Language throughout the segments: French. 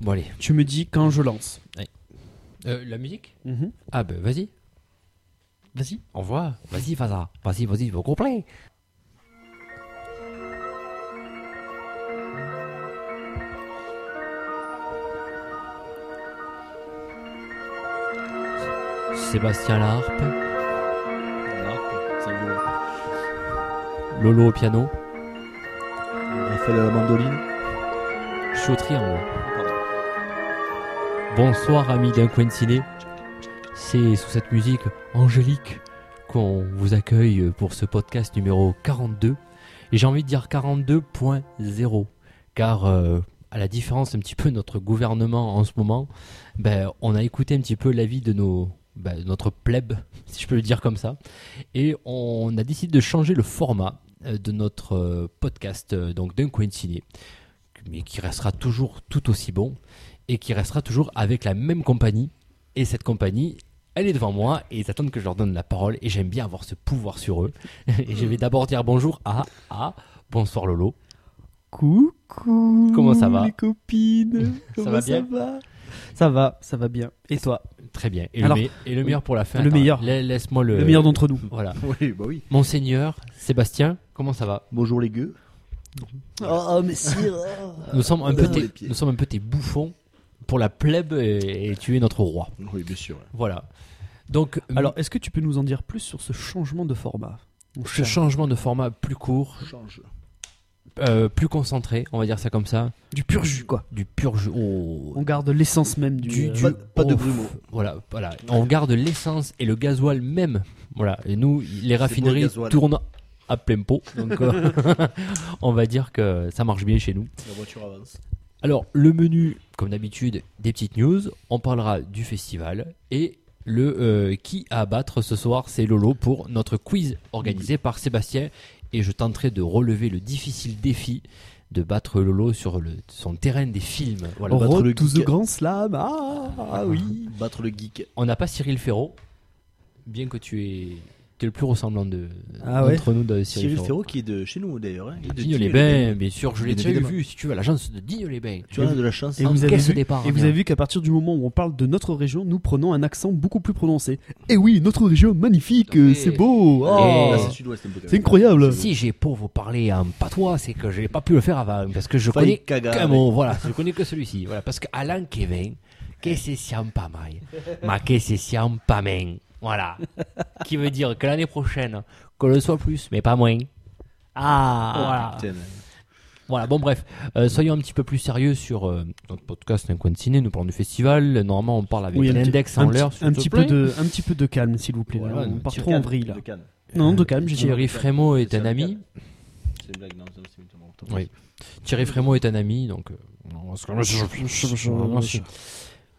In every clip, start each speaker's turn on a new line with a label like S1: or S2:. S1: Bon, allez.
S2: Tu me dis quand je lance.
S3: Euh, la musique
S2: Mhm.
S1: Ah, ben, vas-y. Vas-y, on voit. Vas-y, Faza. Vas-y, vas-y, vous comprenez. Sébastien Larpe,
S4: Ça vous
S1: Lolo au piano,
S4: Raphaël à la mandoline.
S1: je suis au triangle. Bonsoir amis d'un coin de ciné. C'est sous cette musique angélique qu'on vous accueille pour ce podcast numéro 42. Et j'ai envie de dire 42.0 car euh, à la différence un petit peu de notre gouvernement en ce moment, ben, on a écouté un petit peu l'avis de nos ben, de notre plèbe, si je peux le dire comme ça, et on a décidé de changer le format euh, de notre euh, podcast euh, donc d'un coin de ciné, mais qui restera toujours tout aussi bon et qui restera toujours avec la même compagnie. Et cette compagnie, elle est devant moi et ils attendent que je leur donne la parole. Et j'aime bien avoir ce pouvoir sur eux. et je vais d'abord dire bonjour à, à bonsoir Lolo.
S2: Coucou.
S1: Comment ça va
S2: Les copines.
S1: Ça
S2: Comment
S1: va
S2: ça va Ça va, ça va bien. Et toi
S1: Très bien. Et,
S2: Alors-
S1: le, me- et le meilleur pour la fin.
S2: Le meilleur.
S1: la- Laisse-moi le.
S2: Le meilleur d'entre nous.
S1: Voilà.
S4: Oui, bah oui.
S1: Monseigneur Sébastien, comment ça va
S4: Bonjour les gueux. Oh, mais si. oh.
S1: Nous sommes un peu
S4: Dans
S1: tes,
S4: les pieds.
S1: nous sommes un peu tes bouffons pour la plèbe et, et tu es notre roi.
S4: Oui, bien sûr. hein.
S1: Voilà. Donc
S2: Alors, est-ce que tu peux nous en dire plus sur ce changement de format mon
S1: ce
S2: cher
S1: changement de format plus court,
S4: Change.
S1: euh, plus concentré, on va dire ça comme ça,
S2: Du pur jus, quoi.
S1: du pur jus. Oh.
S2: On garde l'essence même du.
S1: du,
S2: euh,
S1: du-
S4: Pas- pas de
S1: oh,
S4: grumeaux.
S1: Voilà, voilà. On garde l'essence et le gasoil même. Voilà. Et nous, les raffineries
S4: gasoil.
S1: tournent à plein pot. Donc, euh, on va dire que ça marche bien chez nous.
S4: La voiture avance.
S1: Alors, le menu, comme d'habitude, des petites news. On parlera du festival et le euh, qui à abattre ce soir, c'est Lolo pour notre quiz organisé par Sébastien. Et je tenterai de relever le difficile défi de battre Lolo sur le, son terrain des films. Voilà.
S4: battre
S2: Road
S4: le
S2: to the
S4: geek.
S2: Grand Slam. Ah, ah oui.
S4: Battre le geek.
S1: On n'a pas Cyril Ferraud, bien que tu es, tu es le plus ressemblant de,
S2: Ah ouais
S1: d'entre nous de Cyril,
S4: Cyril
S1: Ferraud.
S4: Ferraud qui est de chez nous d'ailleurs. hein. Il est de
S2: ben,
S4: Digne-les-Bains.
S1: Digne-les-Bains, bien sûr, je l'ai
S4: Bien
S1: déjà
S4: évidemment.
S1: vu, si tu veux, à l'agence de Digne-les-Bains.
S4: Tu en as de la chance.
S2: Et vous avez
S1: Encaisse
S2: vu,
S1: départ,
S2: et vous
S1: bien.
S2: avez vu qu'à partir du moment où on parle de notre région, nous prenons un accent beaucoup plus prononcé. Et oui, notre région magnifique, euh,
S1: Oui.
S2: c'est
S4: Oh.
S2: beau.
S1: Et-
S2: ah.
S4: Là, c'est sud-ouest un peu. quand
S2: C'est
S4: même.
S2: incroyable.
S1: Si j'ai pas vous parler en patois, c'est que j'ai pas pu le faire avant, parce que je
S4: Failli
S1: connais
S4: caga
S1: qu'un
S4: avec.
S1: mot, voilà, je connais que celui-ci, voilà, parce que Alain Kevin, que c'est siam pas mal, ma que c'est siam pas main, voilà, qui veut dire que l'année prochaine, que le soit plus, mais pas moins. Ah, voilà.
S4: Putain.
S1: Voilà, bon bref, euh, soyons un petit peu plus sérieux sur euh, notre podcast Un coin de ciné, nous parlons du festival, normalement on parle avec
S2: Oui, un
S1: un
S2: petit-
S1: index
S2: un
S1: en
S2: petit-
S1: l'heure, s'il
S2: un
S1: te
S2: petit
S1: plaît.
S2: peu de, un petit peu de calme, s'il vous plaît.
S1: Voilà,
S2: là.
S1: un
S2: on part
S1: petit euh,
S2: trop en
S4: Cannes,
S2: vrille là.
S4: de Cannes.
S2: Non, non, de calme, j'ai dit.
S1: Thierry Frémaux est un ami.
S4: C'est une blague, non, c'est- c'est une blague.
S1: Oui. Thierry Frémaux est un ami, donc. euh, on se connaît, je- je- je-
S2: Oh,
S1: je- je-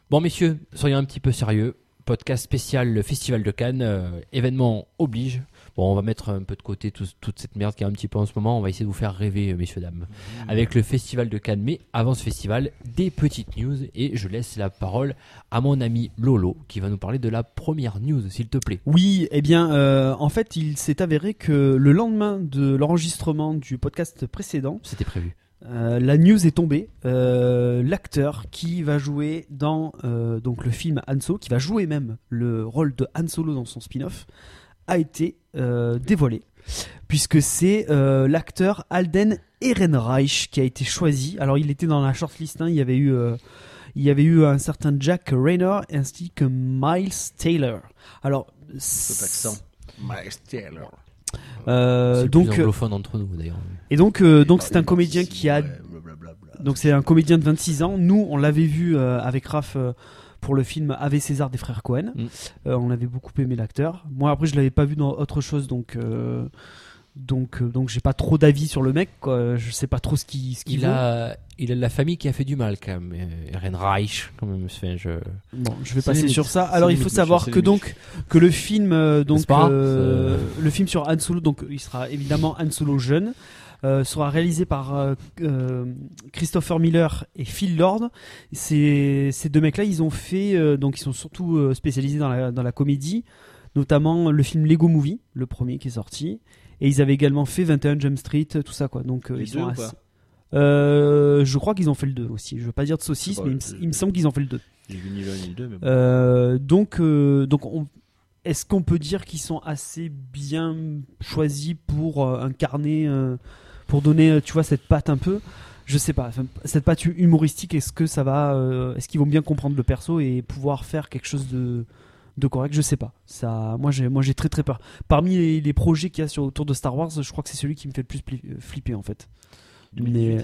S1: Bon, messieurs, soyons un petit peu sérieux. Podcast spécial le Festival de Cannes, euh, événement oblige. Bon, on va mettre un peu de côté tout- toute cette merde qu'il y a un petit peu en ce moment. On va essayer de vous faire rêver, euh, messieurs, dames,
S2: Mmh.
S1: avec le Festival de Cannes. Mais avant ce festival, des petites news. Et je laisse la parole à mon ami Lolo, qui va nous parler de la première news, s'il te plaît.
S2: Oui, eh bien, euh, en fait, il s'est avéré que le lendemain de l'enregistrement du podcast précédent,
S1: C'était prévu.
S2: euh, la news est tombée. Euh, L'acteur qui va jouer dans euh, donc le film Han Solo, qui va jouer même le rôle de Han Solo dans son spin-off, a été euh, dévoilé. Puisque c'est euh, l'acteur Alden Ehrenreich qui a été choisi. Alors, il était dans la shortlist. hein, il y avait eu, euh, il y avait eu un certain Jack Rayner ainsi que Miles Taylor. Alors,
S4: Cet accent. Miles Taylor.
S2: euh,
S1: C'est le
S2: donc,
S1: plus anglophone entre nous, d'ailleurs.
S2: et donc, euh, donc
S4: Ah,
S2: c'est un
S4: oui,
S2: comédien
S4: si,
S2: qui
S4: ouais,
S2: a
S4: blablabla.
S2: Donc c'est un comédien de 26 ans. Nous, on l'avait vu euh, avec Raph euh, pour le film Ave César des frères Cohen.
S1: Mm.
S2: Euh, on avait beaucoup aimé l'acteur. Moi, après, je l'avais pas vu dans autre chose, donc euh, donc euh, donc j'ai pas trop d'avis sur le mec. Quoi. Je sais pas trop ce qui ce qu'il
S1: Il
S2: veut.
S1: a, il a de la famille qui a fait du mal quand même. Euh, Ehrenreich, quand même. Enfin, je...
S2: Bon, je vais
S4: C'est
S2: passer
S4: limite.
S2: sur ça.
S4: C'est
S2: Alors, il
S4: limite,
S2: faut
S4: monsieur,
S2: savoir
S4: c'est
S2: que
S4: limite.
S2: donc que le film euh, donc
S1: N'est-ce pas
S2: euh, le film sur Han Solo, donc il sera évidemment Han Solo jeune. euh, sera réalisé par euh, euh, Christopher Miller et Phil Lord. Ces, ces deux mecs-là, ils ont fait, euh, donc ils sont surtout euh, spécialisés dans la, dans la comédie, notamment le film Lego Movie, le premier qui est sorti, et ils avaient également fait 21 Jump Street, tout ça quoi. Donc euh,
S4: Les
S2: ils
S4: deux
S2: sont
S4: ou
S2: assez-
S4: pas
S2: Euh, je crois qu'ils ont fait le 2 aussi. Je veux pas dire de saucisse,
S5: Je
S4: Ah bah,
S5: sais pas,
S2: mais il me-
S5: je-
S2: il me semble qu'ils ont fait le 2.
S5: J'ai vu ni l'un ni le deux, mais bon.
S2: Euh, donc, euh, donc on- est-ce qu'on peut dire qu'ils sont assez bien choisis pour euh, incarner, euh, pour donner, euh, tu vois, cette patte un peu Je sais pas. Enfin, cette patte humoristique, est-ce que ça va euh, Est-ce qu'ils vont bien comprendre le perso et pouvoir faire quelque chose de de correct, je sais pas. Ça, moi, j'ai, moi, j'ai très, très peur. Parmi les, les projets qu'il y a sur, autour de Star Wars, je crois que c'est celui qui me fait le plus pli- euh, flipper en fait.
S5: 2018,
S2: mais- euh,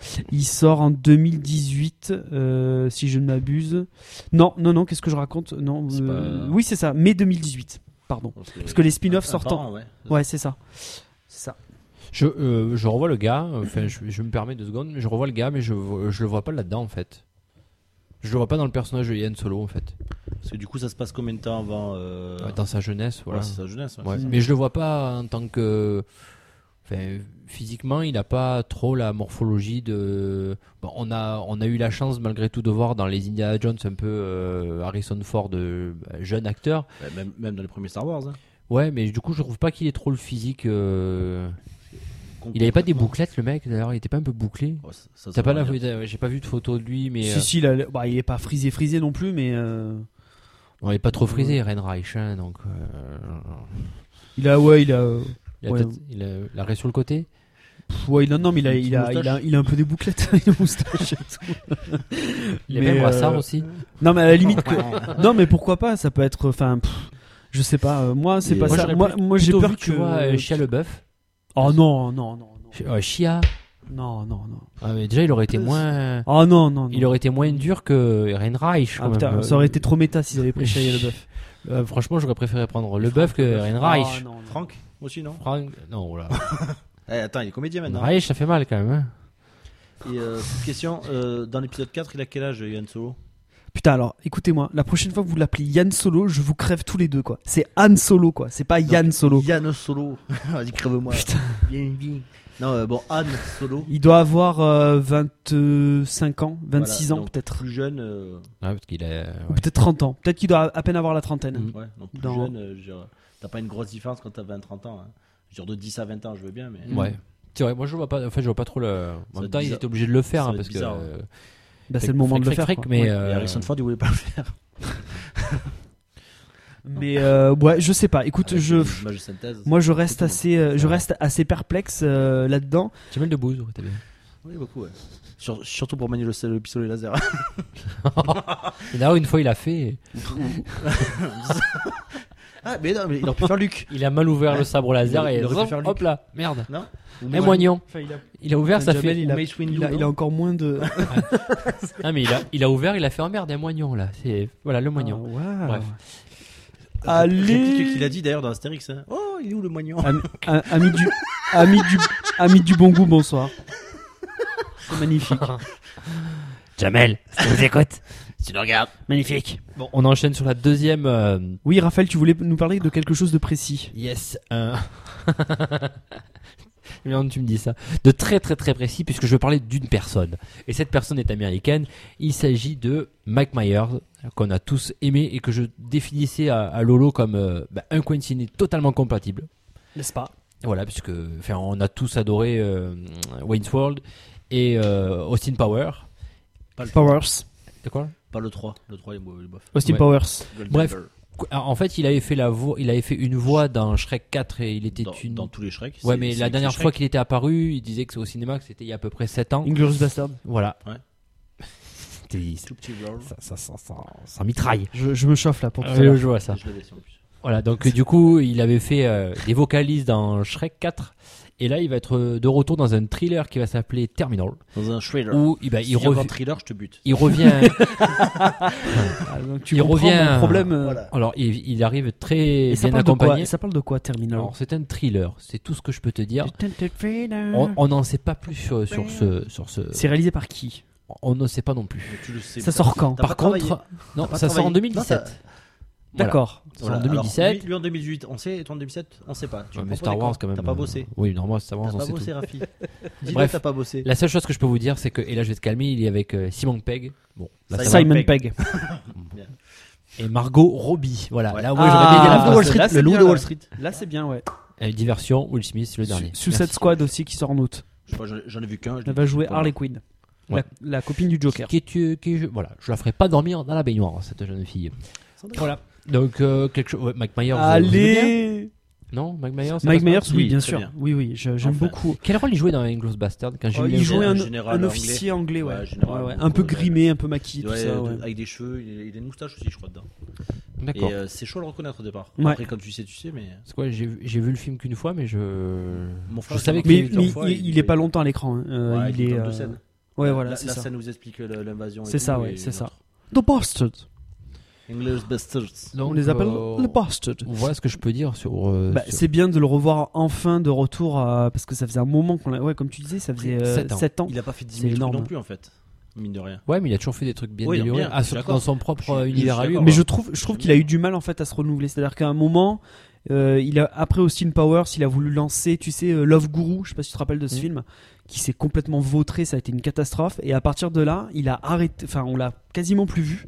S5: c'est ça
S2: Il sort en 2018, euh, si je ne m'abuse. Non, non, non, qu'est-ce que je raconte Non,
S5: C'est
S2: euh,
S5: pas-
S2: oui, c'est ça, mai 2018, pardon. Parce que les
S4: Ah,
S2: spin-offs
S5: Un- un
S2: sortant.
S5: par an, ouais.
S2: Ouais, c'est ça. C'est ça.
S1: Je, euh, je revois le gars, enfin je, je me permets deux secondes, mais je revois le gars, mais je, vo- je le vois pas là-dedans en fait. Je le vois pas dans le personnage de Yann Solo en fait,
S5: Parce que du coup, ça se passe combien de temps avant euh,
S1: dans sa jeunesse, voilà.
S5: ouais, c'est sa jeunesse. ouais.
S1: Ouais.
S2: c'est ça.
S1: Mais je le vois pas en tant que. Enfin, physiquement, il n'a pas trop la morphologie de. Bon, on, a, on a eu la chance, malgré tout, de voir dans les Indiana Jones un peu euh, Harrison Ford, euh, jeune acteur.
S5: Bah, même, même dans les premiers Star Wars. hein.
S1: Ouais, mais du coup, je trouve pas qu'il ait trop le physique. euh, Il avait pas des bouclettes, le mec, d'ailleurs, il était pas un peu bouclé.
S5: Ouais, Oh, ça- ça
S1: T'as
S5: se
S1: pas
S5: voit
S1: la.
S5: bien.
S1: J'ai pas vu de photo de lui, mais.
S2: Si,
S1: euh,
S2: si, là, bah, il est pas frisé, frisé non plus, mais euh,
S1: On est pas trop frisé, Renreich, hein, donc. euh,
S2: il a, ouais, il a, euh,
S1: Il a
S2: Ouais.
S1: peut-être- il a l'arrêt sur le côté.
S2: pff, ouais, il a, non, mais il a,
S5: Une petite
S2: il a, il a, il a,
S5: moustache.
S2: un peu des bouclettes, il a une moustache. et tout.
S1: Il a
S2: Mais,
S1: même brassard
S2: euh,
S1: aussi.
S2: Non, mais à la limite, que- non, mais pourquoi pas Ça peut être, enfin, pff, je sais pas. euh, moi, c'est
S5: Et-
S2: pas
S5: Moi,
S2: ça.
S1: j'aurais
S2: Moi, moi, j'ai
S1: Plutôt
S2: peur
S1: vu,
S2: que.
S1: tu vois, euh, Chia Leboeuf.
S2: oh non, non, non, non,
S1: Chi- euh, Chia.
S2: non, non, non.
S1: Ah, mais déjà, il aurait été moins.
S2: Oh non, non, non.
S1: Il aurait été moins dur que Reinreich.
S2: Ah, putain,
S1: euh,
S2: ça aurait été trop méta s'ils avaient pris Shia LaBeouf.
S1: franchement, j'aurais préféré prendre Leboeuf que Reinreich.
S2: Ah, non,
S5: Franck aussi, non
S1: Frank... Non, voilà.
S5: Eh, Attends, il est comédien maintenant.
S1: Reinreich, ça fait mal quand même. hein.
S5: Et euh, petite question, euh, dans l'épisode 4, il a quel âge, Yann Solo
S2: Putain, alors écoutez-moi, la prochaine fois que vous l'appelez Yann Solo, je vous crève tous les deux quoi. C'est Han Solo quoi, c'est pas Yann Solo.
S5: Yann Solo. Vas-y, crève-moi. Bien, bien. Non, euh, bon, Anne Solo.
S2: Il doit avoir euh, 25 ans, 26
S5: Voilà,
S2: ans
S5: donc
S2: peut-être,
S5: Plus jeune. euh,
S1: Ouais, Ah, parce qu'il est.
S2: ou peut-être 30 ans, peut-être qu'il doit à peine avoir la trentaine.
S1: Mm.
S5: Ouais, donc plus
S2: Dans-
S5: jeune, euh, je veux dire, t'as pas une grosse différence quand t'as 20-30 ans. hein. Je veux dire, de 10 à 20 ans, je veux bien, mais.
S1: Ouais. Ouais. Mm. C'est vrai, moi je vois pas. En fait, je vois pas trop le. En
S5: va
S1: même
S5: être
S1: temps, il
S5: bizarre.
S1: était obligé de le faire
S5: Ça
S1: hein,
S5: va être
S1: parce que.
S5: bizarre, ouais.
S1: euh,
S2: Bah, c'est
S1: fric,
S2: le moment
S1: fric,
S2: de le
S1: fric,
S2: faire.
S1: fric,
S2: quoi.
S1: mais
S2: Ouais.
S5: Et
S1: euh,
S5: Harrison Ford, il voulait pas le faire.
S2: mais euh, ouais, je sais pas. Écoute,
S5: Avec
S2: je
S5: des images de synthèse.
S2: moi je reste
S5: tout, moi.
S2: assez euh, je reste assez perplexe euh, là-dedans.
S1: Jamel Debbouze, ouais, t'as bien.
S5: Oui, beaucoup, ouais. Sur- surtout pour manier le, le pistolet laser.
S1: Et D'ailleurs, une fois, il a fait.
S5: ah, mais non, mais il aurait pu faire Luc.
S1: Il a mal ouvert le sabre laser
S5: Il
S1: et
S5: aurait pu faire
S1: hop là, merde.
S5: Non
S1: Et moignon.
S2: Enfin, il a,
S1: Il a ouvert, ça
S2: Jamel,
S1: fait.
S2: il, a,
S5: Mace Windu,
S2: il a- il a
S5: non
S2: encore moins de
S1: Ah mais il a, il a ouvert, il a fait un merde, un moignon là. C'est voilà le moignon.
S2: Ah, Euh, ouais.
S1: Bref.
S5: Réplique
S2: Allez.
S5: Ah, qu'il a dit d'ailleurs dans Astérix. hein. Oh, il est où le moignon
S2: Ah, Ami, a- ami du, ami du, ami du bon goût, bonsoir. C'est magnifique.
S1: Jamel, je vous écoute. tu le regardes.
S2: Magnifique.
S1: Bon, on enchaîne sur la deuxième. euh,
S2: Oui, Raphaël, tu voulais nous parler de quelque chose de précis.
S1: yes. euh, Merde, tu me dis ça. De très très très précis puisque je veux parler d'une personne. Et cette personne est américaine. Il s'agit de Mike Myers qu'on a tous aimé et que je définissais à, à Lolo comme euh, bah, un Quentin totalement compatible.
S2: N'est-ce pas
S1: Voilà, puisque enfin, on a tous adoré euh, Wayne's World et euh, Austin Power.
S2: Powers.
S1: De quoi
S5: Pas le 3. Le 3, il est mauvais, le bof.
S2: Austin
S1: Ouais.
S2: Powers.
S5: Golden
S1: Bref,
S5: Girl.
S1: Qu- En fait, il avait fait la voix, il avait fait une voix dans Shrek 4 et il était
S5: Dans,
S1: une.
S5: dans tous les Shrek.
S1: ouais,
S5: c'est-
S1: mais
S5: c'est
S1: la
S5: les
S1: dernière
S5: Shrek.
S1: fois qu'il était apparu, il disait que c'est au cinéma que c'était il y a à peu près 7 ans.
S2: Inglourious Bastard.
S1: Voilà.
S5: Ouais.
S1: T'es-
S5: Two Petit Girl.
S1: ça, ça, ça, ça, ça mitraille.
S2: Je, Ah je me chauffe là pour tout à
S1: Euh,
S2: l'heure.
S1: je vois ça.
S5: Je l'avais, si, en plus.
S1: Voilà, donc euh, du coup, il avait fait euh, des vocalises dans Shrek 4 et là, il va être euh, de retour dans un thriller qui va s'appeler Terminal
S5: Dans un thriller.
S1: où eh ben,
S5: Si
S1: il,
S5: y a pas
S1: rev-
S5: un thriller, je te bute.
S1: il revient.
S2: Ah, donc tu
S1: il
S2: comprends
S1: revient,
S2: mon problème. euh,
S5: Voilà.
S1: Alors, il, il arrive très
S2: Et ça
S1: bien
S2: parle, de quoi,
S1: accompagné.
S2: ça parle de quoi, Terminal
S1: Alors, c'est un thriller, c'est tout ce que je peux te dire. On euh, on n'en sait pas plus sur, sur ce. Sur ce
S2: C'est réalisé par qui
S1: on ne sait pas non plus.
S5: Mais tu le sais.
S2: Ça sort quand
S5: T'as
S1: Par
S5: pas
S1: contre,
S5: travaillé.
S1: non,
S5: pas
S1: ça sort en
S5: travaillé.
S1: 2017.
S5: Non, ça-
S1: Voilà.
S2: D'accord.
S1: Ça sort
S5: Voilà,
S1: en
S5: alors,
S1: 2017.
S5: lui, lui en 2018, on sait, et toi en 2017, on sait pas. Tu
S1: Ouais,
S5: me
S1: mais
S5: proposes
S1: Star
S5: des
S1: Wars
S5: comptes.
S1: quand même.
S5: T'as pas
S1: euh,
S5: bossé.
S1: Oui, normalement, Star Wars,
S5: T'as
S1: on
S5: pas
S1: sait
S5: bossé,
S1: tout.
S5: Rafi. Dis-le,
S1: Bref.
S5: t'as pas bossé.
S1: La seule chose que je peux vous dire, c'est que, et là je vais te calmer, il est avec euh, Simon Pegg. Bon, là, ça va.
S2: Simon Pegg.
S1: Et Margot Robbie. Voilà,
S5: Ouais.
S1: là où
S2: Ah,
S1: j'aurais bien dit la
S2: Wall
S1: phrase.
S2: Street, là, c'est
S5: le loup
S2: bien,
S5: de
S2: là.
S5: Wall Street.
S2: Là, c'est bien, ouais.
S1: Euh, diversion, Will Smith, le dernier.
S2: Su- Suicide
S1: Merci.
S2: Squad aussi qui sort en août.
S5: Je sais pas, j'en- j'en ai vu qu'un. je
S2: Elle
S5: l'ai
S2: va
S5: dit,
S2: jouer
S5: c'est pas
S2: Harley Quinn,
S1: Ouais.
S2: la, la copine du Joker.
S1: Qui est, euh, qui est- voilà, je la ferai pas dormir dans la baignoire, hein, cette jeune fille.
S5: mal.
S1: Voilà. Donc, euh, quelque chose. Ouais, Mike Myers. vous- vous aimez
S2: Allez
S1: bien Non, Mike Myers. ça
S2: Mike
S1: passe pas
S2: Myers, oui,
S5: Oui,
S2: bien
S5: très
S2: sûr.
S5: bien.
S2: Oui, oui, je- j'aime
S5: Enfin.
S2: beaucoup.
S1: Quel rôle il jouait dans Inglows Bastard quand j'ai
S2: Oh,
S1: vu
S2: il
S1: les-
S2: jouait un,
S5: général
S2: un
S5: anglais.
S2: officier anglais, ouais.
S5: Ouais, général,
S2: Ouais, ouais.
S5: donc,
S2: Un peu
S5: euh,
S2: grimé, un peu maquillé, tout
S5: Ouais,
S2: ça.
S5: de-
S2: ouais.
S5: Avec des cheveux, il, il a une moustache aussi, je crois, dedans. Et
S1: D'accord.
S5: euh, c'est chaud à le reconnaître au départ.
S2: Ouais.
S5: Après, quand tu sais, tu sais, mais.
S1: C'est quoi J'ai vu j'ai vu le film qu'une fois, mais je.
S5: Mon
S1: Je savais
S5: j'ai
S1: qu'il
S2: Mais,
S5: remarqué
S1: est
S2: mais
S5: une fois,
S2: il, il est pas longtemps à l'écran. hein. Euh,
S5: Ouais,
S2: il
S5: il
S2: est.
S5: est dans deux
S2: euh,
S5: scènes.
S2: Ouais, voilà,
S5: la,
S2: c'est
S5: la
S2: ça.
S5: scène nous explique le- l'invasion. et
S2: C'est
S5: tout,
S2: ça, ouais,
S5: et
S2: c'est ça.
S5: l'autre.
S2: The Bastard.
S5: English Bastards.
S1: Donc,
S2: On les appelle
S1: euh,
S2: The Bastard.
S1: Voilà ce que je peux dire sur. euh,
S2: Bah,
S1: sur-
S2: c'est bien de le revoir enfin de retour à- parce que ça faisait un moment qu'on l'a. Ouais, comme tu disais, ça faisait
S1: Sept ans.
S2: 7 ans.
S5: Il a pas fait 10
S2: C'est
S5: 000 trucs
S2: énorme.
S5: non plus, en fait. Mine de rien.
S1: Ouais, mais il a toujours fait des trucs bien
S5: Oui,
S1: délirés.
S5: bien,
S1: Ah,
S5: je suis
S1: surtout
S5: d'accord.
S1: dans son propre
S5: Je suis- je
S1: univers
S5: suis
S1: à lui.
S5: d'accord.
S2: Mais
S5: Ouais.
S2: je trouve, je trouve qu'il a eu du mal en fait à se renouveler. C'est-à-dire qu'à un moment, euh, il a après Austin Powers, il a voulu lancer, tu sais, euh, Love Guru. Je sais pas si tu te rappelles de ce
S1: Mm.
S2: film, qui s'est complètement vautré. Ça a été une catastrophe. Et à partir de là, il a arrêté. Enfin, on l'a quasiment plus vu.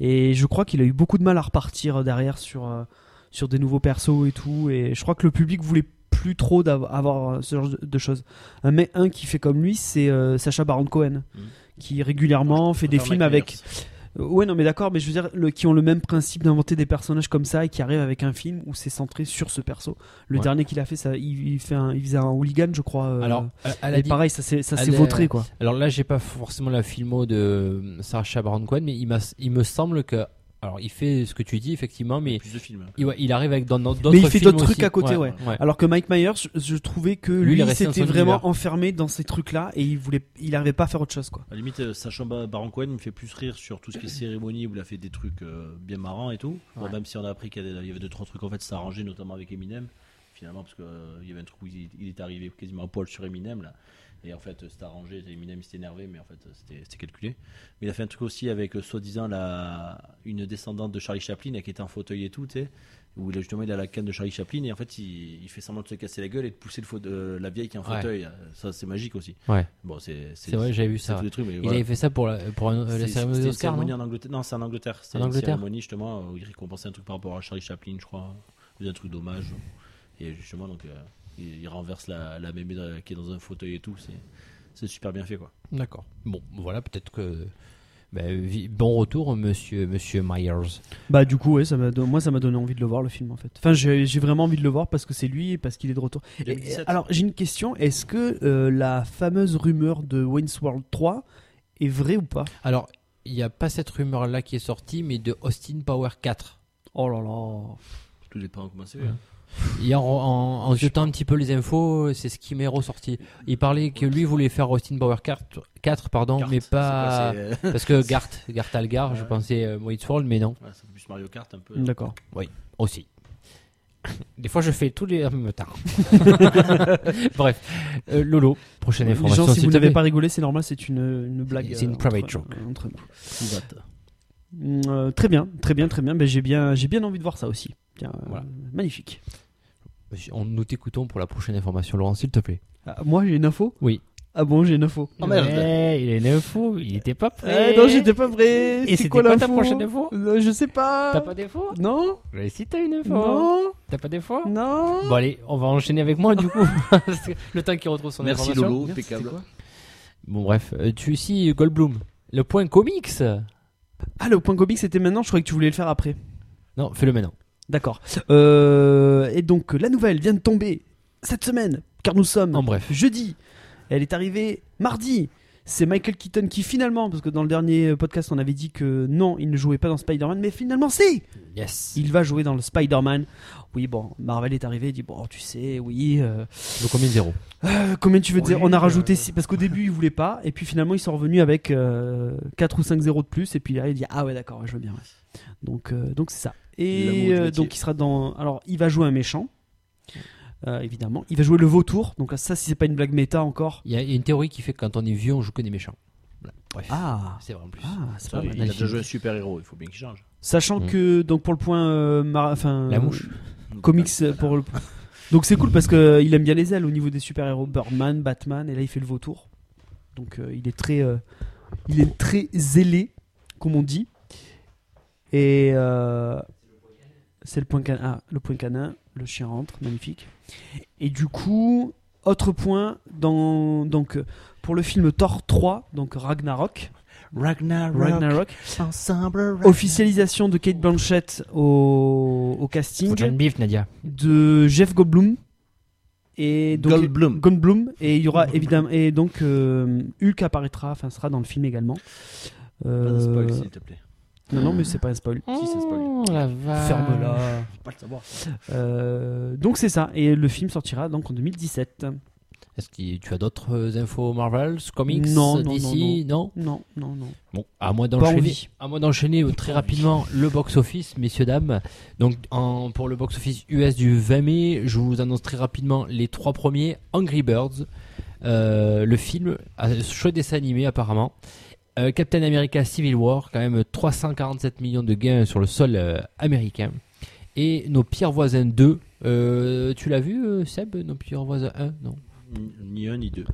S2: Et je crois qu'il a eu beaucoup de mal à repartir derrière sur euh, sur des nouveaux persos et tout. Et je crois que le public voulait plus trop d'avoir avoir, euh, ce genre de- de choses. Un mec un qui fait comme lui, c'est euh, Sacha Baron Cohen,
S5: Mm.
S2: qui régulièrement fait des
S5: Enfin,
S2: films
S5: Mike
S2: avec
S5: Myers.
S2: euh, Ouais, non, mais d'accord, mais je veux dire, le- qui ont le même principe d'inventer des personnages comme ça et qui arrivent avec un film où c'est centré sur ce perso. Le
S1: Ouais.
S2: dernier qu'il a fait, ça, il, il fait un, il faisait un hooligan, je crois. euh,
S1: Alors, à- à la
S2: et
S1: di-
S2: pareil, ça s'est ça
S1: à
S2: s'est
S1: la-
S2: vautré, quoi.
S1: Alors là, j'ai pas forcément la filmo de euh, Sacha Baron Cohen, mais il, m'a- il me semble que. Alors, il fait ce que tu dis, effectivement, mais
S5: Plus de films.
S1: il, ouais, il arrive avec dans- dans- d'autres
S2: Mais il fait
S1: films
S2: d'autres trucs
S1: aussi.
S2: à côté, ouais. Alors que Mike Myers, je, je trouvais que
S1: Lui, il
S2: lui,
S1: est resté dans
S2: s'était
S1: son
S2: vraiment
S1: univers.
S2: enfermé dans ces trucs-là et il voulait, il arrivait pas à faire autre chose, quoi.
S5: À la limite, euh, Sacha Ba- Baron Cohen il me fait plus rire sur tout ce qui est cérémonie où il a fait des trucs euh, bien marrants et tout. Bon,
S1: Ouais.
S5: même si on a appris qu'il y avait il y avait deux trois trucs en fait, ça arrangé notamment avec Eminem finalement parce qu'il il y avait un truc où il, il est arrivé quasiment à poil sur Eminem là. Et en fait, euh, c'était arrangé. Eminem s'était énervé, mais en fait, euh, c'était c'était calculé. Mais il a fait un truc aussi avec euh, soi-disant la une descendante de Charlie Chaplin là, qui était en fauteuil et tout, tu sais. Où là, justement il a la canne de Charlie Chaplin et en fait il, il fait semblant de se casser la gueule et de pousser le faute- euh, la vieille qui est en
S1: Ouais.
S5: fauteuil. là. Ça c'est magique aussi.
S1: Ouais.
S5: Bon c'est
S1: C'est vrai, j'avais vu
S5: c'est
S1: ça.
S5: tous les trucs, mais
S1: Il
S5: voilà.
S1: avait fait ça pour la, pour un- euh, la
S5: C'est-
S1: cérémonie
S5: c'était une
S1: d'Oscar,
S5: cérémonie
S1: non
S5: en Angleterre. Non, c'est en Angleterre. C'est
S1: En
S5: une
S1: Angleterre
S5: cérémonie justement où il récompensait un truc par rapport à Charlie Chaplin, je crois, ou un truc d'hommage. Et justement, donc, euh, il, il renverse la, la mémé dans- qui est dans un fauteuil et tout. C'est, c'est super bien fait, quoi.
S1: D'accord. Bon, voilà, peut-être que. ben, vi- bon retour, monsieur, monsieur Myers.
S2: Bah, du coup, ouais, ça m'a don- moi, ça m'a donné envie de le voir, le film, en fait. Enfin, j'ai j'ai vraiment envie de le voir parce que c'est lui et parce qu'il est de retour. Et-
S5: 2017.
S2: alors, j'ai une question. Est-ce que euh, la fameuse rumeur de Wayne's World 3 est vraie ou pas
S1: Alors, il n'y a pas cette rumeur-là qui est sortie, mais de Austin Power 4.
S2: Oh là là.
S5: Tout dépend comment c'est. hein.
S1: Ouais. Hier, en, en- en jetant un petit peu les infos, c'est ce qui m'est ressorti. Il parlait que lui voulait faire Austin Power 4, 4 pardon, mais pas. Parce que Gart, Gart Algar, je
S5: Ouais.
S1: pensais euh, Whiteworld, mais non,
S5: c'est plus Mario Kart un peu. hein.
S2: D'accord.
S1: aussi. Des fois, je fais tous les en même temps. Bref, Euh, Lolo, prochaine
S2: Les
S1: information.
S2: gens, si
S1: s'il
S2: vous
S1: te
S2: n'avez
S1: plaît.
S2: pas rigolé, c'est normal, c'est une, une blague.
S1: C'est une
S2: euh,
S1: private
S2: entre-
S1: joke.
S2: euh, entre nous.
S5: Private.
S2: Mm, euh, très bien, très bien, très bien. Ben, j'ai bien, j'ai bien envie de voir ça aussi. Tiens, euh,
S1: Voilà.
S2: magnifique.
S1: Monsieur, on- nous t'écoutons pour la prochaine information, Laurent, s'il te plaît.
S2: Ah, moi, j'ai une info.
S1: Oui.
S2: Ah bon, j'ai une info.
S5: Oh, merde.
S1: Ouais, il est info, il était pas
S2: Eh, non, j'étais pas prêt.
S1: Et
S2: c'est
S1: c'était
S2: quoi
S1: quoi ta
S2: l'info
S1: prochaine info
S2: Euh, Je sais pas.
S1: T'as pas d'info
S2: Non,
S1: Mais si t'as une info,
S2: non,
S1: t'as pas d'info
S2: non.
S1: Bon allez, on va enchaîner avec moi du coup. Parce que le temps qu'il retrouve son
S5: Merci
S1: information.
S5: Lolo, impeccable.
S1: Bon bref, euh, tu si Goldblum, le point comics.
S2: Ah, le point comique, c'était maintenant. Je croyais que tu voulais le faire après.
S1: Non, fais-le maintenant.
S2: D'accord. Euh, et donc, la nouvelle vient de tomber cette semaine, car nous sommes
S1: En bref.
S2: jeudi. Elle est arrivée mardi. C'est Michael Keaton qui finalement, parce que dans le dernier podcast, on avait dit que non, il ne jouait pas dans Spider-Man, mais finalement, si
S1: Yes.
S2: Il va jouer dans le Spider-Man. Oui, bon, Marvel est arrivé, il dit Bon, tu sais, oui. euh,
S1: Le combien de zéro
S2: euh, combien tu veux dire
S3: Oui,
S2: On a
S3: euh,
S2: rajouté six- parce qu'au début, il voulait pas, et puis finalement, ils sont revenus avec 4 ou 5 zéros de plus, et puis là, il dit Ah ouais, d'accord, ouais, je veux bien. ouais. Donc, euh, donc c'est ça.
S5: L'amour
S2: Et
S5: du
S2: euh,
S5: métier.
S2: donc, il sera dans. Alors, il va jouer un méchant, euh, évidemment. Il va jouer le vautour, donc là, ça, si c'est pas une blague méta encore.
S1: Il y, a il y a une théorie qui fait que quand on est vieux, on joue que des méchants. Voilà. Bref.
S2: Ah,
S1: C'est vrai en plus.
S2: ah c'est
S5: Ça,
S2: pas mal.
S5: il a déjà joué un super héros, il faut bien qu'il change.
S2: Sachant
S1: Mm.
S2: que, donc, pour le point. euh, mar- enfin,
S1: La mouche.
S2: Comics euh, pour le. Donc c'est cool parce qu'il aime bien les ailes au niveau des super-héros, Birdman, Batman, et là il fait le vautour. Donc euh, il est très, euh, il est très zélé, comme on dit. Et euh, c'est le point canin. Ah, le point canin, le chien rentre, magnifique. Et du coup, Autre point, dans, donc, euh, pour le film Thor 3, donc Ragnarok,
S5: Ah, Ragnarok.
S2: Ragnarok
S5: Ensemble.
S2: officialisation de Kate Blanchett au, au casting
S1: Faut John Beef, Nadia.
S2: de Jeff Goldblum et donc
S5: Goldblum.
S2: Goldblum, et il y aura évidemment et donc euh, Hulk apparaîtra enfin sera dans le film également
S5: Pas de
S2: Euh,
S5: spoil, s'il te plaît.
S2: non non mais c'est pas un spoil
S5: Si, ça spoil.
S1: Oh, la vache.
S2: ferme-la
S5: Faut pas le savoir.
S2: Euh, donc c'est ça et le film sortira donc en 2017
S1: Est-ce que tu as d'autres euh, infos Marvel, comics,
S2: Non, non,
S1: DC, non,
S2: non non non
S1: Bon, à moi
S2: Pas
S1: d'enchaîner,
S2: envie.
S1: à moi d'enchaîner euh, très rapidement le box-office, messieurs dames. Donc en- pour le box-office US du 20 mai, je vous annonce très rapidement les trois premiers Angry Birds, euh, le film, euh, chouette dessin animé apparemment. Euh, Captain America Civil War, quand même 347 millions de gains sur le sol euh, américain. Et Nos pires voisins 2, euh, tu l'as vu euh, Seb Nos pires voisins 1 Non.
S5: Ni- Ni un, ni deux.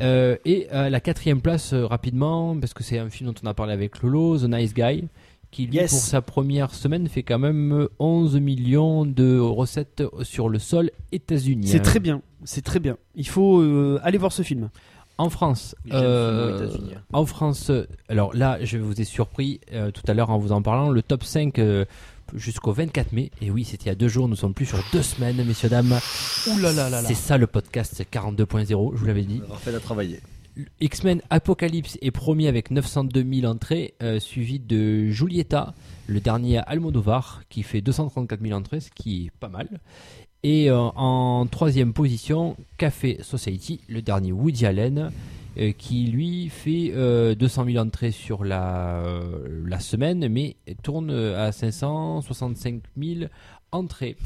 S1: Euh, et euh, la quatrième place, euh, rapidement, parce que c'est un film dont on a parlé avec Lolo, The Nice Guy, qui lui,
S2: Yes.
S1: pour sa première semaine, fait quand même euh, 11 millions de recettes sur le sol états-unien.
S2: c'est très bien c'est très bien il faut euh, aller voir ce film
S1: En France,
S5: Les jeunes
S1: euh,
S5: films aux États-Unis, hein.
S1: en France, euh, alors là, je vous ai surpris euh, tout à l'heure en vous en parlant, le top 5 euh, jusqu'au 24 mai. Et oui, c'était il y a deux jours, nous sommes plus sur deux semaines, messieurs, dames.
S2: Ouh Oh là là là là.
S1: C'est ça le podcast 42.0, je vous l'avais dit.
S5: Raphaël a travaillé.
S1: X-Men Apocalypse est premier avec 902 000 entrées, euh, suivi de Julieta, le dernier à Almodovar, qui fait 234 000 entrées, ce qui est pas mal. Et euh, en troisième position, Café Society, le dernier Woody Allen, euh, qui lui fait euh, 200 000 entrées sur la, euh, la semaine, mais tourne euh, à 565 000 entrées.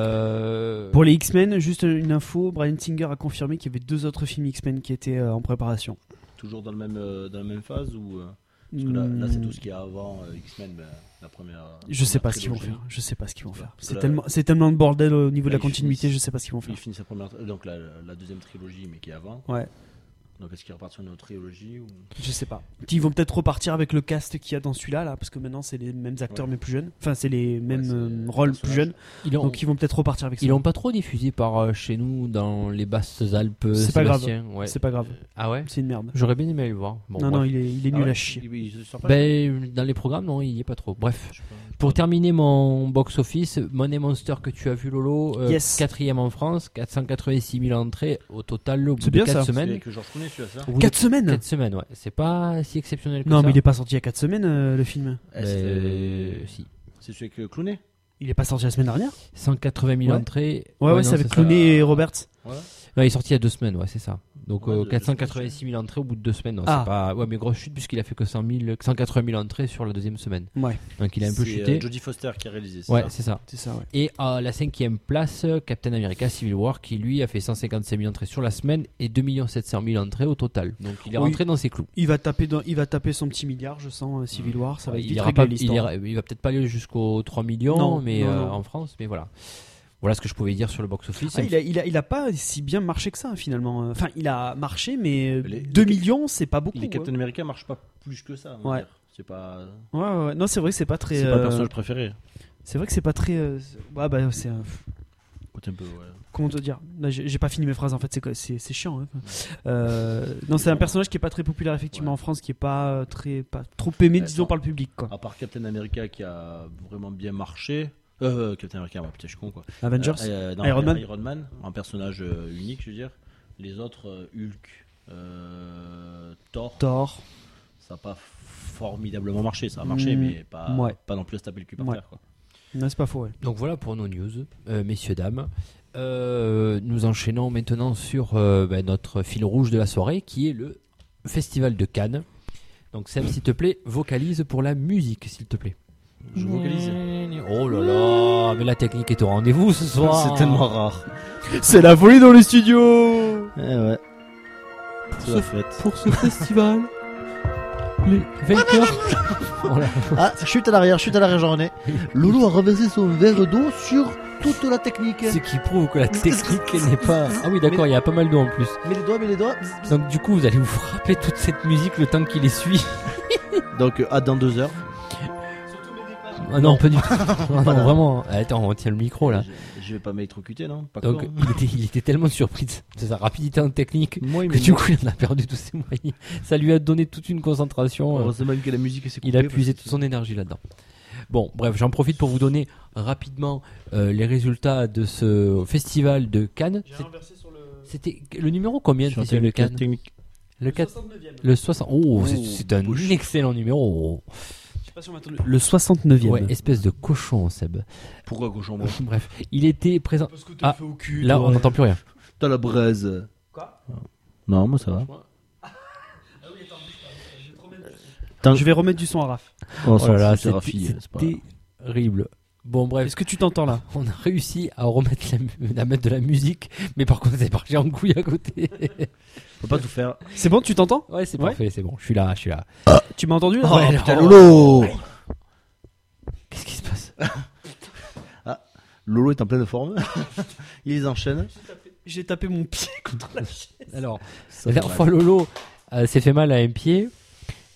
S1: Euh,
S2: pour les X-Men juste une info Brian Singer a confirmé qu'il y avait deux autres films X-Men qui étaient euh, en préparation
S5: Toujours dans, le même, euh, dans la même phase ou. euh, Parce que là, là, c'est tout ce qu'il y a avant euh, X-Men, ben, la première.
S2: Hmm, Je sais
S5: première
S2: pas ce qu'ils vont
S5: trilogie.
S2: faire. Je sais pas ce qu'ils vont faire.
S5: Parce que
S2: C'est
S5: là-
S2: tellement, c'est tellement de bordel au niveau de
S5: Là,
S2: la
S5: ils
S2: continuité.
S5: finissent-
S2: Je sais pas ce qu'ils vont faire.
S5: Ils finissent la première, euh, donc la, la deuxième trilogie, mais qui est avant.
S2: Ouais.
S5: Donc est-ce qu'ils repartent sur une autre trilogie ou...
S2: Je sais pas. Ils vont peut-être repartir avec le cast qu'il y a dans celui-là, là, parce que maintenant c'est les mêmes acteurs
S5: Ouais.
S2: mais plus jeunes. Enfin, c'est les mêmes
S5: c'est
S2: euh,
S5: les
S2: rôles plus
S5: personnages.
S2: jeunes.
S1: ils ont-
S2: Donc ils vont peut-être repartir avec ça.
S1: Ils l'ont pas trop diffusé par euh, chez nous dans les basses Alpes.
S2: C'est pas grave.
S1: Sébastien, ouais.
S2: C'est pas grave.
S1: Ah ouais
S2: C'est une merde.
S1: J'aurais bien aimé le voir. Bon,
S2: non, non,
S1: bref.
S2: il est, il est
S5: Ah
S2: nul
S5: ouais
S2: à chier.
S5: Il- il se sort pas,
S1: Ben, dans les programmes, non, il y est pas trop. Bref.
S5: je sais pas.
S1: Pour terminer mon box-office, Money Monster que tu as vu, Lolo, euh,
S2: Yes.
S1: quatrième en France, 486 000 entrées au total au bout
S2: C'est
S1: de
S2: bien
S1: 4
S2: ça.
S5: C'est
S1: semaines.
S5: que Georges Clooney, celui-là, ça
S1: Au bout de
S2: 4 semaines.
S1: quatre semaines, ouais. C'est pas si exceptionnel que
S2: Non,
S1: ça.
S2: mais il est pas sorti il y a 4 semaines euh, le film.
S5: Eh,
S1: Euh,
S5: c'est-
S1: si.
S5: C'est celui avec euh, Clooney
S2: Il est pas sorti la semaine dernière.
S1: 180 000
S2: Ouais.
S1: entrées.
S2: Ouais, ouais, c'est
S1: non,
S2: avec
S1: ça.
S2: Clooney et Roberts.
S5: Ouais.
S1: Non, il est sorti il y a deux semaines, ouais, c'est ça. Donc
S5: Ouais,
S1: euh,
S5: deux- deux
S1: 486 000 entrées au bout de deux semaines. non,
S2: Ah.
S1: c'est pas... Ouais, mais grosse chute puisqu'il a fait que 100 000, que 180 000 entrées sur la deuxième semaine.
S2: Ouais,
S1: Donc il a un peu
S5: C'est,
S1: chuté.
S5: euh, Jodie Foster qui a réalisé. c'est
S1: ouais,
S5: ça
S1: c'est ça.
S2: c'est ça. Ouais.
S1: Et à la cinquième place, euh, Captain America Civil War qui lui a fait 155 000 entrées sur la semaine et 2 700 000 entrées au total. Donc il est
S2: Oui.
S1: rentré dans ses clous.
S2: Il va taper, dans, il va taper son petit milliard, je sens. euh, Civil
S5: Mm.
S2: War, ça va
S1: Ouais,
S2: être
S1: il,
S2: vite
S1: ira
S2: réglé
S1: pas- il
S2: l'histoire.
S1: ira- il va peut-être pas aller jusqu'aux 3 millions
S2: Non,
S1: mais,
S2: non,
S1: euh,
S2: non.
S1: en France, mais voilà. Voilà ce que je pouvais dire sur le box-office.
S2: Ah, il, a, il, a, il a pas si bien marché que ça finalement. euh. Enfin, il a marché, mais
S5: Les-
S2: 2
S5: les-
S2: millions, c'est pas beaucoup.
S5: Les
S2: quoi.
S5: Captain America marchent pas plus que ça. on va
S2: Ouais.
S5: dire. C'est pas.
S2: hein. Ouais, ouais, ouais. Non, c'est vrai que c'est pas très.
S5: C'est pas le
S2: euh,
S5: personnage préféré.
S2: c'est vrai que c'est pas très. euh, ouais, bah, c'est. euh,
S5: Écoute un peu, ouais.
S2: comment te dire Là, J'ai j'ai pas fini mes phrases en fait, c'est quoi- c'est c'est chiant. hein. Euh, non, c'est un personnage qui est pas très populaire effectivement
S5: Ouais.
S2: en France, qui est pas euh, très, pas trop aimé,
S5: Ouais,
S2: disons
S5: ça-
S2: par le public quoi.
S5: À part Captain America qui a vraiment bien marché. Euh, Captain America, ouais, putain, je suis con quoi.
S2: Avengers.
S5: Euh, euh, non,
S2: Iron Man.
S5: un personnage euh, unique, je veux dire. Les autres, euh, Hulk, euh, Thor,
S2: Thor.
S5: ça n'a pas formidablement marché. Ça a marché,
S2: Mm,
S5: mais pas,
S2: ouais.
S5: pas non plus à se taper le cul par
S2: Ouais.
S5: terre. Quoi.
S2: Non, c'est pas faux. Ouais.
S1: Donc voilà pour nos news, euh, messieurs, dames. Euh, nous enchaînons maintenant sur euh, bah, notre fil rouge de la soirée qui est le Festival de Cannes. Donc Sam, s'il te plaît, vocalise pour la musique, s'il te plaît.
S5: Je vocalise.
S1: Oh là là, mais la technique est au rendez-vous ce soir.
S4: hein.
S5: C'est tellement rare.
S2: C'est la folie dans le studio.
S5: Eh ouais. C'est la fête.
S1: Pour ce festival, les vainqueurs. Voilà.
S4: Ah, chute à l'arrière, chute à l'arrière, j'en ai. Loulou a reversé son verre d'eau sur toute la technique.
S1: Ce qui prouve que la technique n'est pas. Ah oui, d'accord, il y a pas mal d'eau en plus.
S4: Mets les doigts, mets les doigts.
S1: Donc du coup, vous allez vous frapper toute cette musique le temps qu'il les suit.
S5: Donc, euh, à dans deux heures.
S1: Ah non, pas du tout. Non, non, vraiment. hein. Ah, Attends, on tient le
S4: Oh
S1: micro là.
S5: Je, je vais pas m'électrocuter, non Pas
S1: Donc,
S5: con, hein.
S1: il était, il était tellement surpris de sa- de sa rapidité en
S2: euh,
S1: technique
S5: Moi, il
S1: que
S5: me-
S1: du coup, il en a perdu tous ses moyens. Ça lui a donné toute une concentration. euh,
S5: Heureusement que la musique s'est
S1: Il a puisé toute son énergie là-dedans. Bon, bref, j'en profite pour vous donner rapidement euh, les résultats de ce festival de Cannes. C'est- C'était le numéro combien de festival de Cannes
S5: technique.
S1: Le 4 le 60. Oh, c'est-
S5: Oh,
S1: c'est un
S5: bouche.
S1: excellent numéro.
S2: Le 69e.
S1: Ouais, espèce de cochon, Seb.
S5: Pourquoi cochon moi
S1: Bref, il était présent. Ah,
S3: au cul.
S1: Là, on n'entend plus rien.
S5: T'as la braise.
S2: Quoi
S5: Non, moi ça va.
S2: Je vais remettre du son à Raph.
S5: Oh,
S1: Oh là là,
S5: c'est Rafi.
S1: c'était-
S5: c'est pas-
S1: c'était terrible. Bon, bref,
S2: Est-ce que tu t'entends là
S1: on a réussi à remettre la, mu- à mettre de la musique, mais par contre, c'est parti en couille à côté.
S5: Faut pas tout faire.
S2: C'est bon, tu t'entends
S1: ouais, c'est
S2: Ouais.
S1: parfait, c'est bon, je suis là, je suis là.
S2: Tu m'as entendu là
S1: Ouais,
S2: Oh,
S1: là,
S5: Putain,
S1: oh.
S5: Lolo
S1: Qu'est-ce qui se passe
S5: Lolo est en pleine forme. Il les enchaîne.
S2: J'ai tapé mon pied contre la chaise.
S1: Alors,
S5: Ça,
S1: la dernière
S5: c'est
S1: fois, Lolo euh, s'est fait mal à un pied.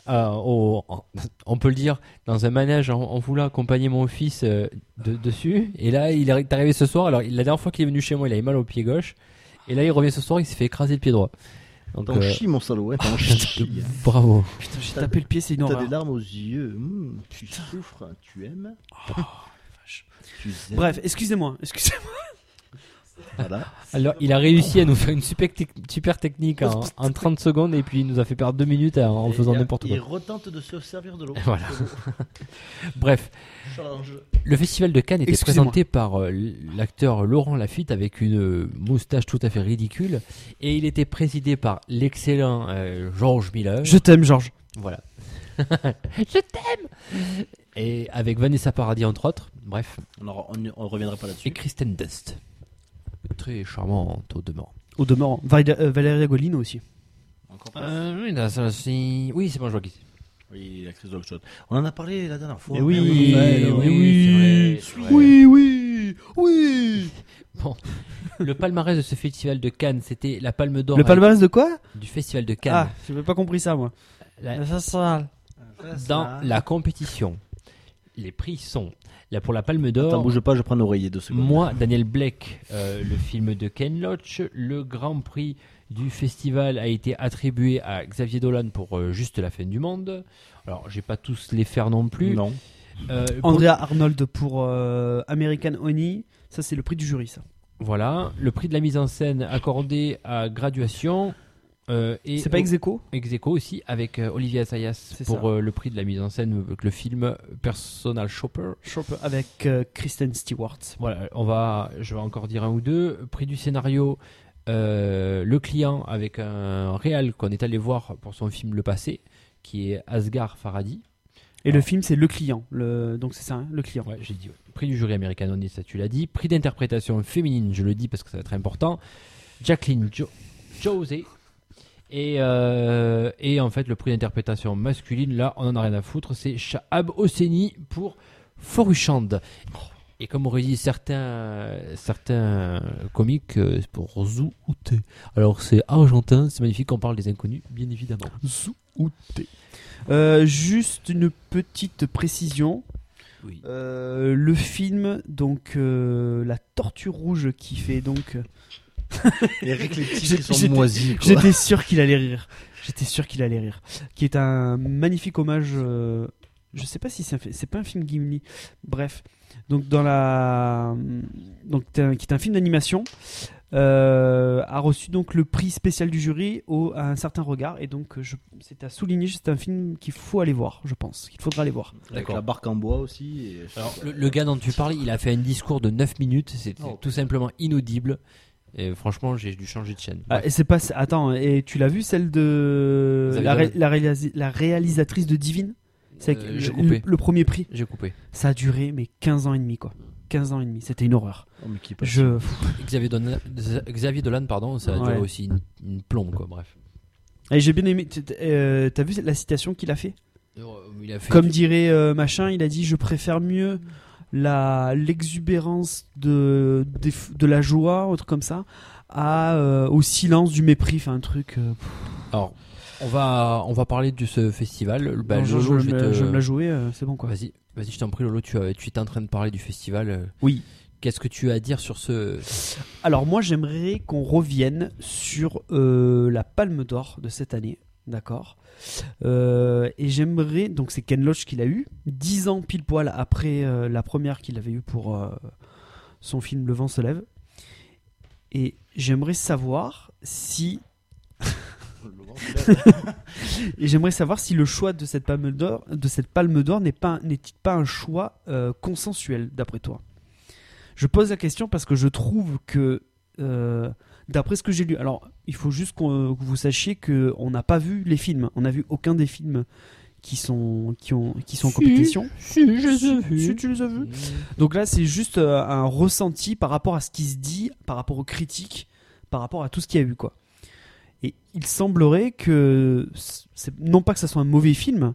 S1: euh, au- en- on peut le dire, dans un manège, en, en voulant accompagner mon fils euh, de- dessus. Et là, il est arrivé ce soir. Alors, il- la dernière fois qu'il est venu chez moi, il avait mal au pied gauche. Et là, il revient ce soir, il s'est fait écraser le pied droit. Donc,
S5: T'en
S1: euh,
S5: chies, mon salaud. hein, T'en chies.
S1: bravo.
S2: Putain, j'ai tapé le pied, c'est une
S5: T'as des
S2: horreur.
S5: larmes aux yeux. Hmm, tu souffres. Tu aimes.
S1: Oh,
S5: Tu zèbes.
S2: Bref, excusez-moi. Excusez-moi.
S5: Voilà.
S1: Alors, il a réussi à nous faire une super, tec- super technique en, en 30 secondes et puis il nous a fait perdre 2 minutes en, en
S5: Et-
S1: faisant
S5: et-
S1: n'importe quoi.
S5: Il retente de se servir de l'eau.
S1: Voilà. Bref,
S5: Change.
S1: Le festival de Cannes était
S2: Excusez-moi.
S1: présenté par euh, l'acteur Laurent Lafitte avec une euh, moustache tout à fait ridicule et il était présidé par l'excellent euh, Georges Miller.
S2: Je t'aime, Georges.
S1: Voilà. Je t'aime Et avec Vanessa Paradis entre autres, bref,
S5: On, en- on, on reviendra pas
S1: et
S5: là-dessus.
S1: Kristen Dust. Très charmante au demeurant.
S2: Au demeurant. Valéria euh, Valéria Golino aussi.
S5: Encore pas.
S1: Euh, oui, là, ça, c'est- oui, c'est bon, je vois qui c'est.
S5: Oui, la crise de l'autre chose. On en a parlé la dernière fois.
S2: Eh oui,
S5: oui,
S2: eh
S5: Ah oui,
S1: oui,
S5: c'est vrai, c'est vrai.
S2: Oui, oui, oui.
S1: Le palmarès de ce festival de Cannes, c'était la palme d'or
S2: Le
S1: avec-
S2: palmarès de quoi
S1: du festival de
S2: Ah,
S1: Cannes.
S2: j'avais pas compris ça moi.
S1: La-
S2: Ça, ça,
S5: Ah, Ça, ça-
S1: dans la compétition. Les prix sont là pour la Palme
S5: Attends,
S1: d'Or.
S5: bouge pas, je prends l'oreiller deux secondes.
S1: Moi, Daniel Blake, euh, le film de Ken Loach, le Grand Prix du festival a été attribué à Xavier Dolan pour euh, juste la fin du monde. Alors, j'ai pas tous les faire non plus.
S5: Non.
S1: Euh, pour-
S2: Andrea Arnold pour euh, American Honey, ça c'est le prix du jury ça.
S1: Voilà, le prix de la mise en scène accordé à Graduation euh, et
S2: C'est pas ex aequo
S1: ex aequo aussi avec euh, Olivier Assayas
S2: C'est
S1: pour
S2: ça.
S1: euh, le prix de la mise en scène avec le film Personal Shopper.
S2: Chopin avec euh, Kristen Stewart.
S1: Voilà, on va, je vais encore dire un ou deux. Prix du scénario, euh, le client avec un réal qu'on est allé voir pour son film Le Passé, qui est Asghar Farhadi.
S2: Et le film c'est Le Client, le... donc c'est ça, hein, Le Client.
S1: Ouais, j'ai dit. ouais. Prix du jury américain, on dit ça, tu l'as dit. Prix d'interprétation féminine, je le dis parce que ça va être important. Jacqueline Jo- José. Et, euh, et en fait, le prix d'interprétation masculine, là, on en a rien à foutre. C'est Shahab Hosseini pour Foruchand. Et comme aurait dit certains, certains comiques, euh, c'est pour Zou Outé. Alors, c'est argentin, c'est magnifique, on parle des inconnus, bien évidemment.
S2: Euh, juste une petite précision.
S1: Oui.
S2: Euh, le film, donc euh, la tortue rouge qui fait donc.
S5: Les réclétiques
S2: J'ai-
S5: ils sont
S2: j'étais-
S5: moisis. quoi.
S2: J'étais sûr qu'il allait rire. J'étais sûr qu'il allait rire. Qui est un magnifique hommage. euh, je sais pas si c'est un fi- c'est pas un film Gimli. Bref, donc dans la euh, donc t'es un- qui est un film d'animation euh, a reçu donc le prix spécial du jury au, à un certain regard et donc je- c'est à souligner. C'est un film qu'il faut aller voir, je pense. Qu'il faudra aller voir.
S5: Avec
S1: D'accord.
S5: la barque en bois aussi. et-
S1: Alors, le, le gars dont tu parles, il a fait un discours de 9 minutes, c'était
S5: Oh.
S1: tout simplement inaudible. Et franchement, j'ai dû changer de chaîne.
S2: Ah, et c'est pas attends et tu l'as vu celle de
S1: Vous avez
S2: la,
S1: donné-
S2: ré- la réalisa- la réalisatrice de Divine. C'est avec
S1: Euh,
S2: le-
S1: j'ai coupé.
S2: le premier prix.
S1: J'ai coupé.
S2: Ça a duré mais 15 ans et demi quoi. 15 ans et demi, c'était une horreur.
S5: Oh, mais qui est pas-
S2: Je
S1: Xavier, Dolan- Xavier Dolan, pardon, ça a duré
S2: Ouais.
S1: aussi une, une plombe, quoi, bref.
S2: et j'ai bien aimé. t- t- euh, T'as vu la citation qu'il a fait
S1: Euh, Il a fait
S2: Comme dirait euh, machin, il a dit je préfère mieux la l'exubérance de des f- de la joie, ou un truc comme ça, à euh, au silence du mépris, enfin un truc. euh, pff.
S1: Alors, on va, on va parler de ce festival. Bah,
S2: Non, je,
S1: Lolo,
S2: je
S1: je vais
S2: me,
S1: te-
S2: je me la jouer, euh, c'est bon quoi.
S1: Vas-y, vas-y, je t'en prie, Lolo, tu, as- tu étais en train de parler du festival. euh,
S2: Oui.
S1: Qu'est-ce que tu as à dire sur ce.
S2: Alors moi j'aimerais qu'on revienne sur euh, la Palme d'Or de cette année, d'accord Euh, Et j'aimerais, donc c'est Ken Loach qui l'a eu, 10 ans pile poil après euh, la première qu'il avait eue pour euh, son film Le vent se lève. Et j'aimerais savoir si... Et j'aimerais savoir si le choix de cette palme d'or, de cette palme d'or n'est pas n'est pas un choix euh, consensuel d'après toi. Je pose la question parce que je trouve que euh, d'après ce que j'ai lu, alors il faut juste qu'on- que vous sachiez que on n'a pas vu les films, on n'a vu aucun des films qui sont qui ont qui sont en
S1: Si,
S2: compétition.
S1: Si, Hmm.
S2: Si, tu les as vus. Donc là, c'est juste euh, un ressenti par rapport à ce qui se dit, par rapport aux critiques, par rapport à tout ce qu'il y a eu, quoi. Et il semblerait que, c'est- non pas que ça soit un mauvais film,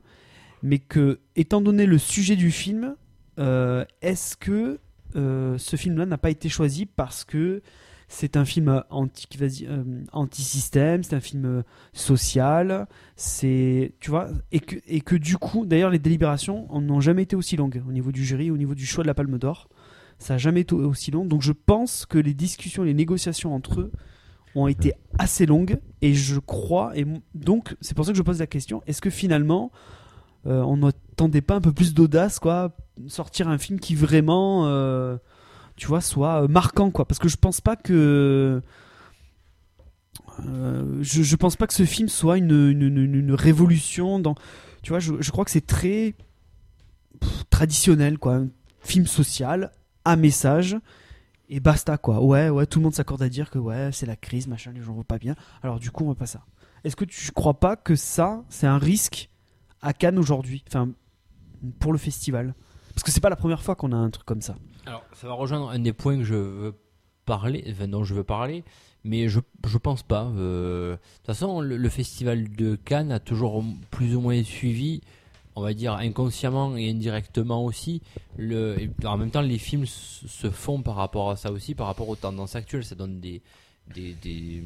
S2: mais que, étant donné le sujet du film, euh, est-ce que euh, ce film-là n'a pas été choisi parce que c'est un film euh, anti, qui va dire, euh, anti-système, c'est un film euh, social, c'est, tu vois, et que, et que du coup, d'ailleurs, les délibérations en n'ont jamais été aussi longues au niveau du jury, au niveau du choix de la Palme d'Or. Ça n'a jamais été aussi long. Donc je pense que les discussions, les négociations entre eux ont été assez longues. Et je crois, et m- donc c'est pour ça que je pose la question, est-ce que finalement, euh, on n'attendait pas un peu plus d'audace, quoi, sortir un film qui vraiment, euh, tu vois, soit euh, marquant, quoi. Parce que je pense pas que... Euh, je, je pense pas que ce film soit une, une- une- une révolution dans. Tu vois, je, je crois que c'est très pff, traditionnel, quoi. Un film social, à message, et basta, quoi. Ouais, ouais, tout le monde s'accorde à dire que ouais, c'est la crise, machin, les gens vont pas bien. Alors du coup, on va pas ça. Est-ce que tu crois pas que ça, c'est un risque à Cannes aujourd'hui, enfin pour le festival, parce que c'est pas la première fois qu'on a un truc comme ça.
S1: Alors, ça va rejoindre un des points que je veux parler, enfin, dont je veux parler, mais je, je pense pas. euh. De toute façon, le, le festival de Cannes a toujours plus ou moins suivi, on va dire inconsciemment et indirectement aussi. Le, et en même temps, les films s- se font par rapport à ça aussi, par rapport aux tendances actuelles. Ça donne des. Des, des-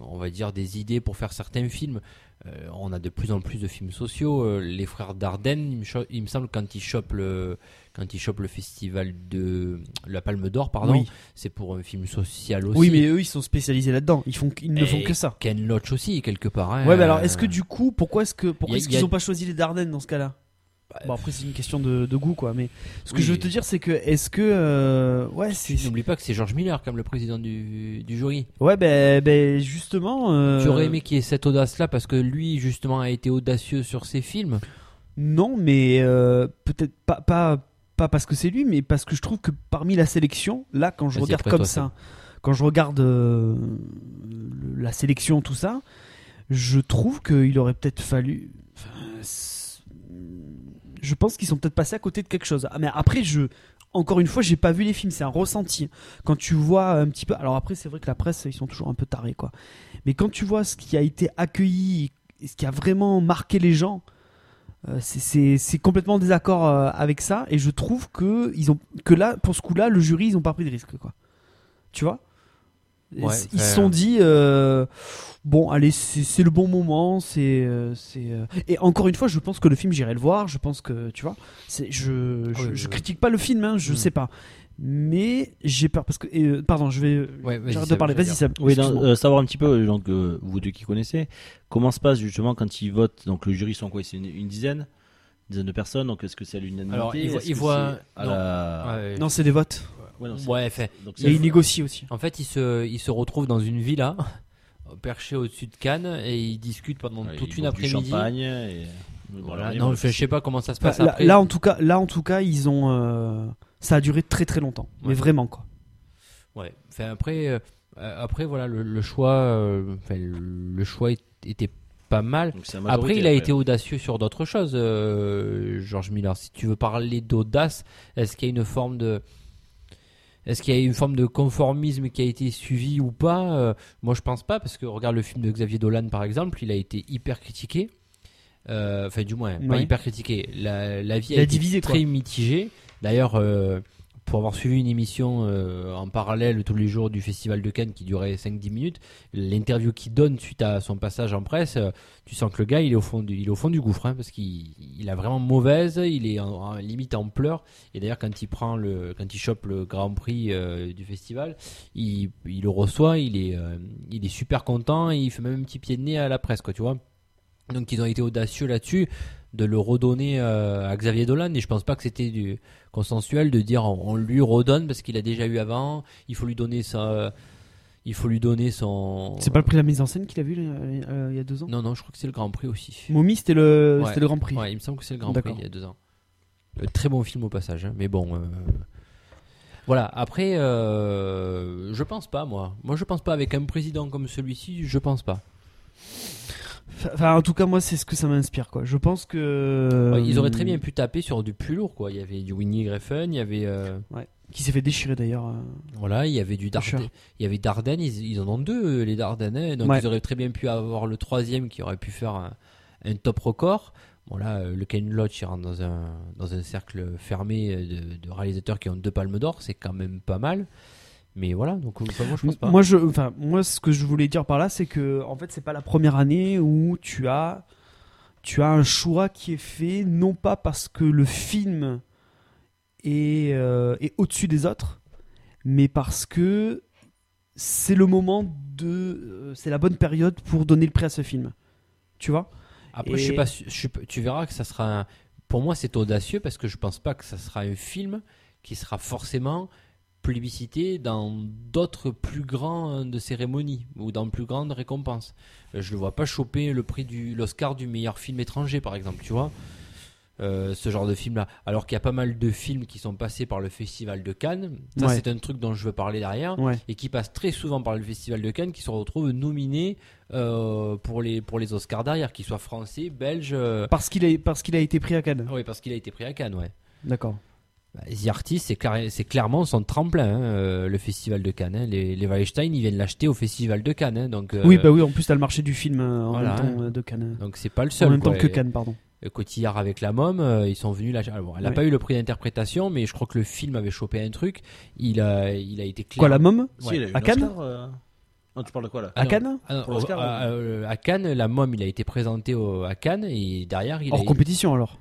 S1: on va dire des idées pour faire certains films. Euh, on a de plus en plus de films sociaux. Euh, les frères Dardenne, il me, cho- il me semble, quand ils chopent le, quand ils chopent le festival de la Palme d'Or, pardon,
S2: Oui.
S1: c'est pour un film social aussi.
S2: Oui, mais eux, ils sont spécialisés là-dedans. Ils font, ils ne
S1: Et
S2: font que ça.
S1: Ken Loach aussi, quelque part. hein.
S2: Ouais, mais alors, est-ce que du coup, pourquoi est-ce que, pourquoi
S1: Y a-
S2: est-ce
S1: y
S2: qu'ils
S1: a- Bah,
S2: n'ont pas choisi les Dardennes dans ce cas-là Bon après c'est une question de, de goût quoi mais ce que
S1: Oui.
S2: je veux te dire c'est que est-ce que euh, ouais c'est
S1: N'oublie pas que c'est George Miller, comme le président du, du jury.
S2: ouais ben ben, justement euh,
S1: Tu aurais aimé qu'il y ait cette audace-là parce que lui, justement, a été audacieux sur ses films.
S2: non mais euh, peut-être pas pas pas parce que c'est lui mais parce que je trouve que parmi la sélection là quand je
S1: Vas-y,
S2: regarde
S1: après,
S2: comme
S1: toi,
S2: ça quand je regarde euh, le- la sélection tout ça je trouve qu'il aurait peut-être fallu enfin, c'est- je pense qu'ils sont peut-être passés à côté de quelque chose Ah, mais après je encore une fois, j'ai pas vu les films, c'est un ressenti. Quand tu vois un petit peu, alors après c'est vrai que la presse ils sont toujours un peu tarés quoi. Mais quand tu vois ce qui a été accueilli, et ce qui a vraiment marqué les gens, euh, c'est- c'est c'est complètement en désaccord euh, avec ça. Et je trouve que ils ont que là pour ce coup-là, le jury ils ont pas pris de risque quoi. Tu vois
S1: Ouais,
S2: Ils- Ils
S1: ça-
S2: se sont dit euh, bon allez c'est c'est le bon moment, c'est euh, c'est euh. et encore une fois je pense que le film j'irai le voir, je pense que tu vois c'est je je,
S1: oui,
S2: je
S1: oui.
S2: critique pas le film hein, je
S1: Mm.
S2: sais pas mais j'ai peur parce que et, euh, pardon je vais
S1: Ouais, vas-y,
S2: j'arrête de
S1: Seb,
S2: parler
S1: je veux
S2: vas-y
S1: dire.
S2: Sab
S5: Oui, non, euh, savoir un petit peu, donc euh, vous deux qui connaissez, comment se passe justement quand ils votent Donc le jury, sont quoi C'est une, une dizaine une dizaine de personnes, donc est-ce que c'est à l'unanimité
S1: Alors, ils voient-
S5: Est-ce
S1: ils
S5: que
S1: voient-
S5: c'est à
S1: non.
S5: la-
S1: Ouais.
S2: non c'est des votes
S5: Ouais, non, c'est-
S1: Ouais, fait.
S5: donc
S2: et
S5: c'est-
S2: ils négocient aussi
S1: En fait, ils se, ils se retrouvent dans une villa, perchée au-dessus de Cannes, et ils discutent pendant
S5: ouais,
S1: toute
S5: ils
S1: une
S5: boivent du
S1: après-midi.
S5: champagne et-
S1: Voilà.
S5: et
S1: Non,
S5: voilà.
S1: je, je sais pas comment ça se passe
S2: Enfin, là,
S1: après.
S2: Bah, là, en tout cas là en tout cas ils ont euh, ça a duré très très longtemps mais
S1: Ouais.
S2: vraiment quoi
S1: Ouais. Enfin, après, euh, euh, après voilà, le, le choix, euh, enfin, le choix est- était pas mal.
S5: Donc, c'est la majorité,
S1: Après, il a été audacieux sur d'autres choses, euh, Georges Miller. Si tu veux parler d'audace, est-ce qu'il y a une forme de est-ce qu'il y a une forme de conformisme qui a été suivie ou pas Euh, Moi, je pense pas, parce que regarde le film de Xavier Dolan, par exemple, il a été hyper critiqué. Euh, Enfin, du moins, pas
S2: Ouais.
S1: hyper critiqué. La, la vie
S2: Il
S1: a
S2: a
S1: été
S2: divisé,
S1: très
S2: quoi.
S1: mitigée. D'ailleurs, euh, pour pour avoir suivi une émission euh, en parallèle tous les jours du Festival de Cannes qui durait 5-10 minutes, l'interview qu'il donne suite à son passage en presse, euh, tu sens que le gars, il est au fond du, il est au fond du gouffre, hein, parce qu'il il a vraiment mauvaise, il est en, en- limite en pleurs. Et d'ailleurs, quand il prend le, quand il chope le Grand Prix euh, du festival, il, il le reçoit, il est, euh, il est super content, et il fait même un petit pied de nez à la presse, quoi, tu vois. Donc ils ont été audacieux là-dessus de le redonner euh, à Xavier Dolan et je pense pas que c'était du consensuel de dire on, on lui redonne parce qu'il a déjà eu avant, il faut lui donner ça il faut lui donner son
S2: C'est pas le prix de la mise en scène qu'il a vu euh, euh, il y a deux ans
S1: bah. Non non, je crois que c'est le Grand Prix aussi.
S2: Mommy, c'était le,
S1: Ouais.
S2: Euh, c'était le Grand Prix.
S1: Ouais, il me semble que c'est le Grand Prix
S2: D'accord.
S1: il y a deux ans. Euh, très bon film au passage, hein, mais bon. euh, Voilà, après, euh, je pense pas, moi. Moi, je pense pas. Avec un président comme celui-ci, je pense pas.
S2: Enfin, en tout cas, moi, c'est ce que ça m'inspire. quoi. Je pense que. euh,
S1: Ouais, Ils auraient très bien pu taper sur du plus lourd, quoi. Il y avait du Winnie Griffin, il y avait. euh,
S2: Qui s'est fait déchirer d'ailleurs. euh.
S1: Voilà, il y avait du
S2: Usher.
S1: Dardenne. Il y avait Dardenne, ils, ils en ont deux, euh, les Dardennais. Donc
S2: Ouais.
S1: ils auraient très bien pu avoir le troisième qui aurait pu faire un, un top record. Bon là, euh, le Ken Loach, il rentre dans un, dans un cercle fermé euh, de, de réalisateurs qui ont deux palmes d'or, c'est quand même pas mal. Mais voilà, donc enfin, moi je pense pas.
S2: Moi, je, enfin, moi, ce que je voulais dire par là, c'est que en fait, c'est pas la première année où tu as, tu as un choix qui est fait non pas parce que le film est, euh, est au-dessus des autres, mais parce que c'est le moment de, euh, c'est la bonne période pour donner le prix à ce film. Tu vois
S1: Après,
S2: Et-
S1: je suis pas, su- je suis pas- tu verras que ça sera. un- pour moi, c'est audacieux parce que je pense pas que ça sera un film qui sera forcément plébiscité dans d'autres plus grands euh, de cérémonies ou dans plus grandes récompenses. Euh, Je le vois pas choper le prix du l'Oscar du meilleur film étranger, par exemple. Tu vois. Euh, ce genre de film-là. Alors qu'il y a pas mal de films qui sont passés par le Festival de Cannes. Ça,
S2: Ouais.
S1: c'est un truc dont je veux parler derrière
S2: Ouais.
S1: et qui passe très souvent par le Festival de Cannes, qui se retrouvent nominés euh, pour, les, pour les Oscars derrière, qu'ils soient français, belges. euh,
S2: Parce qu'il a, parce qu'il a été pris à Cannes.
S1: ah Oui, parce qu'il a été pris à Cannes, ouais.
S2: D'accord.
S1: Bah, The Artist, c'est clair- c'est clairement son tremplin, hein, euh, le Festival de Cannes. hein. Les, les Weinstein, ils viennent l'acheter au Festival de Cannes. hein, donc, euh,
S2: Oui, bah oui. En plus, t'as le marché du film euh, en
S1: voilà,
S2: même temps
S1: hein.
S2: euh, de Cannes.
S1: Donc c'est pas le seul.
S2: En même temps
S1: quoi.
S2: que
S1: Et-
S2: Cannes, pardon.
S1: euh, Cotillard avec la môme, euh, ils sont venus là. Alors, elle n'a
S2: Ouais.
S1: pas eu le prix d'interprétation, mais je crois que le film avait chopé un truc. Il a, il a été clair.
S2: Quoi, la môme
S5: Si,
S1: Ouais.
S5: il a eu
S2: À
S5: un
S2: Cannes
S5: Oscar, euh, Non, tu parles de quoi là
S2: À
S1: non.
S2: Cannes
S1: Ah non,
S5: Pour l'Oscar,
S1: au- à, euh, à Cannes, la môme, il a été présenté au- à Cannes et derrière, il
S2: Hors
S1: a,
S2: compétition alors.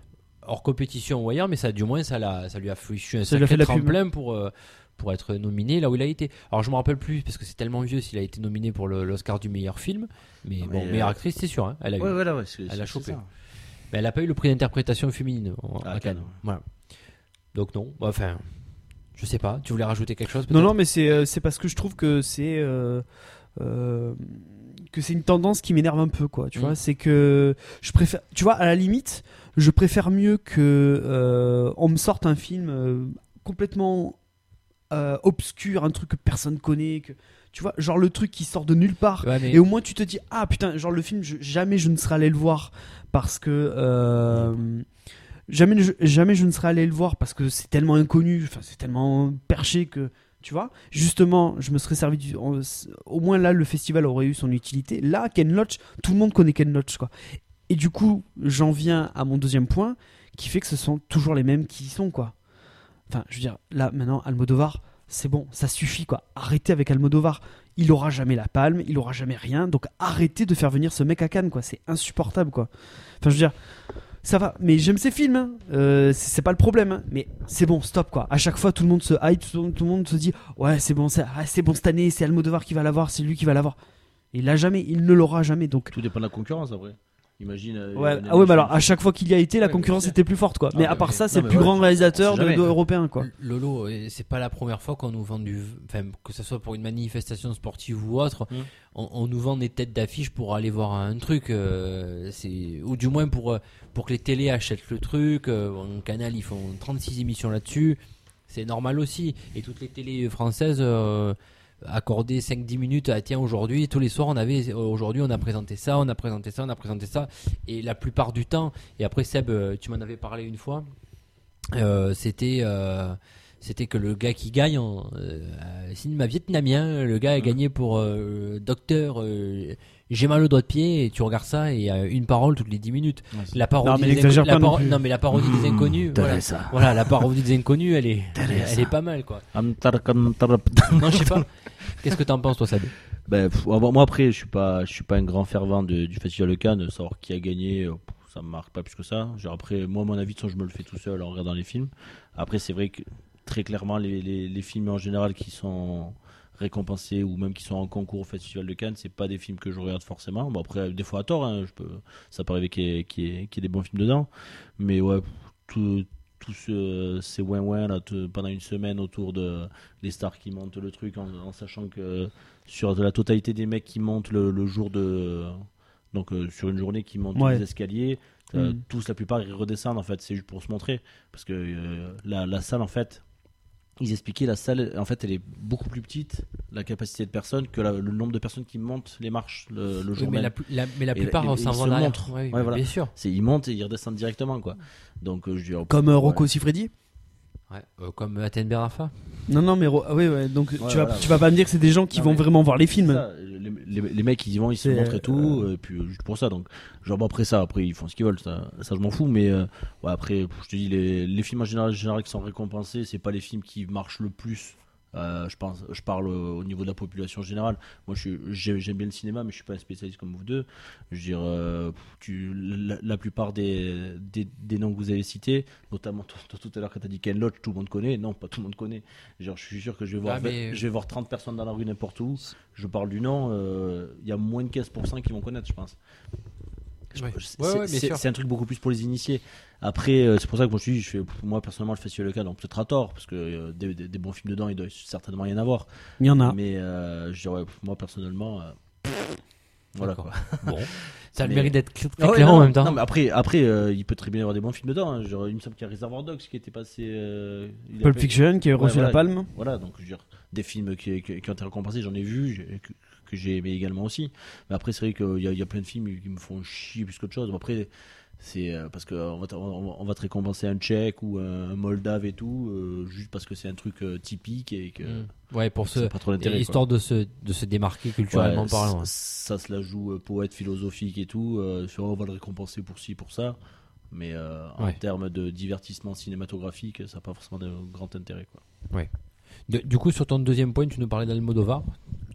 S1: hors compétition ou ailleurs, mais ça, du moins, ça, l'a- ça lui a fichu un
S2: Ça lui
S1: sacré
S2: a fait de la pub.
S1: tremplin pour, euh, pour être nominé là où il a été. Alors, je me rappelle plus parce que c'est tellement vieux s'il a été nominé pour le- l'Oscar du meilleur film, mais
S5: Non,
S1: bon,
S5: mais,
S1: meilleure
S5: euh,
S1: actrice, c'est sûr. hein, elle a eu.
S5: Ouais, voilà, ouais, c'est-
S1: Elle
S5: c'est-
S1: a
S5: c'est
S1: chopé.
S5: ça.
S1: Mais elle n'a pas eu le prix d'interprétation féminine en-
S5: À
S1: à Cannes.
S5: Ah, Cannes, ouais.
S1: Voilà. Donc non, enfin, je sais pas. Tu voulais rajouter quelque chose
S2: Non,
S1: peut-être
S2: non, mais c'est euh, c'est parce que je trouve que c'est euh, euh, que c'est une tendance qui m'énerve un peu, quoi. Tu
S1: Mm.
S2: vois, c'est que je préfère, tu vois, à la limite, je préfère mieux que euh, on me sorte un film euh, complètement euh, obscur, un truc que personne connaît, que tu vois, genre le truc qui sort de nulle part.
S1: Ouais, mais-
S2: Et au moins tu te dis ah putain genre le film je- jamais je ne serais allé le voir parce que euh, jamais je, jamais je ne serais allé le voir parce que c'est tellement inconnu enfin c'est tellement perché que tu vois justement je me serais servi du en- au moins là le festival aurait eu son utilité là Ken Loach tout le monde connaît Ken Loach quoi et du coup j'en viens à mon deuxième point qui fait que ce sont toujours les mêmes qui y sont quoi enfin je veux dire là maintenant Almodovar c'est bon ça suffit quoi arrêtez avec Almodovar il aura jamais la palme, il aura jamais rien. Donc arrêtez de faire venir ce mec à Cannes, quoi. C'est insupportable, quoi. Enfin, je veux dire, ça va. Mais j'aime ces films, hein. Euh, c'est c'est pas le problème. hein. Mais c'est bon, stop, quoi. À chaque fois, tout le monde se hype, tout, le monde- tout le monde se dit, ouais, c'est bon, c'est ah, c'est bon cette année, c'est Almodovar qui va l'avoir, c'est lui qui va l'avoir. Il l'a jamais, il ne l'aura jamais. Donc
S5: Tout dépend de la concurrence après. Imagine. euh,
S2: Ouais,
S5: une
S2: ah ouais,
S5: année,
S2: bah alors à chaque fois qu'il y a été, la
S3: Ouais,
S2: concurrence
S3: mais-
S2: était plus forte quoi.
S5: Ah,
S2: mais
S5: mais
S2: à part
S5: oui.
S2: ça,
S5: Non,
S2: c'est le
S5: mais
S2: plus
S5: ouais,
S2: grand réalisateur
S5: on
S2: de,
S5: sait
S2: de
S5: jamais.
S2: européen quoi.
S1: Lolo, euh, c'est pas la première fois qu'on nous vend du. Enfin, que ce soit pour une manifestation sportive ou autre,
S5: Mm.
S1: on, on nous vend des têtes d'affiche pour aller voir un truc. euh, c'est Ou du moins pour, euh, pour que les télés achètent le truc. euh, en Canal, ils font 36 émissions là-dessus. C'est normal aussi. Et toutes les télés françaises. euh, accordaient 5-10 minutes à tiens aujourd'hui tous les soirs on avait euh, aujourd'hui on a présenté ça on a présenté ça on a présenté ça et la plupart du temps et après Seb euh, tu m'en avais parlé une fois euh, c'était euh, c'était que le gars qui gagne
S2: Mm.
S1: en euh, euh, cinéma vietnamien, le gars a gagné pour euh, Docteur euh, j'ai mal au doigt de pied, et tu regardes ça, et il y a une parole toutes les 10 minutes.
S5: Ouais,
S1: La parodie,
S2: Non, mais
S1: des,
S2: n'exagère
S1: inco- la
S2: pas non
S1: paro-
S2: plus. Mm.
S1: non, mais la parodie des inconnus, voilà.
S5: ça.
S1: Voilà, la parodie des inconnus, elle est, elle,
S5: Teresa.
S1: est pas mal, quoi.
S5: ben,
S1: Non, je sais pas. Qu'est-ce que t'en penses, toi, Sabé
S5: Euh, pff, ah, moi moi, après, je suis pas, je suis pas un grand fervent de- du festival de Cannes. Savoir qui a gagné, euh, pff, ça me marque pas plus que ça. Genre, après, moi, mon avis, de toute façon, je me le fais tout seul en regardant les films. Après, c'est vrai que très clairement, les, les- les films en général qui sont récompensés ou même qui sont en concours au festival de Cannes, c'est pas des films que je regarde forcément. Bon, après, des fois à tort, hein, je peux, ça peut arriver qu'il y, ait- qu'il y ait- qu'il y ait des bons films dedans. Mais ouais, tout, tout ce, ces ouin-ouin là, tout- pendant une semaine autour de les stars qui montent le truc, en, en sachant que sur la totalité des mecs qui montent le, le jour de. Donc, euh, sur une journée qui montent
S2: Ouais.
S5: les escaliers, euh,
S2: Mm.
S5: tous, la plupart, ils redescendent en fait, c'est juste pour se montrer. Parce que euh, la, la salle, en fait, ils expliquaient la salle, en fait, elle est beaucoup plus petite, la capacité de personnes, que la- le nombre de personnes qui montent les marches le, le jour
S1: mais,
S5: même.
S1: la, plu- la- mais la
S5: Et-
S1: plupart,
S5: et-
S1: on
S5: et
S1: s'en
S5: ils
S1: va
S5: se
S1: derrière.
S5: montrent.
S1: Ouais,
S5: Ouais,
S1: bah,
S5: voilà.
S1: Bien sûr.
S5: C'est- Ils montent et ils redescendent directement, quoi. Donc, euh, je dis, oh,
S2: Comme euh, Rocco
S5: Ouais.
S2: Siffredi
S1: Ouais, euh, comme Athènes Berafa.
S2: Non, non, mais Ro- ah oui, ouais, donc tu, vas,
S5: voilà.
S2: tu vas pas me dire que c'est des gens qui
S5: Non,
S2: vont
S5: mais-
S2: vraiment voir les films.
S5: C'est ça, les, les- les mecs ils y vont, ils se
S2: C'est,
S5: montrent et tout, et puis euh, juste pour ça. Donc, genre bon, après ça, après ils font ce qu'ils veulent, ça, ça je m'en fous. Mais euh, ouais, après, je te dis, les, les films en général, en général qui sont récompensés, c'est pas les films qui marchent le plus. Euh, je pense, je parle euh, au niveau de la population générale. Moi, je suis- j'ai- j'aime bien le cinéma, mais je suis pas un spécialiste comme vous deux. Je veux dire, euh, tu, la, la plupart des, des, des noms que vous avez cités, notamment toi, toi, tout à l'heure quand t'as dit Ken Loach, tout le monde connaît. Non, pas tout le monde connaît. Genre, je suis sûr que je vais voir,
S1: Ah, mais-
S5: je vais voir 30 personnes dans la rue n'importe où je parle du nom, euh, il y a moins de 15% qui vont connaître, je pense.
S1: Ouais,
S5: C'est-
S1: ouais, ouais, bien
S5: c'est
S1: sûr.
S5: c'est un truc beaucoup plus pour les initiés. Après, euh, c'est pour ça que moi, je suis, je fais, pour moi personnellement, le festival local, on peut-être à tort, parce que euh, des, des- des bons films dedans, il doit certainement y en avoir.
S2: Il y en a.
S5: Mais euh, je dirais, pff, moi personnellement, euh, voilà
S1: D'accord.
S5: quoi.
S1: Bon. Ça a le
S5: Mais-
S1: mérite d'être cl- très
S5: Ah ouais,
S1: clair
S5: non,
S1: en
S5: non,
S1: même temps.
S5: non, mais après, après euh, il peut très bien y avoir des bons films dedans. hein. Genre, il me semble qu'il y a Reservoir Dogs qui était passé. euh, il a
S2: Pulp
S5: pas-
S2: Fiction qui a reçu
S5: voilà.
S2: la palme.
S5: voilà, donc je veux dire, des films qui, qui- qui ont été récompensés, j'en ai vu, j'ai- que, que j'ai aimé également aussi. Mais après, c'est vrai qu'il y, a- il y a plein de films qui me font chier plus qu'autre chose. Bon, après, c'est euh, parce qu'on va, te- on va- on va te récompenser un Tchèque ou un Moldave et tout, euh, juste parce que c'est un truc euh, typique et que.
S1: Mm. Ouais, pour
S5: ça
S1: se.
S5: n'a pas trop
S1: et
S5: d'intérêt. quoi.
S1: Histoire de se, de se démarquer culturellement
S5: Ouais,
S1: parlant.
S5: c- Ça se la joue euh, poète philosophique et tout. euh, sur, on va le récompenser pour ci, pour ça. Mais euh, en
S1: Ouais.
S5: termes de divertissement cinématographique, ça n'a pas forcément de grand intérêt. Quoi.
S1: De- du coup, sur ton deuxième point, tu nous parlais d'Almodovar.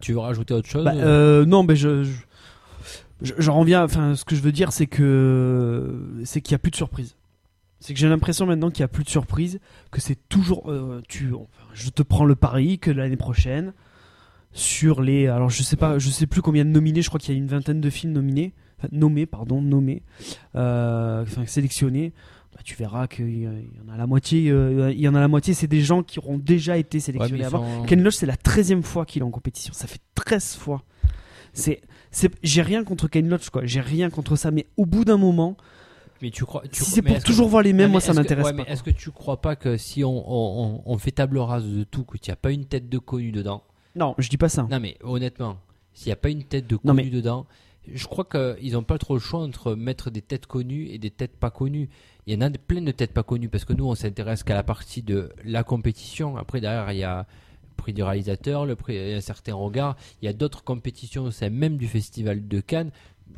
S1: Tu veux rajouter autre chose
S2: Bah, euh, non, mais je. je- je- J'en reviens, enfin, ce que je veux dire, c'est que c'est qu'il n'y a plus de surprise. C'est que j'ai l'impression maintenant qu'il n'y a plus de surprise, que c'est toujours. euh, tu, enfin, je te prends le pari que l'année prochaine, sur les. Alors, je sais pas, je sais plus combien de nominés, je crois qu'il y a une vingtaine de films nominés, enfin, nommés, pardon, nommés, euh, enfin, sélectionnés. Bah, tu verras qu'il y a- il y en a la moitié, euh, il y en a la moitié, c'est des gens qui auront déjà
S1: Ouais,
S2: été
S1: mais
S2: sélectionnés
S1: ils
S2: avant.
S1: sont-
S2: Ken Loach, c'est la 13e fois qu'il est en compétition. Ça fait 13 fois. C'est, c'est, j'ai rien contre Ken Loach, quoi. J'ai rien contre ça. Mais au bout d'un moment,
S1: Mais tu crois. tu
S2: si
S1: crois-
S2: c'est
S1: mais
S2: pour
S1: est-ce que-
S2: toujours voir les
S1: Non,
S2: mêmes,
S1: mais
S2: moi, ça
S1: est-ce que-
S2: m'intéresse
S1: ouais,
S2: pas.
S1: mais est-ce que tu crois pas que si on, on- on- on fait table rase de tout, qu'il n'y a pas une tête de connu dedans
S2: Non, je dis pas ça.
S1: Non, mais honnêtement, s'il n'y a pas une tête de
S2: Non,
S1: connu dedans, je crois qu'ils n'ont pas trop le choix entre mettre des têtes connues et des têtes pas connues. Il y en a de- plein de têtes pas connues parce que nous, on s'intéresse qu'à la partie de la compétition. Après, derrière, il y a le prix du réalisateur, le prix il y a un certain regard. Il y a d'autres compétitions au sein même du festival de Cannes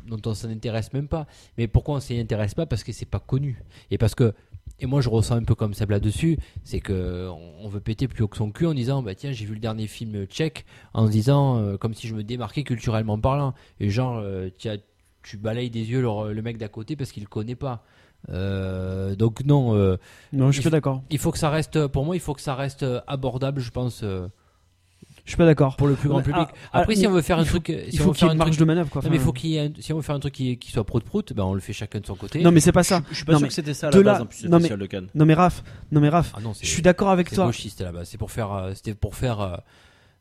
S1: dont on s'en intéresse même pas. Mais pourquoi on s'y intéresse pas Parce que c'est pas connu. Et parce que et moi je ressens un peu comme ça là-dessus, c'est que on on veut péter plus haut que son cul en disant bah tiens j'ai vu le dernier film tchèque en disant euh, comme si je me démarquais culturellement parlant et genre euh, tiens, tu balayes des yeux euh, le, le mec d'à côté parce qu'il le connaît pas. Euh, donc non, euh,
S2: Non, je
S1: Il
S2: suis pas
S1: faut-
S2: d'accord.
S1: il faut que ça reste pour moi il faut que ça reste euh, abordable je pense euh,
S2: Je suis pas d'accord.
S1: pour le plus grand
S2: Ouais,
S1: public.
S2: ah,
S1: Après si
S2: il-
S1: on veut faire un
S2: il faut-
S1: truc, euh, si
S2: Il
S1: on
S2: faut
S1: veut
S2: qu'il y
S1: faire
S2: ait
S1: un
S2: une marge
S1: truc-
S2: de manœuvre, quoi.
S1: non, mais
S2: Enfin,
S1: faut qu'il y ait un- si on veut faire un truc qui, qui soit prout-prout, ben on le fait chacun de son côté.
S2: non, mais c'est pas ça.
S5: Je suis pas
S2: Non,
S5: sûr
S2: mais
S5: que c'était ça à
S2: de
S5: la
S2: là-
S5: base en plus, le
S2: non, mais-
S5: festival de Cannes.
S2: Non, mais Raph. Non, mais Raph.
S1: Ah non, c'est-
S2: Je suis d'accord avec
S1: C'est
S2: toi.
S1: gauchiste là-bas. C'est pour faire. euh, C'était pour faire. euh,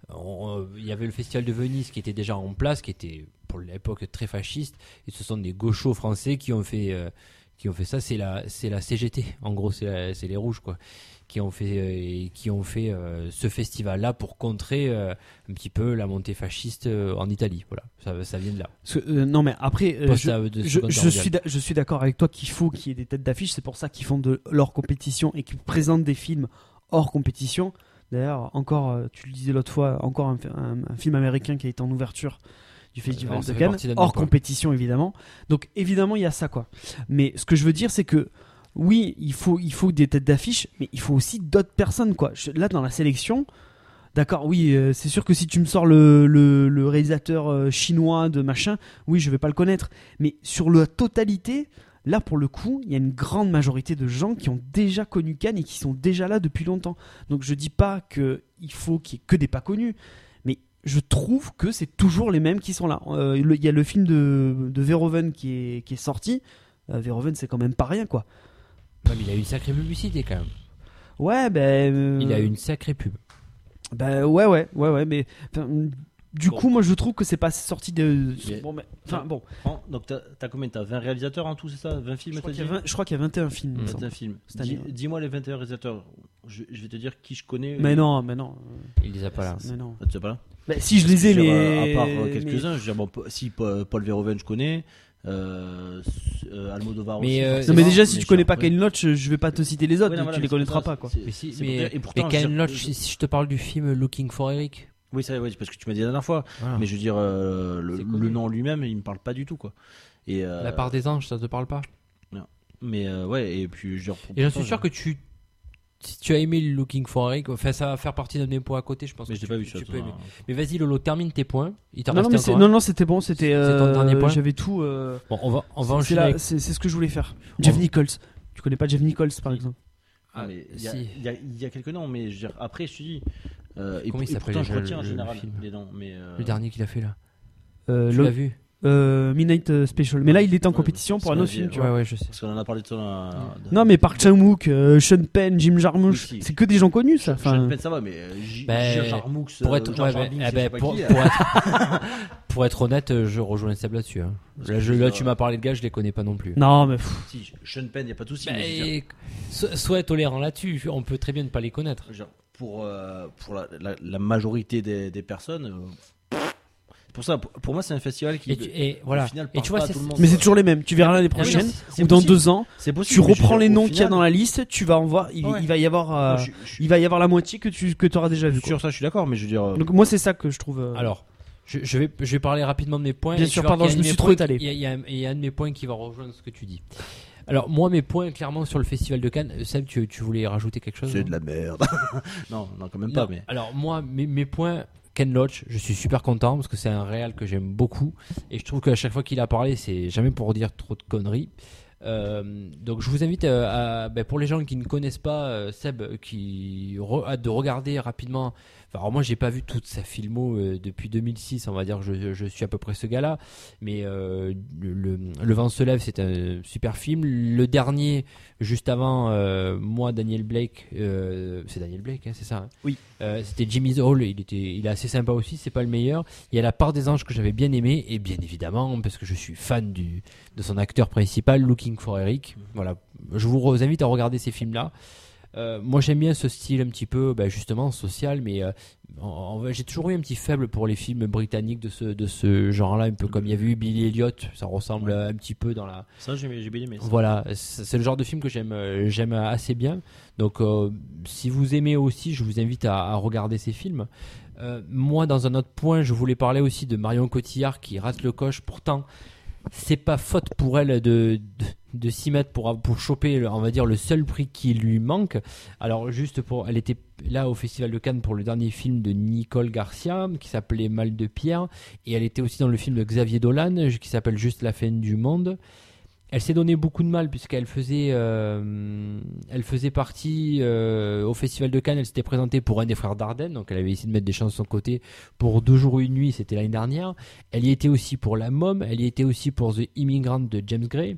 S1: on- on- Il y avait le festival de Venise qui était déjà en place, qui était pour l'époque très fasciste. Et ce sont des gauchos français qui ont fait. euh, qui ont fait ça, c'est la, c'est la CGT. En gros, c'est la- c'est les rouges, quoi, qui ont fait, euh, et qui ont fait euh, ce festival-là pour contrer euh, un petit peu la montée fasciste euh, en Italie. Voilà, ça, ça vient de là.
S2: Parce que, euh, non, mais après, euh,
S1: Post-
S2: je,
S1: euh, de
S2: je-
S1: Seconde Guerre
S2: je
S1: mondiale.
S2: suis d'a- je suis d'accord avec toi qu'il faut qu'il y ait des têtes d'affiche. C'est pour ça qu'ils font de leur compétition et qu'ils présentent des films hors compétition. D'ailleurs, encore, euh, tu le disais l'autre fois, encore un, un- un film américain qui a été en ouverture du Festival
S1: Alors, ça
S2: de
S1: fait
S2: Cannes,
S1: partie de la
S2: hors
S1: mémoire.
S2: compétition évidemment. Donc évidemment, il y a ça quoi. Mais ce que je veux dire, c'est que oui, il faut, il faut des têtes d'affiche, mais il faut aussi d'autres personnes quoi. Je- là, dans la sélection, d'accord, oui, euh, c'est sûr que si tu me sors le, le- le réalisateur euh, chinois de machin, oui, je vais pas le connaître. Mais sur la totalité. Là, pour le coup, il y a une grande majorité de gens qui ont déjà connu Cannes et qui sont déjà là depuis longtemps. Donc, je dis pas que il faut qu'il y ait que des pas connus, mais je trouve que c'est toujours les mêmes qui sont là. Euh, le- Il y a le film de, de Verhoeven qui est, qui est sorti. Euh, Verhoeven, c'est quand même pas rien, quoi.
S1: Ouais, mais il a eu une sacrée publicité quand même.
S2: Ouais, ben. euh,
S1: Il a eu une sacrée pub.
S2: Ben ouais, ouais, ouais, ouais, mais. enfin, Du
S5: Bon.
S2: coup, moi, je trouve que c'est pas sorti de.
S5: Il y a-
S2: Bon, mais- Enfin, bon.
S5: Prends- donc t'as t'as combien T'as 20 réalisateurs en tout, c'est ça 20
S2: Je
S5: films
S2: crois
S5: t'as
S2: qu'il y,
S5: dit
S2: a vingt- je crois qu'il y a 21 films. il me
S5: 21
S2: semble.
S5: films.
S2: Cette année,
S5: Dis-
S2: ouais.
S5: Dis-moi les 21 réalisateurs. Je, je vais te dire qui je connais.
S2: Mais non, mais non.
S1: Il les a pas là.
S2: Mais non.
S5: Ah, tu sais pas là
S2: Ben, si, je les ai,
S5: Je veux dire,
S2: mais.
S5: euh, À part euh,
S2: mais-
S5: quelques-uns, je veux dire, bon, pa- si pa- Paul Verhoeven, je connais. Euh, s- euh, Almodovar
S1: Mais,
S5: aussi.
S1: euh,
S5: forcément,
S2: Non, mais déjà, si tu
S5: je-
S2: connais pas
S5: ouais.
S2: Kane Loach, je vais pas te citer les
S5: Ouais,
S2: autres,
S5: non,
S2: donc
S5: voilà,
S2: tu
S5: mais
S2: les
S5: c'est pour
S2: connaîtra
S5: ça,
S2: pas, quoi.
S5: c'est-
S1: Mais si,
S5: c'est pour
S1: mais,
S5: dire- et pourtant,
S1: mais
S5: je veux
S1: Ken
S5: dire,
S1: Loach,
S5: je-
S1: si, si je te parle du film Looking for Eric,
S5: Oui, ça, ouais, c'est parce que tu m'as dit la dernière fois.
S1: voilà.
S5: Mais je veux dire, euh, le,
S1: Ah. C'est
S5: le
S1: connu.
S5: nom lui-même, il me parle pas du tout, quoi. Et, euh,
S1: la part des anges, ça te parle pas
S5: Mais euh, ouais, et puis je veux dire, pour-
S1: Et j'en
S5: pourtant,
S1: suis sûr que tu. Si tu as aimé Looking for Eric, enfin ça va faire partie d'un de mes points à côté, je pense.
S5: Mais
S1: que
S5: je l'ai
S1: tu-
S5: pas vu
S1: tu
S5: ça.
S1: peux
S5: toi,
S1: aimer.
S5: hein.
S1: Mais vas-y Lolo, termine tes points. Il t'en
S2: Non, non, mais
S1: reste
S2: c'est-
S1: encore un.
S2: non, non, c'était bon, c'était.
S1: C'est ton
S2: euh,
S1: dernier point
S2: J'avais tout. euh,
S1: Bon, on va, on va
S2: C'est
S1: enchaîner.
S2: là-
S1: avec-
S2: c'est c'est ce que je voulais faire. Jeff Nichols. Tu connais pas Jeff Nichols, par exemple
S5: Ah,
S1: Ah,
S5: mais il y, a-
S1: si.
S5: il y a- il y a quelques noms, mais je veux dire, après, je te dis. euh, et,
S1: Comment il
S5: pour- et
S1: s'appelle
S5: pourtant, je
S1: déjà,
S5: retiens en
S1: le- le
S5: général
S1: film
S5: les noms. Mais, euh,
S1: Le dernier qu'il a fait là.
S2: Euh,
S1: Tu
S2: le-
S1: l'as vu
S2: euh, Midnight euh, Special. Mais là, il est en
S5: Ouais,
S2: compétition pour
S5: c'est
S2: un autre
S5: vrai,
S2: film, tu
S1: Ouais,
S2: vois.
S1: ouais, je sais.
S5: Parce qu'on en a parlé de ça dans la- dans-
S2: Non, mais Park Chan-wook, euh, Sean Penn, Jim Jarmusch,
S5: Oui, si.
S2: c'est que des gens connus, ça.
S5: Sean
S2: Enfin,
S5: Penn, ça va, mais euh, J-
S1: Ben,
S5: Jar Jar Binks,
S1: Pour
S5: euh,
S1: être,
S5: Jar
S1: ouais,
S5: Jar
S1: ben,
S5: Binks,
S1: eh
S5: je
S1: ben,
S5: sais pas
S1: pour,
S5: qui, euh,
S1: pour être, pour être honnête, euh, je rejoins Seb là-dessus. hein. Là, je- là,
S5: ça-
S1: tu m'as parlé de gars, je les connais pas non plus.
S2: non, mais pff,
S5: euh, si, Sean Penn, y a pas de souci.
S1: Ben,
S5: mais je veux dire,
S1: so- sois tolérant là-dessus, on peut très bien ne pas les connaître.
S5: je veux dire, pour euh, pour la, la- la majorité des, des personnes, euh, pour ça, pour, pour moi, c'est un festival qui.
S1: Et, tu- et voilà.
S5: au final,
S1: et
S5: parle
S1: tu vois,
S5: pas à
S1: c'est
S5: tout le monde.
S2: mais c'est toujours les mêmes. Tu verras l'année prochaine
S5: c'est- c'est
S2: ou dans
S5: possible.
S2: deux ans.
S5: C'est possible.
S2: Tu
S5: mais je veux
S2: reprends les
S5: dire, au
S2: noms qu'il y a
S5: final,
S2: dans la liste, tu vas en voir. Il,
S5: Ouais.
S2: il va y avoir, euh,
S5: moi, je- je-
S2: il va y avoir la moitié que tu que auras déjà vu. quoi.
S5: Sur ça, je suis d'accord, mais je veux dire. euh,
S2: Donc moi, c'est ça que je trouve. euh,
S1: Alors, je, je vais, je vais parler rapidement de mes points.
S2: Bien
S1: et tu
S2: sûr,
S1: vas voir
S2: pardon,
S1: qu'il y a un
S2: je me
S1: de mes
S2: suis trop
S1: points-
S2: étalé.
S1: Il y a- il y, a un- il y a un de mes points qui va rejoindre ce que tu dis. Alors, moi, mes points, clairement, sur le festival de Cannes, euh, Seb, tu, tu voulais rajouter quelque chose
S5: euh,
S1: non
S5: C'est de la merde. non, non, quand même pas,
S1: Non,
S5: mais.
S1: Alors moi, mes, mes points, Ken Loach, je suis super content parce que c'est un réal que j'aime beaucoup et je trouve qu'à chaque fois qu'il a parlé, c'est jamais pour dire trop de conneries. Euh, donc je vous invite euh, à, ben, pour les gens qui ne connaissent pas euh, Seb, euh, qui re- hâte de regarder rapidement. Enfin, alors moi j'ai pas vu toute sa filmo euh, depuis 2006, on va dire que je, je suis à peu près ce gars-là. Mais euh, le, le vent se lève, c'est un super film. Le dernier, juste avant euh, moi, Daniel Blake, euh, c'est Daniel Blake, hein, c'est ça. hein
S2: Oui.
S1: Euh, C'était Jimmy's Hall, il était, il est assez sympa aussi. C'est pas le meilleur. Il y a la part des anges que j'avais bien aimé et bien évidemment parce que je suis fan du de son acteur principal, Looking for Eric. Voilà, je vous re- invite à regarder ces films-là. Euh, moi j'aime bien ce style un petit peu bah, justement social mais euh, en- en- j'ai toujours eu un petit faible pour les films britanniques de ce, de ce genre-là, un peu comme il y avait eu Billy Elliot, ça ressemble euh, un petit peu dans la,
S5: Ça, j'ai j'ai bien aimé. ça.
S1: voilà, c'est c'est le genre de film que j'aime, euh, j'aime assez bien. Donc, euh, si vous aimez aussi, je vous invite à, à regarder ces films. Euh, moi, dans un autre point, je voulais parler aussi de Marion Cotillard qui rate le coche. Pourtant, c'est pas faute pour elle de, de, de s'y mettre pour, pour choper, le- on va dire, le seul prix qui lui manque. Alors, juste pour. Elle était là au Festival de Cannes pour le dernier film de Nicole Garcia qui s'appelait Mal de Pierre. Et elle était aussi dans le film de Xavier Dolan euh, qui s'appelle Juste la fin du monde. Elle s'est donné beaucoup de mal puisqu'elle faisait, euh, elle faisait partie euh, au Festival de Cannes. Elle s'était présentée pour un des frères Dardenne, donc elle avait essayé de mettre des chances de son côté pour deux jours et une nuit. C'était l'année dernière. Elle y était aussi pour La Mom. Elle y était aussi pour The Immigrant de James Gray.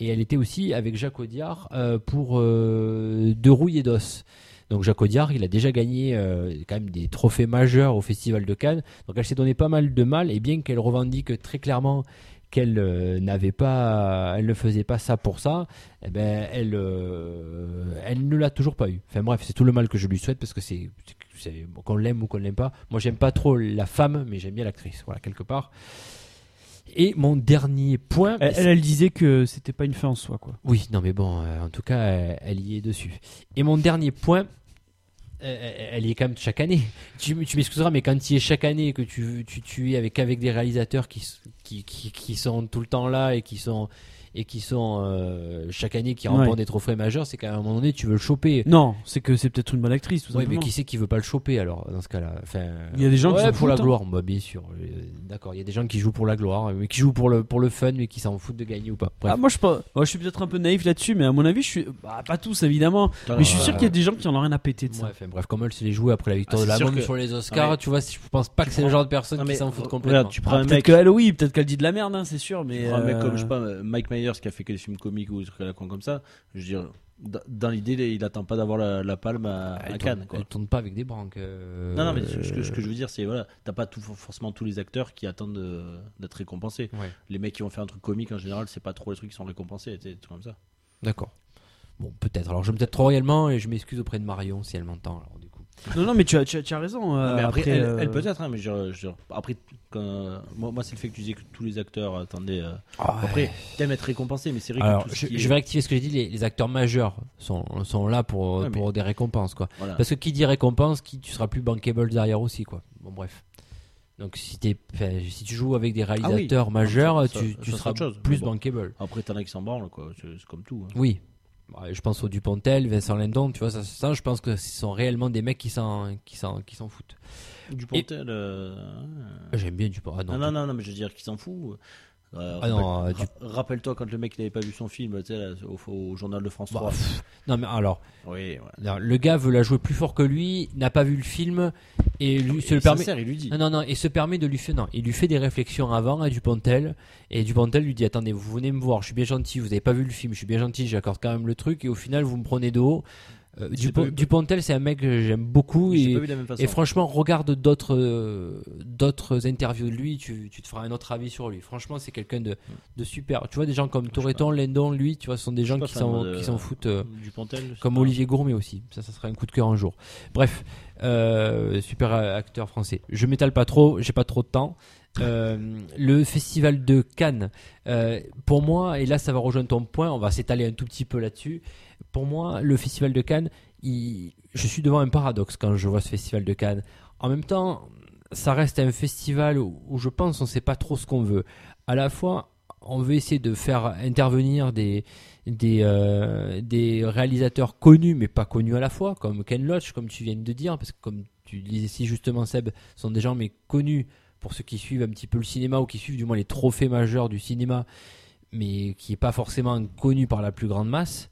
S1: Et elle était aussi avec Jacques Audiard euh, pour euh, De Rouille et d'Os. Donc Jacques Audiard, il a déjà gagné euh, quand même des trophées majeurs au Festival de Cannes. Donc elle s'est donné pas mal de mal. Et bien qu'elle revendique très clairement qu'elle euh, n'avait pas, elle ne faisait pas ça pour ça, eh ben elle, euh, elle ne l'a toujours pas eu. Enfin bref, c'est tout le mal que je lui souhaite parce que c'est, c'est- bon, qu'on l'aime ou qu'on l'aime pas. Moi, j'aime pas trop la femme, mais j'aime bien l'actrice, voilà quelque part. Et mon dernier point,
S2: Elle, elle, elle disait que c'était pas une fin en soi, quoi.
S1: oui, non mais bon, euh, en tout cas, euh, elle y est dessus. Et mon dernier point, elle- elle elle y est quand même chaque année. Tu, m- tu m'excuseras, mais quand tu y es chaque année, que tu, tu, tu y es avec, avec des réalisateurs qui, s- qui, qui, qui sont tout le temps là et qui sont, et qui sont euh, chaque année qui remportent
S2: Ouais.
S1: des trophées majeurs, c'est qu'à un moment donné, tu veux le choper.
S2: Non, c'est que c'est peut-être une bonne actrice. Tout
S1: Oui, mais
S2: simplement.
S1: qui c'est qui veut pas le choper alors dans ce cas-là enfin,
S2: Il y a des gens qui
S1: ouais,
S2: s'en
S1: pour la
S2: foutent, hein.
S1: gloire, bah, bien sûr. euh, D'accord, il y a des gens qui jouent pour la gloire, mais qui jouent pour le pour le fun, mais qui s'en foutent de gagner ou pas. Bref.
S2: Ah, moi, je, pense- moi, je suis peut-être un peu naïf là-dessus, mais à mon avis, je suis. bah, pas tous, évidemment.
S5: Attends,
S2: mais je suis
S5: euh,
S2: sûr qu'il y a des gens qui en ont rien à péter de ça.
S1: Ouais, enfin, bref, comme elle s'est les jouer après la victoire
S5: Ah,
S1: de
S5: c'est
S1: la
S5: sûr
S1: môme
S5: que-
S1: sur les Oscars,
S5: Ouais.
S1: tu vois, je pense pas que c'est
S5: prends-
S1: le genre de personne
S5: Non,
S1: qui
S5: mais
S1: s'en fout
S5: re-
S1: complètement.
S5: regarde, tu prends un
S2: Peut-être
S5: mec,
S2: qu'elle, oui, peut-être qu'elle dit de la merde, hein, c'est sûr, mais.
S5: tu prends un mec
S2: euh,
S5: comme je sais pas, euh, Mike Myers qui a fait que des films comiques ou des trucs à la con comme ça. Je veux dire, d- dans l'idée, il il attend pas d'avoir la, la palme à,
S1: Elle tourne-
S5: à Cannes. Quoi.
S1: Elle tourne pas avec des branques. euh,
S5: Non, non, mais ce ce que, ce que je veux dire, c'est voilà, t'as pas tout, forcément tous les acteurs qui attendent de- d'être récompensés.
S1: euh, Ouais.
S5: Les mecs qui vont faire un truc comique en général, c'est pas trop les trucs qui sont récompensés, tu sais, des trucs comme ça.
S1: D'accord. Bon, peut-être. Alors, je me peut-être trop réellement et je m'excuse auprès de Marion si elle m'entend. Alors, du coup.
S2: Non, non, mais tu as, tu as, tu as raison. euh,
S5: mais après, elle,
S2: euh,
S5: elle peut-être, hein, mais je, je- après, quand, euh, moi, moi, c'est le fait que tu disais que tous les acteurs attendaient. euh, Après, t'aimes être récompensé, mais c'est vrai que
S1: Alors,
S5: tout ce
S1: je,
S5: qui
S1: je
S5: est-
S1: vais rectifier ce que j'ai dit. Les, les acteurs majeurs sont, sont là pour,
S5: Ouais, mais- Ah.
S1: pour des récompenses, quoi.
S5: voilà.
S1: Parce que qui dit récompense, qui tu seras plus bankable derrière aussi, quoi. Bon, bref. Donc, si, t'es- enfin, si tu joues avec des réalisateurs majeurs,
S5: Ah Ça, ça,
S1: tu,
S5: ça,
S1: tu
S5: c'est
S1: seras
S5: autre chose.
S1: plus
S5: Mais bon.
S1: bankable.
S5: Après, t'en as qui s'en branlent, quoi. C'est c'est comme tout. hein.
S1: Oui. Ouais, Bah, Je pense au Dupontel, Vincent Lindon, tu vois, ça, ça, je pense que ce sont réellement des mecs qui s'en qui s'en- qui s'en foutent.
S5: Dupontel. euh,
S1: J'aime bien Dupont. Ah non,
S5: Non, non, non, non, mais je veux dire qu'ils s'en fout. Euh,
S1: Ah non, euh,
S5: rappelle- ra- Rappelle-toi quand le mec n'avait pas vu son film, tu sais, là, au, au journal de France
S1: Bah,
S5: 3.
S1: pff, non, mais alors,
S5: oui, voilà.
S1: alors, le gars veut la jouer plus fort que lui, n'a pas vu le film et lui se le Ah,
S5: Il est
S1: permet.
S5: sincère, il lui dit.
S1: Non, non, non, et se permet de lui faire. Non, il lui fait des réflexions avant à Dupontel. Et Dupontel lui dit Attendez, vous venez me voir, je suis bien gentil, vous avez pas vu le film, je suis bien gentil, j'accorde quand même le truc. Et au final, vous me prenez de haut. Euh,
S5: Je l'ai pas
S1: Dupont-
S5: vu.
S1: Dupontel, c'est un mec que j'aime beaucoup.
S5: Je l'ai
S1: et,
S5: pas vu de la même façon.
S1: et franchement, regarde d'autres euh, d'autres interviews de lui, tu, tu te feras un autre avis sur lui. Franchement, c'est quelqu'un de,
S5: Mm.
S1: de super. Tu vois, des gens comme
S5: sais
S1: Toretton, Lendon, lui, tu vois, ce sont des gens
S5: pas
S1: qui
S5: fan
S1: s'en
S5: de-
S1: qui s'en foutent. euh,
S5: Dupontel. je sais
S1: comme
S5: pas.
S1: Olivier Gourmet aussi, ça, ça serait un coup de cœur un jour. Bref, euh, super euh, acteur français. Je m'étale pas trop, j'ai pas trop de temps. Euh, le festival de Cannes, euh, pour moi, et là ça va rejoindre ton point, on va s'étaler un tout petit peu là-dessus. Pour moi, le festival de Cannes, il- je suis devant un paradoxe quand je vois ce festival de Cannes. En même temps, ça reste un festival où, où je pense on sait pas trop ce qu'on veut. À la fois, on veut essayer de faire intervenir des, des, euh, des réalisateurs connus mais pas connus à la fois, comme Ken Loach, comme tu viens de dire, parce que comme tu le disais si justement Seb, ce sont des gens mais connus pour ceux qui suivent un petit peu le cinéma ou qui suivent du moins les trophées majeurs du cinéma, mais qui n'est pas forcément connu par la plus grande masse.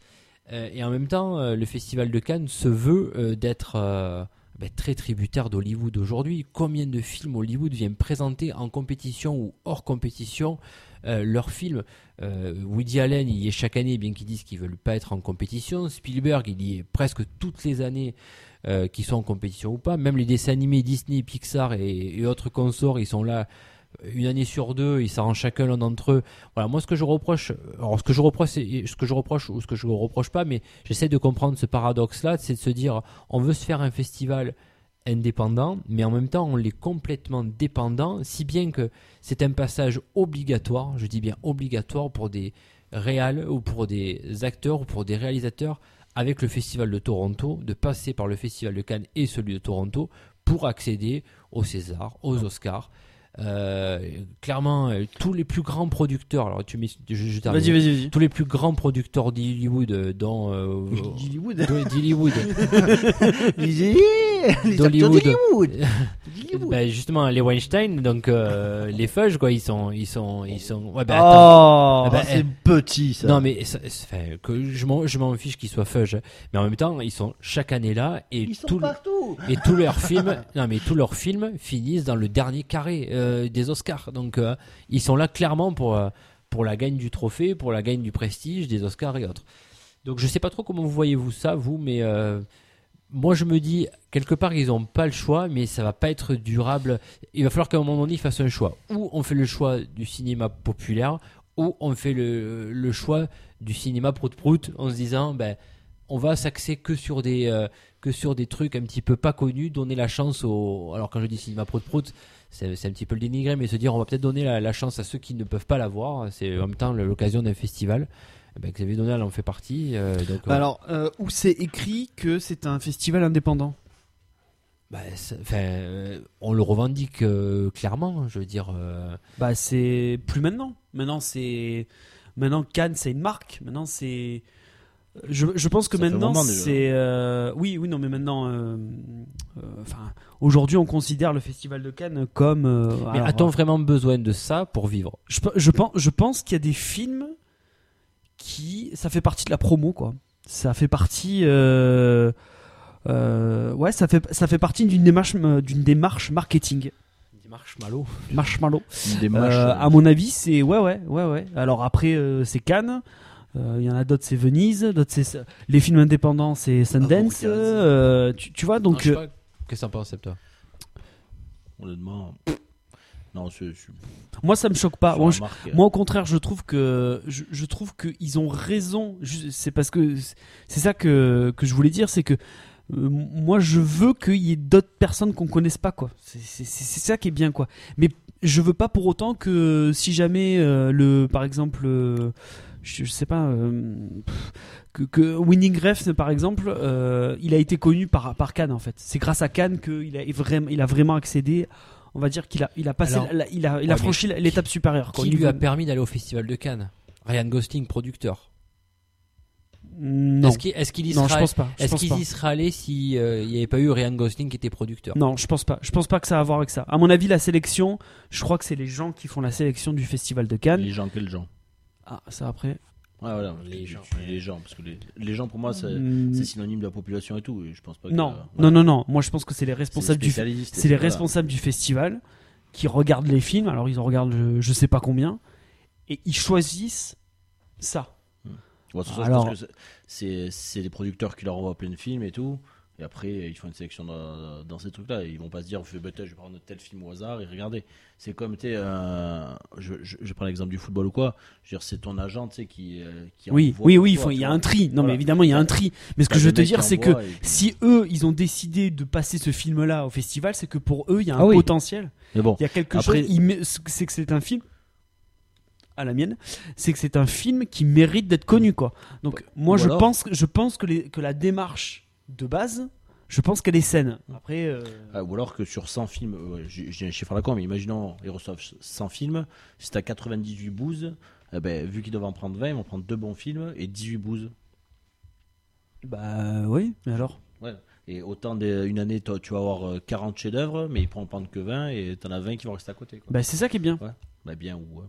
S1: Euh, et en même temps, euh, le Festival de Cannes se veut euh, d'être euh, ben, très tributaire d'Hollywood aujourd'hui. Combien de films Hollywood viennent présenter en compétition ou hors compétition euh, leurs films euh, Woody Allen il y est chaque année, bien qu'ils disent qu'ils veulent pas être en compétition. Spielberg il y est presque toutes les années, euh, qu'ils soient en compétition ou pas. Même les dessins animés Disney, Pixar et, et autres consorts, ils sont là euh, une année sur deux, ils s'arrangent chacun l'un d'entre eux. Voilà, moi ce que je reproche, alors ce que je reproche, c'est- ce que je reproche ou ce que je reproche pas, mais j'essaie de comprendre ce paradoxe-là, c'est de se dire, on veut se faire un festival indépendant, mais en même temps on l'est complètement dépendant, si bien que c'est un passage obligatoire, je dis bien obligatoire pour des réals ou pour des acteurs ou pour des réalisateurs avec le Festival de Toronto, de passer par le Festival de Cannes et celui de Toronto pour accéder aux Césars, aux Oscars. Euh, clairement, euh, tous les plus grands producteurs, alors tu m'y- je- je termine.
S2: Vas-y, vas-y, vas-y.
S1: tous les plus grands producteurs d'Hollywood, euh, dont euh,
S4: Hollywood.
S1: d'Ho- d'Hollywood,
S4: Les les acteurs
S1: D'Hollywood.
S4: d'Hollywood.
S1: Ben, justement les Weinstein, donc euh, les Fudge, quoi, ils sont, ils sont, ils sont. Ouais, ben, attends.
S4: Oh,
S1: Ah bah,
S4: c'est
S1: eh.
S4: petit ça.
S1: Non, mais ça- ça- enfin, que je m'en, je m'en fiche qu'ils soient fudge, hein. mais en même temps, ils sont chaque année là et
S4: Ils sont
S1: tout-
S4: partout.
S1: et tous leurs films, non mais tous leurs films finissent dans le dernier carré euh, des Oscars. Donc euh, ils sont là clairement pour euh, pour la gagne du trophée, pour la gagne du prestige des Oscars et autres. Donc je sais pas trop comment vous voyez vous ça vous, mais euh, moi je me dis quelque part ils ont pas le choix, mais ça va pas être durable. Il va falloir qu'à un moment donné ils fassent un choix. Ou on fait le choix du cinéma populaire, ou on fait le, le choix du cinéma prout-prout en se disant ben on va s'axer que sur des euh, que sur des trucs un petit peu pas connus, donner la chance au. Alors quand je dis cinéma prout prout, c'est c'est un petit peu le dénigrer, mais se dire on va peut-être donner la, la chance à ceux qui ne peuvent pas la voir. C'est en même temps l'occasion d'un festival. Eh Ben, Xavier Donal en fait partie. euh, donc,
S2: Bah alors, euh, où c'est écrit que c'est un festival indépendant
S1: Bah, c'est- enfin, euh, on le revendique euh, clairement, je veux dire. euh,
S2: Bah c'est plus maintenant. Maintenant c'est maintenant Cannes c'est une marque. Maintenant c'est je, je pense que
S5: Ça fait un
S2: maintenant
S5: moment déjà.
S2: c'est euh, oui oui non mais maintenant euh, euh, enfin aujourd'hui on considère le festival de Cannes comme euh,
S1: Mais
S2: alors,
S1: a-t-on vraiment besoin de ça pour vivre
S2: je, pe- je pense je pense qu'il y a des films qui ça fait partie de la promo quoi. Ça fait partie euh, euh, ouais ça fait ça fait partie d'une démarche euh, d'une démarche marketing
S1: Marshmallow.
S2: marshmallow.
S5: Des
S2: Euh,
S5: mâches,
S1: ah,
S5: euh,
S2: à mon avis, c'est ouais, ouais, ouais, ouais. Alors après, euh, c'est Cannes. Euh, Il y en a d'autres, c'est Venise. D'autres, c'est les films indépendants, c'est Sundance.
S5: Ah, bon,
S2: euh, tu, tu vois,
S1: Donc,
S2: donc euh,
S1: qu'est-ce que t'en penses, Seb, toi
S5: honnêtement. Non, c'est. c'est-
S2: moi, ça me choque pas.
S5: sur
S2: Bah, Moi,
S5: la
S2: je-
S5: marque, euh,
S2: moi, au contraire, je trouve que je, je trouve que ils ont raison. Je- C'est parce que c'est ça que que je voulais dire, c'est que euh, moi, je veux qu'il y ait d'autres personnes qu'on connaisse pas, quoi. C'est- C'est c'est- c'est ça qui est bien, quoi. Mais je veux pas pour autant que si jamais euh, le, par exemple. euh, je, je sais pas euh, pff, que, que Winning Refn par exemple euh, il a été connu par par Cannes en fait c'est grâce à Cannes qu'il a vraiment il a vraiment accédé on va dire qu'il a il a passé
S1: Alors,
S2: la- la- il a il
S1: ouais,
S2: a
S1: mais
S2: franchi la- l'étape supérieure quoi,
S1: Qui
S2: au
S1: lui
S2: niveau-
S1: a permis d'aller au Festival de Cannes Ryan Gosling, producteur.
S2: non
S1: Est-ce qu'il est-ce qu'il y
S2: non je
S1: sera
S2: pense pas je
S1: Est-ce
S2: pense
S1: qu'ils
S2: pas.
S1: y seraient allés s'il n'y avait pas eu Ryan Gosling qui était producteur
S2: non je pense pas je pense pas que ça a à voir avec ça à mon avis la sélection je crois que c'est les gens qui font la sélection du festival de Cannes
S5: Les gens, quels gens
S2: ah ça après
S5: Ouais, voilà,
S1: Les
S5: les,
S1: gens,
S5: gens,
S1: ouais.
S5: les gens, parce que les, les gens pour moi c'est
S2: Hmm,
S5: c'est synonyme de la population et tout. Et je pense pas.
S2: non
S5: que, euh,
S2: non non non moi je pense que c'est les
S5: c'est les
S2: responsables du
S5: spécialistes,
S2: C'est les
S5: voilà.
S2: responsables du festival qui regardent les films, alors ils en regardent euh, je sais pas combien, et ils choisissent ça.
S5: Ouais, c'est ça, je
S2: Alors-
S5: pense que c'est- c'est c'est les producteurs qui leur envoient plein de films et tout. Et après, ils font une sélection dans, dans ces trucs-là. Et Ils vont pas se dire, je vais, je vais prendre tel film au hasard et regarder. C'est comme, tu sais, euh, je, je, je prends l'exemple du football ou quoi. Je veux dire, c'est ton agent, tu sais, qui, euh, qui
S2: Oui,
S5: envoie
S2: oui,
S5: pour
S2: oui, il
S5: toi,
S2: faut-
S5: tu
S2: il y a
S5: vois.
S2: un tri. Non, mais
S5: Voilà.
S2: évidemment, il y a un
S5: T'as-
S2: tri. Mais ce
S5: T'as
S2: que je veux
S5: des
S2: te
S5: mecs
S2: dire,
S5: qui
S2: c'est que
S5: envoient et-
S2: si eux, ils ont décidé de passer ce film-là au festival, c'est que pour eux, il y a un
S5: Ah oui.
S2: potentiel.
S5: Mais bon,
S2: Il y a quelque
S5: Après-
S2: chose. il mé- C'est que c'est un film. À la mienne, c'est que c'est un film qui mérite d'être connu, quoi. Donc moi,
S5: ou
S2: je
S5: alors-
S2: pense, je pense que, les- que la démarche de base, je pense qu'elle est saine. Après, euh,
S5: Ah, ou alors que sur 100 films, euh, ouais, j'ai j'ai un chiffre à la con, mais imaginons, ils reçoivent 100 films, si t'as 98 bouses, eh ben, vu qu'ils doivent en prendre 20, ils vont prendre deux bons films et 18 bouses.
S2: bah oui. Mais alors.
S5: Et autant des- une année, toi, tu vas avoir euh, 40 chefs-d'œuvre, mais ils pourront en prendre que 20 et t'en as 20 qui vont rester à côté. Quoi.
S2: Bah c'est ça qui est bien.
S5: Bah, bien ou. ouais.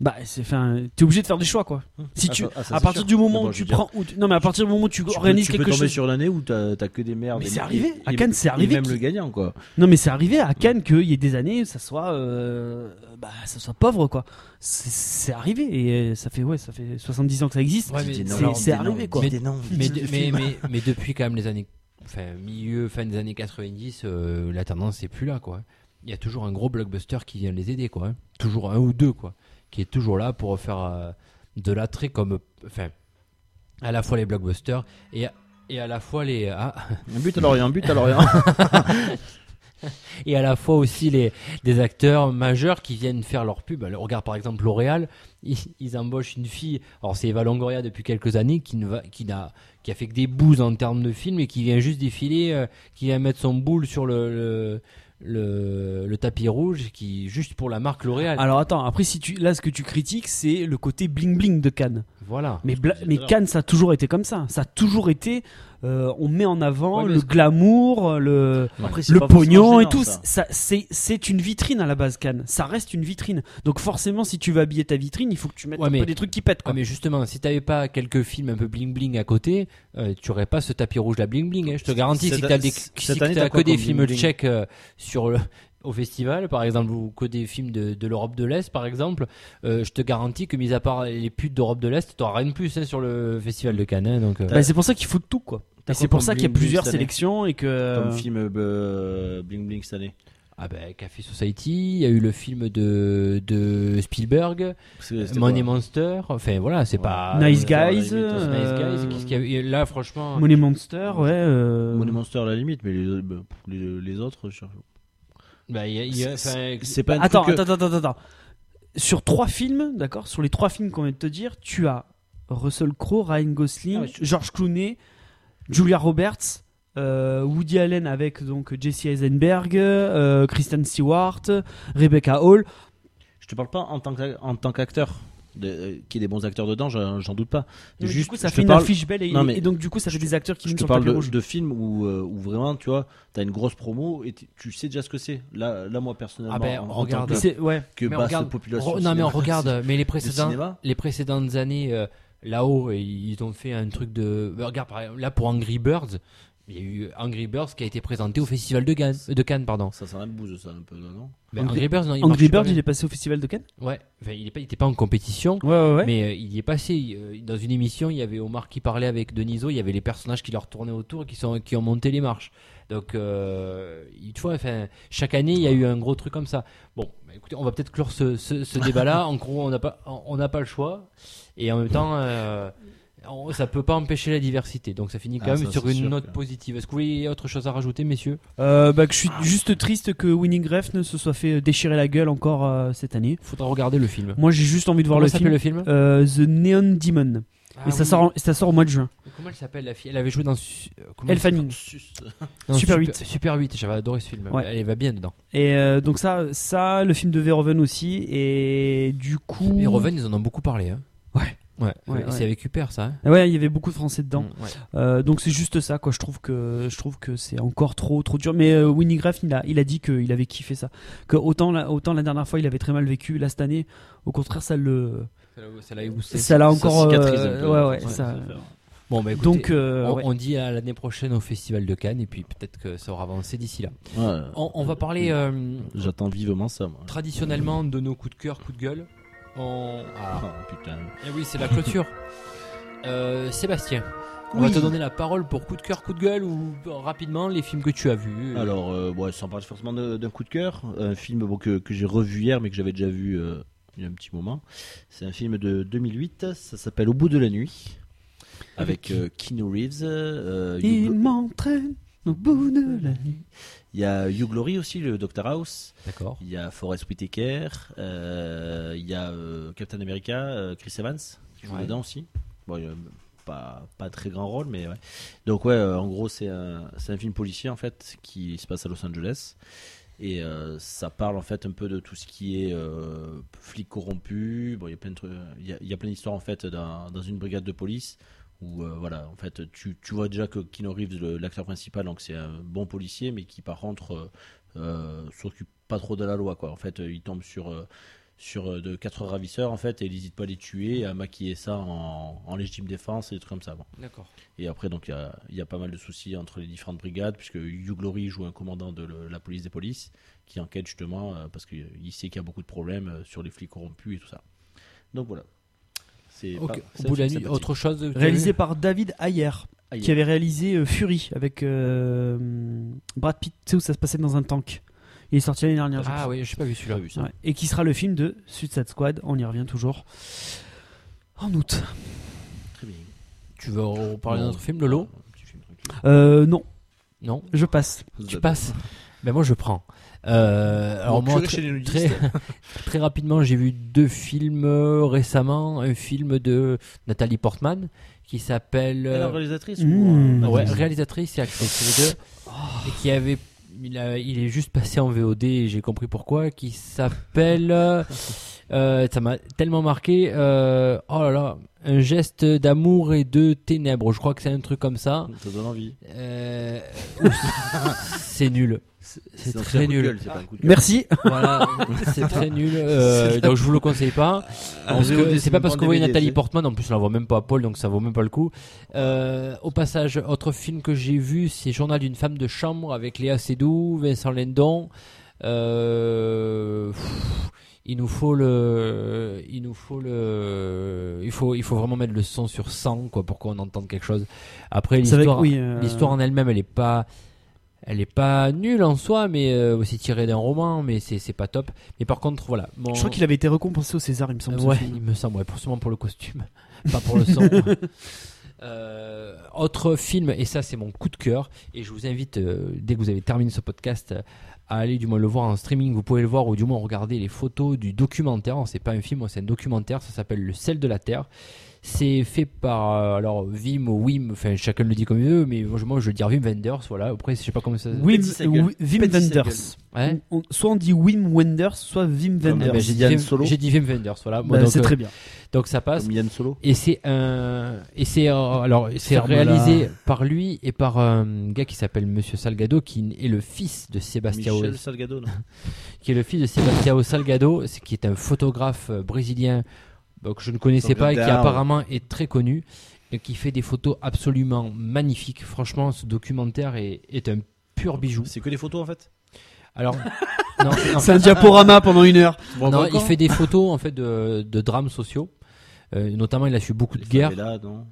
S2: Bah c'est enfin t'es obligé de faire des choix quoi. Si
S5: Ah,
S2: tu
S5: ça- ah, ça,
S2: à
S5: c'est
S2: partir
S5: sûr.
S2: du moment
S5: Mais bon,
S2: où
S5: je
S2: tu
S5: veux dire,
S2: prends ou tu- non mais à partir du moment où tu
S5: tu peux-
S2: organises
S5: tu peux
S2: quelque
S5: tomber
S2: chose
S5: sur l'année où t'as t'as que des merdes.
S2: Mais
S5: Et-
S2: c'est arrivé,
S5: et-
S2: à
S5: et-
S2: Cannes, c'est
S5: et
S2: arrivé
S5: même
S2: qu'il-
S5: le gagnant, quoi.
S2: non mais c'est arrivé à Cannes qu'il y ait des années ça soit euh, bah ça soit pauvre quoi. C'est- C'est arrivé et euh, ça fait ouais ça fait 70 ans que ça existe.
S1: Ouais, mais
S5: Dis des
S2: c'est-
S5: noms,
S2: c'est
S5: dis des noms,
S2: arrivé, quoi.
S5: dis des noms.
S1: mais, de- mais, mais, mais depuis quand même les années, enfin milieu, fin des années 90, euh, la tendance n'est plus là quoi. Il y a toujours un gros blockbuster qui vient les aider quoi. hein. Toujours un ou deux quoi, qui est toujours là pour faire euh, de l'attrait comme, enfin, à la fois les blockbusters et à, et à la fois les ah,
S5: Un but à Lorient, un but à Lorient.
S1: et à la fois aussi les des acteurs majeurs qui viennent faire leur pub. Alors, regarde par exemple L'Oréal, ils, ils embauchent une fille. Alors c'est Eva Longoria depuis quelques années qui ne va, qui n'a, qui a fait que des bouses en termes de films et qui vient juste défiler, euh, qui vient mettre son boule sur le le, le- le tapis rouge, qui juste pour la marque L'Oréal.
S2: Alors attends, après si tu là ce que tu critiques c'est le côté bling bling de Cannes.
S1: voilà.
S2: Mais
S5: Oh, Je
S2: bla-
S5: disais tout
S2: mais
S5: à l'heure.
S2: Cannes ça a toujours été comme ça, ça a toujours été euh, on met en avant
S1: Ouais, mais
S2: le
S1: est-ce
S2: glamour, le
S5: Après, c'est
S2: le
S5: pas forcément
S2: pognon et
S5: gênant,
S2: tout,
S5: ça.
S2: ça, c'est, c'est une vitrine à la base, Cannes. Ça reste une vitrine. Donc forcément, si tu veux habiller ta vitrine, il faut que tu mettes
S1: Ouais,
S2: un
S1: mais-
S2: peu des trucs qui pètent.
S1: Ah,
S2: Quoi.
S1: mais justement, si t'avais pas quelques films un peu bling bling à côté, euh, tu aurais pas ce tapis rouge là bling bling. hein. Je te garantis que si
S5: Cette-
S1: t'as des,
S5: cette
S1: si
S5: année,
S1: t'as
S5: t'as
S1: que
S5: quoi
S1: des
S5: comme
S1: films
S5: bling-bling
S1: tchèques euh, sur le, au festival, par exemple, ou que des films de, de l'Europe de l'Est, par exemple, euh, je te garantis que mis à part les putes d'Europe de l'Est, t'auras rien de plus hein, sur le festival de Cannes. hein, donc, euh,
S2: Bah, c'est pour ça qu'il faut de tout, quoi.
S5: T'as
S2: Et c'est
S5: quoi
S2: pour ça
S5: comme
S2: qu'il y a
S5: Bling Bling
S2: plusieurs
S5: cette année
S2: sélections et que.
S5: Comme film euh, Bling Bling cette année.
S1: ah ben, Café Society, il y a eu le film de, de Spielberg,
S2: Euh,
S5: C'est- c'était
S1: Money
S5: quoi
S1: Monster. Enfin voilà, c'est pas
S2: Bah, Nice
S5: Monster, à la
S2: Guys.
S5: limite, euh,
S2: euh,
S1: Nice Guys. Qu'est-ce qu'il y a eu Et Là, franchement.
S2: Money Monster, ouais. euh,
S5: Money Monster à la limite, mais les, bah, les, les autres, je-
S1: bah, il y a- il y a- enfin,
S5: c'est pas un
S2: Attends,
S5: truc que-
S2: attends, attends, attends, attends. Sur trois films, d'accord Sur les trois films qu'on vient de te dire, tu as Russell Crowe, Ryan Gosling,
S5: Ah ouais, tu-
S2: George Clooney, Julia Roberts, euh, Woody Allen avec donc Jesse Eisenberg, euh, Kristen Stewart, Rebecca Hall.
S5: Je te parle pas en tant que- en tant qu'acteur. de- euh, Qu'il y ait des bons acteurs dedans, j'en j'en doute pas.
S2: Mais du
S5: Juste,
S2: coup, ça
S5: je
S2: fait
S5: te
S2: une
S5: parle-
S2: affiche belle et,
S5: Non, mais
S2: et donc du coup, ça fait des acteurs qui
S5: Je
S2: nous
S5: te
S2: sur
S5: parle
S2: le tapis
S5: de,
S2: rouge.
S5: de films où, euh, où vraiment, tu vois, t'as une grosse promo et t- tu sais déjà ce que c'est. Là, là, moi, personnellement,
S1: Ah ben,
S5: en- en,
S1: regarde.
S2: Mais Oh,
S5: tant que-
S2: c'est- ouais.
S5: que,
S1: Mais on
S5: basse
S1: regarde-
S5: population.
S1: Re- non mais on
S5: cinéma,
S1: regarde, mais les
S5: c'est- le
S1: précédents,
S5: cinéma,
S1: les précédentes années euh, là-haut, et ils ont fait un truc de. ben, regarde par exemple, là pour Angry Birds, il y a eu Angry Birds qui a été présenté au festival de, Gan- de Cannes, pardon.
S5: ça sent la bouse, ça, un peu, non, non
S1: Mais
S2: Angry-
S1: Angry Birds, non, il marche
S2: Angry
S1: super
S2: Bird, il
S1: bien.
S2: est passé au festival de Cannes.
S1: ouais, enfin, il n'était pas en compétition.
S2: Ouais, ouais, ouais.
S1: Mais euh, il y est passé euh, dans une émission. Il y avait Omar qui parlait avec Deniso. Il y avait les personnages qui leur tournaient autour, qui sont qui ont monté les marches. Donc, euh, il- tu vois, enfin, chaque année, il y a eu un gros truc comme ça. Bon, bah, écoutez, on va peut-être clore ce, ce- ce débat-là. En gros, on n'a pas on on n'a pas le choix. Et en même temps, euh, on- ça peut pas empêcher la diversité. Donc, ça finit quand
S5: Ah,
S1: même
S5: ça,
S1: sur
S5: c'est
S1: une
S5: sûr
S1: note
S5: que-
S1: positive. Est-ce que vous voulez autre chose à rajouter, messieurs
S2: Euh, bah, que je suis juste triste que Winning Refn ne se soit fait euh, déchirer la gueule encore euh, cette année.
S1: Faudra regarder le film.
S2: Moi, j'ai juste envie de voir
S1: Comment
S2: le
S1: s'appelle
S2: film.
S1: le film
S2: Euh, The Neon Demon.
S1: Ah
S2: et ça,
S1: oui.
S2: sort en- ça sort au mois de juin.
S1: Comment elle s'appelle la fille Elle avait joué dans Su- euh, comment
S2: Elle
S1: elle
S2: Fanning.
S5: Sus.
S1: Non, Super
S2: Super 8.
S1: 8. Super 8, j'avais adoré ce film.
S2: Ouais.
S1: Elle, elle va bien dedans.
S2: Et euh, donc ça, ça, le film de Verhoeven aussi. Et du coup,
S1: Et Roven, ils en ont beaucoup parlé. Hein.
S2: Mm. Ouais.
S1: Ouais,
S2: Ouais,
S1: c'est
S2: ouais.
S1: avec Cooper ça. hein.
S2: Ouais, il y avait beaucoup de Français dedans.
S1: Mm, ouais.
S2: Euh, donc c'est juste ça, quoi. Je trouve que je trouve que c'est encore trop trop dur. Mais euh, Winnie Graff, il a il a dit qu'il avait kiffé ça. Que autant la, autant la dernière fois, il avait très mal vécu. Là cette année, au contraire, ça le
S1: Ça l'a ébousté.
S2: ça l'a
S5: Ça
S2: encore.
S5: cicatrise
S2: euh,
S5: un peu,
S2: ouais,
S5: hein,
S2: ouais,
S5: forcément,
S2: ça-
S5: ça fait, hein.
S1: Bon, bah, écoutez,
S2: Donc euh,
S1: on,
S2: ouais.
S1: on dit à l'année prochaine au Festival de Cannes et puis peut-être que ça aura avancé d'ici là.
S5: Ouais,
S1: On, on va parler euh,
S5: J'attends vivement ça, moi.
S1: traditionnellement de nos coups de cœur, coups de gueule. On... Ah.
S5: Ah, putain.
S1: Eh oui, c'est la clôture. Euh, Sébastien, on va
S4: Oui.
S1: te donner la parole pour coup de cœur, coup de gueule ou euh, rapidement les films que tu as vus. euh,
S5: Alors, euh, ouais, sans parler forcément de- d'un coup de cœur, un film bon, que, que j'ai revu hier, mais que j'avais déjà vu euh, il y a un petit moment. C'est un film de 2008, ça s'appelle Au bout de la nuit, avec euh, Keanu Reeves. euh,
S2: il
S5: Hugh Glo-
S2: m'entraîne au bout de la nuit.
S5: Il y a Hugh Glory aussi, le Dr House.
S1: D'accord.
S5: Il y a Forrest Whitaker. euh, il y a euh, Captain America, euh, Chris Evans, qui joue
S1: Ouais.
S5: dedans aussi. Bon, il y a pas, pas très grand rôle, mais ouais. Donc, ouais, euh, en gros, c'est un, c'est un film policier, en fait, qui se passe à Los Angeles. Et euh, ça parle, en fait, un peu de tout ce qui est euh, flic corrompu. Bon, il y a plein de trucs- il y a- il y a plein d'histoires, en fait, dans, dans une brigade de police. Où, euh, voilà, en fait, tu, tu vois déjà que Keanu Reeves, le- l'acteur principal, donc c'est un bon policier, mais qui, par contre, euh, euh, s'occupe pas trop de la loi quoi en fait euh, il tombe sur euh, sur euh, de quatre ravisseurs en fait et il n'hésite pas à les tuer et à maquiller ça en, en légitime défense et des trucs comme ça bon.
S1: D'accord.
S5: et après donc il y a, il y a pas mal de soucis entre les différentes brigades puisque Hugh Glory joue un commandant de le- la police des polices qui enquête justement euh, parce qu'il sait qu'il y a beaucoup de problèmes euh, sur les flics corrompus et tout ça donc voilà c'est
S1: Ok,
S5: pas-
S1: au
S5: c'est
S1: bout de la
S5: c'est
S1: nuit,
S5: sympathique.
S1: autre chose que tu as
S2: Réalisé
S1: vu
S2: par David Ayer,
S5: Ah, il y
S2: qui
S5: a-
S2: avait réalisé euh, Fury avec euh, Brad Pitt. Tu sais où ça se passait dans un tank. Il est sorti l'année dernière. je crois.
S1: Ah oui, j'ai pas vu
S5: j'ai pas
S1: celui-là.
S5: vu ça.
S2: Ouais. Et qui sera le film de Suicide Squad. On y revient toujours. En août.
S5: très bien
S1: Tu veux reparler d'un
S5: Non.
S1: autre film, Lolo
S5: Un petit film tranquille.
S2: Euh, non,
S1: Non
S2: je passe.
S1: Tu passes Ben moi je prends. Euh, alors
S5: Bon,
S1: moi,
S5: curé
S1: très-
S5: chez les nudistes.
S1: très, très rapidement, j'ai vu deux films euh, récemment. Un film de Nathalie Portman qui s'appelle...
S5: Elle est
S1: euh, Hmm.
S5: réalisatrice
S2: Mmh.
S5: ou, euh,
S1: ouais,
S5: actrice
S1: réalisatrice Oh. et actrice, c'est les deux. Et qui avait... Il, a- il est juste passé en VOD et j'ai compris pourquoi. Qui s'appelle... euh, euh, ça m'a tellement marqué. euh, oh là là, un geste d'amour et de ténèbres. Je crois que c'est un truc comme ça.
S5: ça donne envie
S1: Euh, c'est nul. C'est
S5: donc,
S1: très
S5: un coup de
S1: nul.
S5: gueule, c'est pas un coup de gueule.
S2: Merci.
S1: Voilà, c'est très nul. euh, donc je vous le conseille pas.
S5: Ah,
S1: Parce que
S5: VOD,
S1: c'est pas
S5: même
S1: parce
S5: en
S1: qu'on voit
S5: DVD,
S1: Nathalie
S5: c'est-
S1: Portman, en plus on la voit même pas à Paul, donc ça vaut même pas le coup. Euh, au passage, autre film que j'ai vu, c'est Journal d'une femme de chambre avec Léa Seydoux, Vincent Lindon. Euh, pff, il nous faut le, il nous faut le, il faut, il faut vraiment mettre le son sur 100 quoi pour qu'on entende quelque chose. Après
S2: C'est vrai que,
S1: l'histoire,
S2: oui, euh,
S1: L'histoire en elle-même, elle est pas, elle est pas nulle en soi, mais euh, c'est tiré d'un roman, mais c'est c'est pas top. Mais par contre, voilà. mon-
S2: Je crois qu'il avait été récompensé au César, il me semble. ce
S1: Ouais,
S2: film.
S1: il me semble, ouais, pour, sûrement pour le costume, pas pour le hein. son. Euh, autre film, et ça c'est mon coup de cœur, et je vous invite, euh, dès que vous avez terminé ce podcast, euh, à aller du moins le voir en streaming, vous pouvez le voir, ou du moins regarder les photos du documentaire, c'est pas un film, c'est un documentaire, ça s'appelle Le sel de la Terre, C'est fait par euh, alors Vim ou Wim, enfin chacun le dit comme il veut, mais moi je- moi, je veux dire Wim Wenders, voilà. Après, je sais pas comment ça.
S2: Wim,
S5: Petit Segal.
S2: Wi- Wim
S5: Petit Segal.
S2: Wenders.
S1: Ouais.
S2: On- on- soit on dit Wim Wenders, soit Wim
S1: Ah, ben,
S2: Wenders.
S1: j'ai dit
S4: Yann
S1: Wim-
S4: Solo.
S1: j'ai dit Wim Wenders, voilà. Bon,
S2: Bah,
S1: donc,
S2: c'est
S1: euh,
S2: très bien.
S1: donc ça passe.
S5: Comme Yann Solo.
S1: Et c'est un, et c'est euh, alors c'est
S2: Ferme-la.
S1: réalisé par lui et par euh, un gars qui s'appelle Monsieur Salgado qui est le fils de Sébastien
S5: Michel Salgado, non
S1: qui est le fils de Sebastião Salgado, c'est- qui est un photographe euh, brésilien euh, que je ne connaissais pas et qui
S5: Salgado.
S1: apparemment est très connu et qui fait des photos absolument magnifiques. Franchement, ce documentaire est, est un pur bijou.
S5: C'est que des photos en fait. Ah.
S1: Alors, non, non. ah,
S2: C'est un diaporama pendant une heure.
S1: Non, il fait des photos en fait de, de drames sociaux. Euh, notamment, il a su beaucoup de guerres.
S5: Là, non.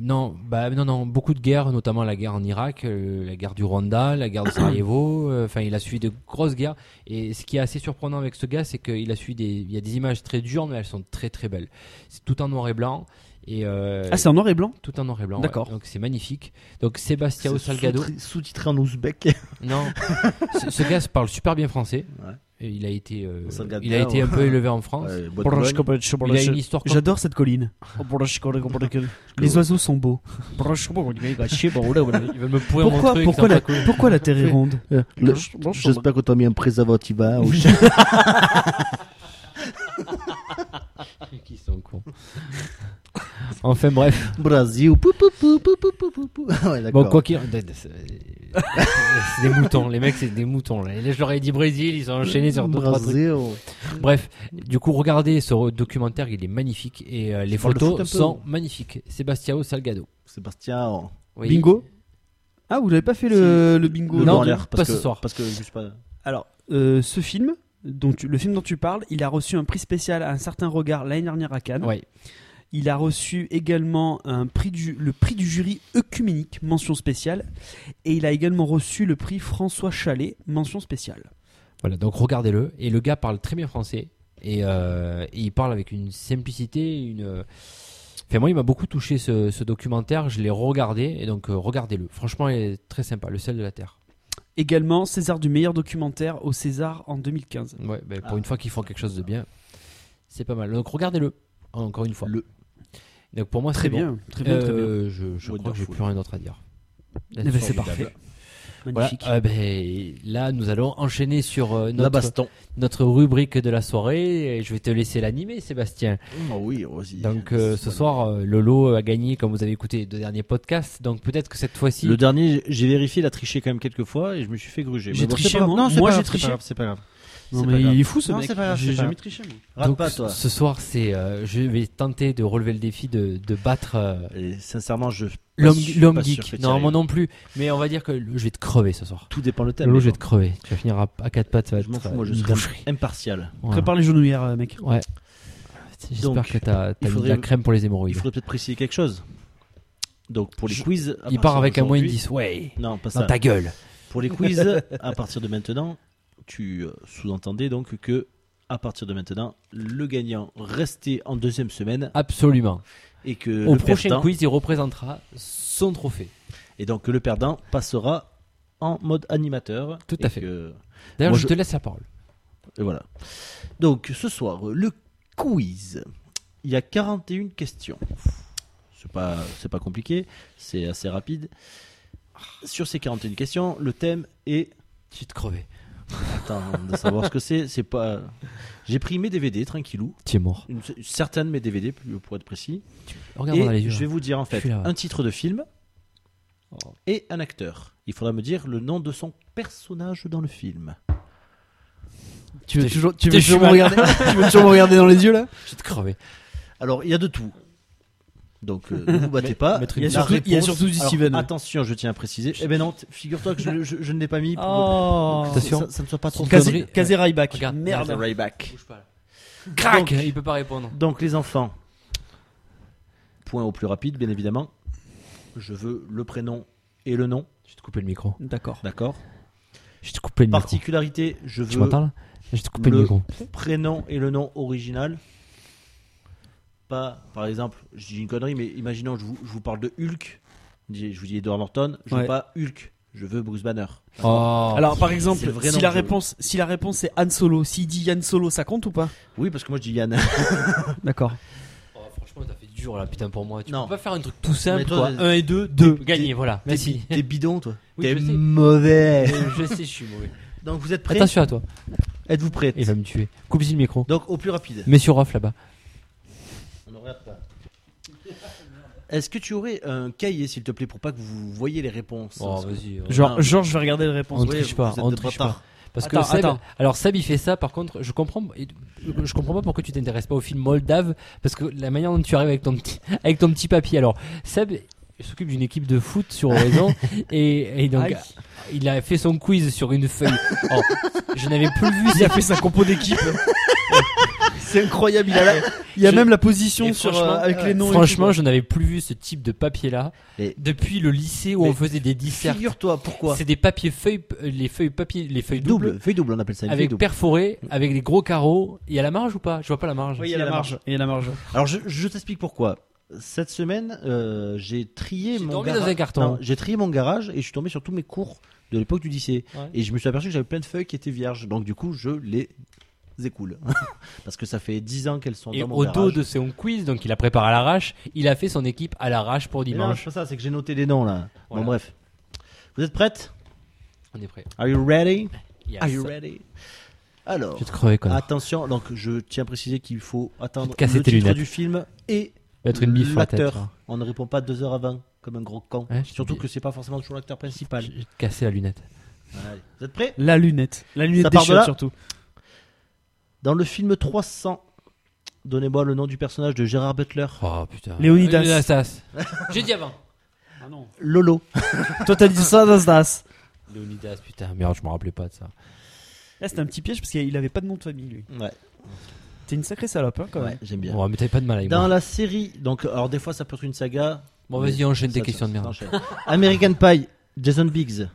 S1: Non, bah non, non, beaucoup de guerres, notamment la guerre en Irak, euh, la guerre du Rwanda, la guerre de Sarajevo. euh, Enfin, il a suivi de grosses guerres. Et ce qui est assez surprenant avec ce gars, c'est qu'il a suivi des, il y a des images très dures, mais elles sont très très belles. C'est tout en noir et blanc et euh,
S2: Ah, c'est en noir et blanc
S1: tout en noir et blanc.
S2: D'accord.
S1: ouais. Donc c'est magnifique. Donc Sébastien
S4: C'est
S1: Salgado.
S4: sous-tri- Sous-titré en ouzbek.
S1: Non, ce, ce gars parle super bien français.
S5: Ouais.
S1: Et Il a été, euh,
S5: Salgado,
S1: il a été un peu
S5: ouais.
S1: élevé en France.
S5: Ouais, boîte de bonne.
S1: Il a une histoire. com-
S2: J'adore cette colline. Les oiseaux sont beaux.
S1: Ils veulent me pourrir mon
S2: Pourquoi,
S1: truc,
S2: pourquoi,
S1: c'est pas
S2: la,
S1: cool.
S2: pourquoi la Terre est ronde
S4: Euh, le- J'espère que t'as mis un préservatif hein, au-
S1: Qui sont cons. Enfin bref.
S4: Brésil. Pou, pou, pou, pou, pou, pou, pou, pou. Ah ouais, d'accord.
S1: Bon, quoi qu'il en- c'est- C'est des moutons, les mecs, c'est des moutons. Là. Et là, je leur ai dit Brésil, ils sont enchaînés sur deux, trois trucs.
S4: Brésil.
S1: Bref, du coup, regardez ce re- documentaire, il est magnifique et euh, les
S4: parle de foot un
S1: photos
S4: peu,
S1: sont magnifiques. Sébastiao Salgado.
S5: Sébastien. oh.
S1: Oui.
S2: Bingo Ah, vous n'avez pas fait le, le bingo
S5: Le
S1: Non,
S5: doigt en l'air,
S1: pas
S5: parce
S1: ce
S5: que-
S1: soir.
S5: Parce que je sais pas.
S2: Alors, euh, ce film, dont tu- le film dont tu parles, il a reçu un prix spécial à un certain regard l'année dernière à
S4: Ah.
S2: Cannes.
S1: Ouais.
S2: Il a reçu également un prix du, le prix du jury œcuménique, mention spéciale. Et il a également reçu le prix François Chalet, mention spéciale.
S1: Voilà, donc regardez-le. Et le gars parle très bien français. Et, euh, et il parle avec une simplicité, une. euh, Enfin, moi, il m'a beaucoup touché ce, ce documentaire. Je l'ai regardé. Et donc, euh, regardez-le. Franchement, il est très sympa. Le sel de la terre.
S2: Également, César du meilleur documentaire au César en 2015.
S1: Ouais, ben,
S2: Ah.
S1: pour une fois qu'ils font quelque chose de bien, c'est pas mal. Donc, regardez-le. Encore une fois.
S5: Le-
S1: Donc, pour moi,
S2: Très
S1: c'est bon.
S2: bien, très bien, très bien.
S1: Euh, Je, je
S5: What
S1: crois
S5: the
S1: que j'ai
S5: fuck.
S1: plus rien d'autre à dire.
S2: Eh ben, c'est
S1: Formidable.
S2: parfait.
S1: Voilà,
S2: Magnifique.
S1: euh, ben, là, nous allons enchaîner sur euh,
S5: La
S1: notre,
S5: baston.
S1: notre rubrique de la soirée. Et je vais te laisser l'animer, Sébastien.
S5: Oh oui, vas-y.
S1: Donc, euh, ce
S5: Voilà.
S1: soir, euh, Lolo a gagné, comme vous avez écouté les deux derniers podcasts. Donc, peut-être que cette fois-ci.
S5: Le dernier, j'ai vérifié, il a triché quand même quelques fois et je me suis fait gruger.
S2: J'ai
S5: Mais bon,
S2: triché,
S5: c'est pas grave.
S2: moi.
S5: Non, c'est
S2: Moi,
S5: pas
S2: j'ai
S5: grave,
S2: triché.
S5: C'est pas grave, c'est pas grave.
S2: Non,
S5: c'est
S2: mais
S5: pas grave.
S2: il est fou ce
S5: non,
S2: mec.
S5: c'est pas grave.
S2: J'ai
S5: J'ai
S2: jamais-
S5: jamais triché, moi. Rate
S1: donc,
S5: pas,
S1: ce-
S5: toi.
S1: ce soir, c'est, euh, je vais tenter de relever le défi de, de battre euh,
S5: Et sincèrement, je.
S1: l'homme
S5: je suis
S1: l'homme
S5: pas sûr que
S1: geek.
S5: t'y
S1: Non,
S5: arrives.
S1: moi non plus. Mais on va dire que le- je vais te crever ce soir.
S5: Tout dépend le thème.
S1: Lolo,
S5: mais
S1: je vais te
S5: bon.
S1: crever. Tu vas finir à, à quatre pattes. Ça va
S5: Je m'en
S1: être,
S5: fous,
S1: euh,
S5: moi, je
S1: une
S5: serai
S1: boucherie.
S5: impartial.
S1: Voilà.
S2: Prépare les genouillères, euh, mec.
S1: Ouais. J'espère
S5: Donc,
S1: que t'as t'as
S5: il
S1: mis de
S5: faudrait-
S1: la crème pour les
S5: Il
S1: hémorroïdes.
S5: faudrait peut-être préciser quelque chose. Donc, pour les
S1: Je-
S5: quiz. à
S1: Il
S5: partir
S1: part avec un moins
S5: d'aujourd'hui-
S1: 10. Ouais.
S5: Non, pas
S1: Dans
S5: ça.
S1: ta gueule.
S5: Pour les quiz, à partir de maintenant, tu euh, sous-entendais donc que, à partir de maintenant, le gagnant restait en deuxième semaine
S1: Absolument.
S5: et que
S1: Au
S5: le
S1: prochain
S5: perdant,
S1: quiz, il représentera son trophée.
S5: et donc que le perdant passera en mode animateur.
S1: Tout
S5: et
S1: à fait.
S5: que-
S1: D'ailleurs,
S5: Moi,
S1: je
S5: je-
S1: te laisse la parole.
S5: et voilà. Donc ce soir, euh, le quiz. Il y a 41 questions. C'est pas, c'est pas compliqué, c'est assez rapide. Sur ces 41 questions, le thème est
S1: Tu te crever.
S5: Attends, de savoir ce que c'est, c'est pas. J'ai pris mes DVD tranquillou,
S1: Tu es mort.
S5: une, certaines de mes DVD plus- pour être précis.
S1: Regarde-moi dans les
S5: Et
S1: yeux.
S5: je vais vous dire en fait
S1: suis là, ouais. Oh.
S5: un titre de film et un acteur. Il faudra me dire le nom de son personnage dans le film.
S2: Tu veux
S1: T'es-
S2: toujours, tu
S1: t'es
S2: veux toujours me
S1: cheval.
S2: regarder Tu veux toujours me regarder dans les yeux là
S1: Je vais te crever.
S5: Alors il y a de tout. Donc euh, ne vous battez pas.
S1: Maître
S2: Il y a
S5: La
S2: surtout- il y a
S5: réponse-
S2: surtout du
S5: Alors,
S2: Steven.
S5: Attention, je tiens à préciser. Eh ben non, t- figure-toi que je, le- je- je ne l'ai pas mis. Pour
S2: Oh
S5: que
S1: Attention.
S5: Ça, ça ne soit pas trop.
S1: Casé-
S5: connerie.
S1: connerie.
S2: Casé Ryback.
S1: Regarde.
S5: The
S2: Merde.
S5: Rayback.
S1: Crac Il peut pas répondre.
S5: Donc les enfants, point au plus rapide, bien évidemment. Je veux le prénom et le nom,
S1: Je vais te couper le micro.
S2: D'accord.
S5: d'accord.
S1: Je vais te couper le micro.
S5: Particularité, je
S1: Tu
S5: veux
S1: m'entends là Je vais te couper le
S5: le-
S1: micro.
S5: prénom et le nom original. Pas, par exemple, je dis une connerie, mais imaginons, je vous, je vous parle de Hulk. Je dis- je vous dis Edward Norton. Je
S2: Ouais.
S5: veux pas Hulk. Je veux Bruce Banner.
S1: Oh.
S2: Alors par
S5: C'est
S2: exemple,
S5: le vrai
S2: si
S5: nom
S2: la
S5: que je-
S2: réponse, si la réponse c'est Han Solo, s'il dit Yann Solo, ça compte ou pas
S5: Oui, parce que moi je dis Yann.
S2: D'accord.
S1: ah, franchement, t'as fait du dur là, putain, pour moi. Tu
S4: Non.
S1: peux pas faire un truc tout simple,
S4: Mais toi,
S1: quoi.
S4: t'es-
S1: 1 et 2, 2,
S4: t'es-
S1: gagné, voilà.
S4: T'es
S1: Merci.
S4: t'es bidon, toi.
S1: Oui,
S4: T'es
S1: je sais.
S4: mauvais.
S1: je sais, je suis mauvais.
S4: Donc vous êtes prêts
S1: Attention à toi,
S4: Êtes-vous prêts
S1: il va me tuer. Coupe-y le micro.
S4: Donc au plus rapide.
S1: Mets sur off là-bas.
S4: On ne regarde pas.
S5: Est-ce que tu aurais un cahier, s'il te plaît, pour pas que vous voyez les réponses
S1: Oh,
S5: Parce que-
S1: vas-y. ouais.
S2: Genre,
S5: Non.
S2: genre, je vais regarder les réponses.
S1: On
S4: Oui,
S1: triche
S4: vous-
S1: pas,
S4: vous êtes
S1: on
S4: de
S1: triche
S4: bâtards.
S1: pas. Parce
S2: Attends,
S1: que Seb-
S2: attends.
S1: alors Seb il fait ça, par contre, je comprends, je comprends pas pourquoi tu t'intéresses pas au film moldave, parce que la manière dont tu arrives avec ton petit, avec ton petit papier. Alors Seb il s'occupe d'une équipe de foot sur Horizon et, et donc
S2: Aïe.
S1: il a fait son quiz sur une feuille. Oh, je n'avais plus vu
S2: Il
S1: ça.
S2: a fait sa compo d'équipe.
S4: C'est incroyable. Il a la-
S2: Il y a
S1: Je-
S2: même la
S1: et
S2: position sur,
S1: franchement,
S2: euh, avec les noms. et
S1: Franchement,
S2: tout.
S1: je n'avais plus vu ce type de papier là
S4: Mais-
S1: depuis le lycée où
S4: Mais
S1: on faisait des dissertes.
S4: Figure-toi, pourquoi
S1: C'est des papiers feuilles, les feuilles papier, les feuilles doubles.
S5: Double, feuille double, on appelle ça une feuille
S1: avec
S5: double. Mm.
S1: perforé, avec des gros carreaux. Il y a la marge ou pas Je vois pas la marge.
S4: Oui,
S2: il y a la marge. Il y a la marge.
S5: Alors je, je t'explique pourquoi. Cette semaine, euh, j'ai trié
S1: J'ai
S5: mon
S1: dormi
S5: garage.
S1: dans un carton.
S5: Non, J'ai trié mon garage et je suis tombé sur tous mes cours de l'époque du lycée.
S1: Ouais.
S5: Et je me suis aperçu que j'avais plein de feuilles qui étaient vierges. Donc du coup, je les écoule parce que ça fait 10 ans qu'elles sont
S1: Et
S5: dans mon
S1: au
S5: garage.
S1: dos de son quiz, donc il la prépare à l'arrache, il a fait son équipe à l'arrache pour
S5: Mais non,
S1: dimanche.
S5: c'est pas ça, c'est que j'ai noté les noms là.
S1: Voilà.
S5: Bon bref. Vous êtes prêtes
S1: On est prêt.
S5: Are you ready
S1: Yes.
S5: Are you ready Ah, Alors,
S1: Je vais te crever, connard.
S5: attention, donc je tiens à préciser qu'il faut attendre
S1: casser
S5: le
S1: tes
S5: titre
S1: lunettes.
S5: du film et
S1: Va être une biffe sur la tête. hein.
S5: l'acteur.
S1: toi.
S5: On ne répond pas deux heures avant, comme un gros con.
S1: Ouais, je te
S5: Surtout
S1: dis.
S5: que c'est pas forcément toujours l'acteur principal.
S1: Je vais te casser la lunette.
S5: Allez, Vous êtes prêts
S2: La lunette. La lunette
S5: Ça part de
S2: déchire
S5: là
S2: surtout.
S5: Dans le film 300, donnez-moi le nom du personnage de Gérard Butler.
S1: Oh putain.
S2: Léonidas.
S1: Léonidas. J'ai dit avant.
S5: Lolo.
S2: Toi, t'as dit ça, das, das.
S1: Léonidas, putain, merde, je me rappelais pas de ça.
S2: Là, c'était un petit piège parce qu'il avait pas de nom de famille, lui.
S5: Ouais,
S2: T'es une sacrée salope, hein, quand même.
S5: ouais, j'aime bien.
S1: Bon, mais t'avais pas de mal avec
S5: Dans
S1: moi.
S5: la série, donc, alors des fois ça peut être une saga.
S1: Bon,
S5: mais
S1: vas-y, enchaîne
S5: ça,
S1: tes
S5: ça,
S1: questions de
S5: ça
S1: merde. Euh.
S5: enchaîne. American Pie, Jason Biggs.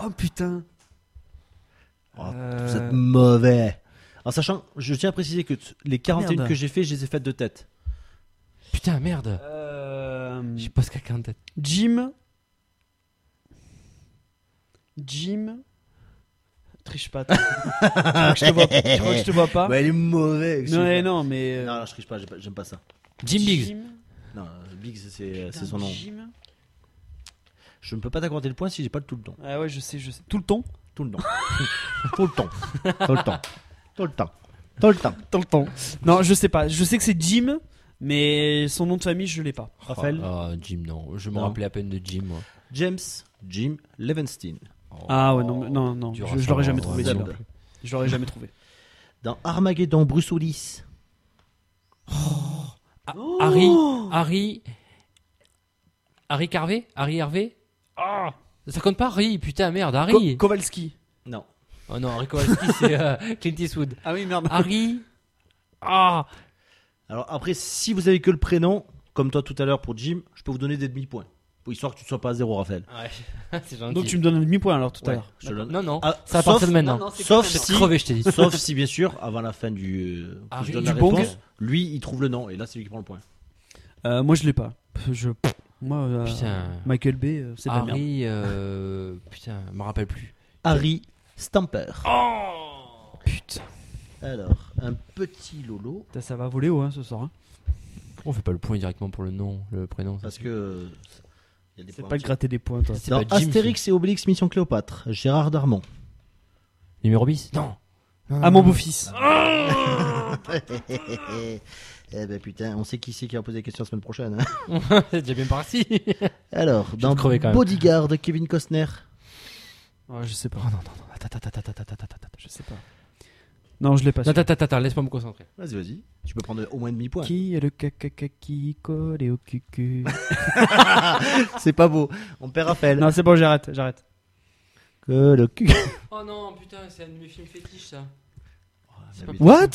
S2: Oh putain.
S5: Oh,
S2: Euh,
S5: Vous êtes mauvais. En sachant, je tiens à préciser que t- les 41
S2: Merde.
S5: que j'ai fait, je les ai faites de tête.
S1: Putain, merde.
S2: euh,
S1: J'ai pas ce caca en tête.
S2: Jim. Jim. Triche pas. toi. je, te vois, je crois que je te vois pas.
S5: Ouais, Bah, il est mauvais.
S2: non, mais non, mais. euh,
S5: Non, non, je triche pas, j'ai pas- j'aime pas ça.
S1: Jim Biggs.
S5: Non, euh, Biggs, c'est c'est
S2: Putain,
S5: son nom.
S2: Jim.
S5: Je ne peux pas t'accorder le point si j'ai pas tout le temps.
S2: Ah ouais, je sais, je sais. Tout le temps.
S5: Tout le temps. tout le temps. Tout le temps. Tout le temps. Tout le temps.
S2: Tout le temps. Non, je sais pas. Je sais que c'est Jim, mais son nom de famille, je l'ai pas.
S5: Raphaël
S1: Ah, Jim, non. Je me
S5: Non.
S1: rappelais à peine de Jim, moi.
S5: James Jim Levenstein.
S2: Ah ouais, non, mais- non, non.
S1: Dur
S2: Je,
S1: à
S2: je
S1: savoir,
S2: l'aurais jamais
S1: ouais,
S2: trouvé.
S1: moi non
S2: celui-là.
S1: plus.
S2: Je l'aurais jamais trouvé.
S5: Dans Armageddon, Bruce Willis.
S1: Ah, Harry, Harry, Harry Carvé, Harry Hervé. Ah, ça compte pas Harry, putain merde, Harry.
S2: Ko- Kowalski.
S5: Non.
S1: oh non, Harry Kowalski c'est euh, Clint Eastwood.
S2: Ah oui, merde.
S1: Harry. Ah,
S5: Alors après, si vous avez que le prénom, comme toi tout à l'heure pour Jim, je peux vous donner des demi-points. Pour- Histoire que tu ne sois pas à zéro, Raphaël.
S1: c'est gentil.
S2: Donc tu me donnes un demi-point alors tout à
S5: Ouais,
S2: l'heure.
S5: je te donne.
S1: Non non,
S5: Ah,
S1: ça à
S5: sauf-
S1: partir de maintenant.
S2: Non, non, c'est
S5: Sauf
S1: Je suis
S5: si,
S1: crevé, Ah, je t'ai dit.
S5: sauf si bien sûr, avant la fin du, euh, que
S1: Harry
S5: je donne la
S2: Dubong.
S5: réponse, lui, il trouve le nom et là, c'est lui qui prend le point.
S2: Euh, moi je l'ai pas. Je... Moi, euh,
S1: Putain.
S2: Michael Bay, euh, c'est de la merde.
S1: Harry, euh, putain, je me rappelle plus.
S5: Harry Stamper.
S1: Oh
S2: Putain.
S5: Alors, un petit lolo
S2: Putain, ça va voler haut hein, ce soir. hein.
S1: On fait pas le point directement pour le nom, le prénom. ça,
S5: parce que euh, il y a des
S2: C'est
S5: points
S2: pas le gratter des points toi.
S1: C'est
S5: Dans
S1: pas Jim,
S5: Astérix et Obélix Mission Cléopâtre, Gérard Darmon.
S1: Numéro 10 Ah. Non. Non,
S2: Ah
S1: non,
S2: mon beau-fils.
S5: eh ben putain, on sait qui c'est qui va poser les questions la semaine prochaine. hein.
S1: non. C'est déjà bien parti.
S5: Alors,
S1: vais
S5: dans
S1: te crever quand même.
S5: Bodyguard, Kevin Costner.
S2: Ouais, je sais pas.
S1: Oh non non non, attends attends attends attends attends attends.
S2: Je sais pas. Non, je l'ai pas.
S1: Non,
S2: celui-là.
S1: attends, attends, attends, laisse-moi me concentrer.
S5: Vas-y, vas-y. Tu peux prendre au moins demi-point.
S2: Qui est le caca qui collé au cucu
S5: C'est pas beau. On perd Raphaël.
S2: Non, c'est bon, j'arrête, j'arrête.
S5: Que le cul.
S1: Oh non, putain, c'est un de mes films fétiches ça. C'est pas-
S2: What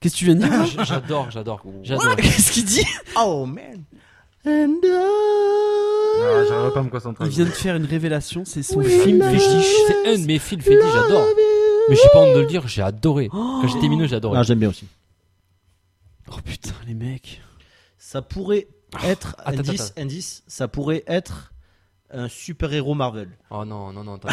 S2: Qu'est-ce que tu viens de dire là
S1: Ah, J- J'adore, j'adore, j'adore.
S2: Qu'est-ce qu'il dit
S5: Oh man. And I-
S6: Ah, J'arrive pas à me concentrer.
S2: Il vient de faire une révélation, c'est son
S1: C'est un
S2: film
S1: de mes
S2: fétiche.
S1: fétiches, C'est un de mes films fétiches, j'adore. Mais j'ai pas honte de le dire, j'ai adoré. Quand j'étais minot, j'ai adoré.
S5: Ah, j'aime bien aussi.
S2: Oh putain, les mecs.
S5: Ça pourrait être
S1: attends,
S5: indice,
S1: attends.
S5: indice. Ça pourrait être un super héros Marvel.
S1: Oh non, non, non, attends.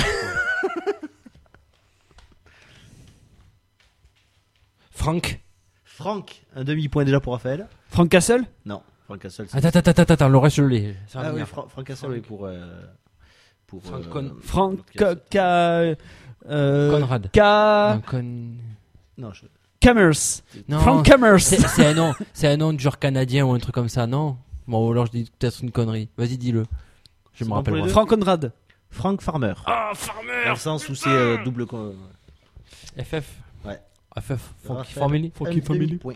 S1: Franck.
S4: Franck, un demi-point déjà pour Raphaël.
S2: Frank Castle
S5: Non, Frank Castle. c'est-
S1: Attends, attends, attends, attends, attends, le reste je l'ai. Ça va
S5: Ah oui,
S1: venir.
S5: Fra- Frank Castle,
S1: Frank.
S5: oui, pour. euh, pour
S3: Frank
S5: euh,
S3: Con-
S2: Frank Ca-
S5: Castle.
S2: Ca- euh,
S1: Conrad.
S2: Ca-
S1: Non, Con-
S5: Non, je-
S2: Camers.
S1: Non,
S2: Frank Camers.
S1: c'est c'est un nom, c'est un nom de genre canadien ou un truc comme ça, non Bon, ou alors je dis peut-être une connerie. Vas-y, dis-le. Je
S5: C'est
S1: me
S5: bon pour
S1: rappelle.
S5: les deux
S2: Frank Conrad.
S5: Frank Farmer. Ah, Farmer Dans le sens où c'est euh, double. con-
S1: FF.
S5: Ouais.
S1: FF. Funky
S5: Raphaël,
S1: Family.
S5: un
S1: Funky Family.
S5: demi-point.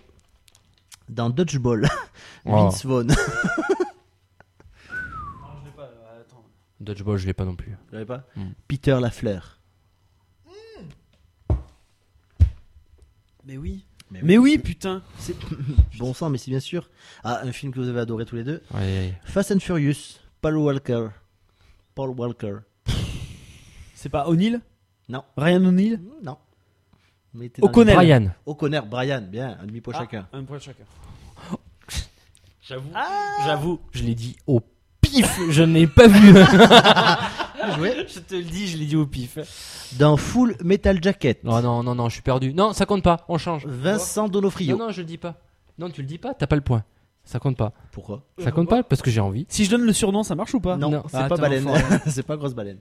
S5: Dans Dodgeball,
S1: Oh.
S5: Vince Vaughn.
S1: Dodgeball, je l'ai pas non plus.
S5: Vous l'avez pas
S1: Mm.
S5: Peter Lafleur.
S2: Mais oui.
S5: Mais
S2: Mais oui, putain.
S5: Bon sang, mais c'est bien sûr. Ah, un film que vous avez adoré tous les deux.
S1: Aïe, aïe, aïe.
S5: Fast and Furious, Paul Walker. Paul Walker.
S2: C'est pas O'Neill
S5: Non.
S2: Ryan O'Neill
S5: Hmm, Non. Mais t'es dans
S2: O'Connell.
S5: les-
S1: Brian.
S5: O'Connor, Brian, bien, un demi-point chacun.
S2: Un point chacun.
S3: J'avoue, j'avoue,
S1: Je l'ai dit au pif. Je n'ai pas vu.
S5: Joué.
S1: je te le dis, je l'ai dit au pif.
S5: Dans Full Metal Jacket,
S1: Non, non, non, non, je suis perdu. Non, ça compte pas. On change.
S5: Vincent Donofrio.
S1: Non, non, je le dis pas. Non, tu le dis pas. T'as pas le point. Ça compte pas.
S5: Pourquoi
S1: Ça compte pas parce que j'ai envie.
S2: Si je donne le surnom, ça marche ou pas
S5: Non, Ah,
S1: Non.
S5: c'est
S1: Attends,
S5: pas baleine,
S1: faut-
S5: c'est pas grosse baleine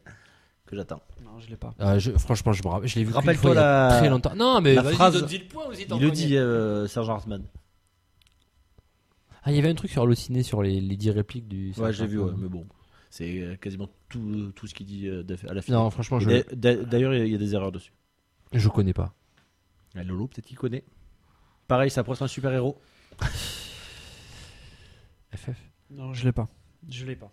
S5: que j'attends.
S2: Non, je l'ai pas.
S1: Euh, je- franchement, je me rappelle. Je l'ai vu. qu'une
S5: Rappelle-toi
S1: fois il y a
S5: la-
S1: Très longtemps. Non, mais
S5: la
S1: vas-y,
S5: phrase.
S1: donne-y le point, vas-y, t'en
S5: Il le
S1: connais.
S5: dit, euh, Sergent Hartman.
S1: Ah, il y avait un truc sur Allociné sur les, les 10 répliques du.
S5: Ouais, j'ai vu, ouais, mais bon, c'est euh, quasiment tout, tout ce qu'il dit euh, d'af- à la fin.
S1: Non, franchement, je,
S5: D'ailleurs, il y a des erreurs dessus.
S1: je connais pas.
S5: Ah, Lolo, peut-être qu'il connaît. Pareil, ça approche un super héros.
S1: FF.
S2: Non, je l'ai pas. Je l'ai pas.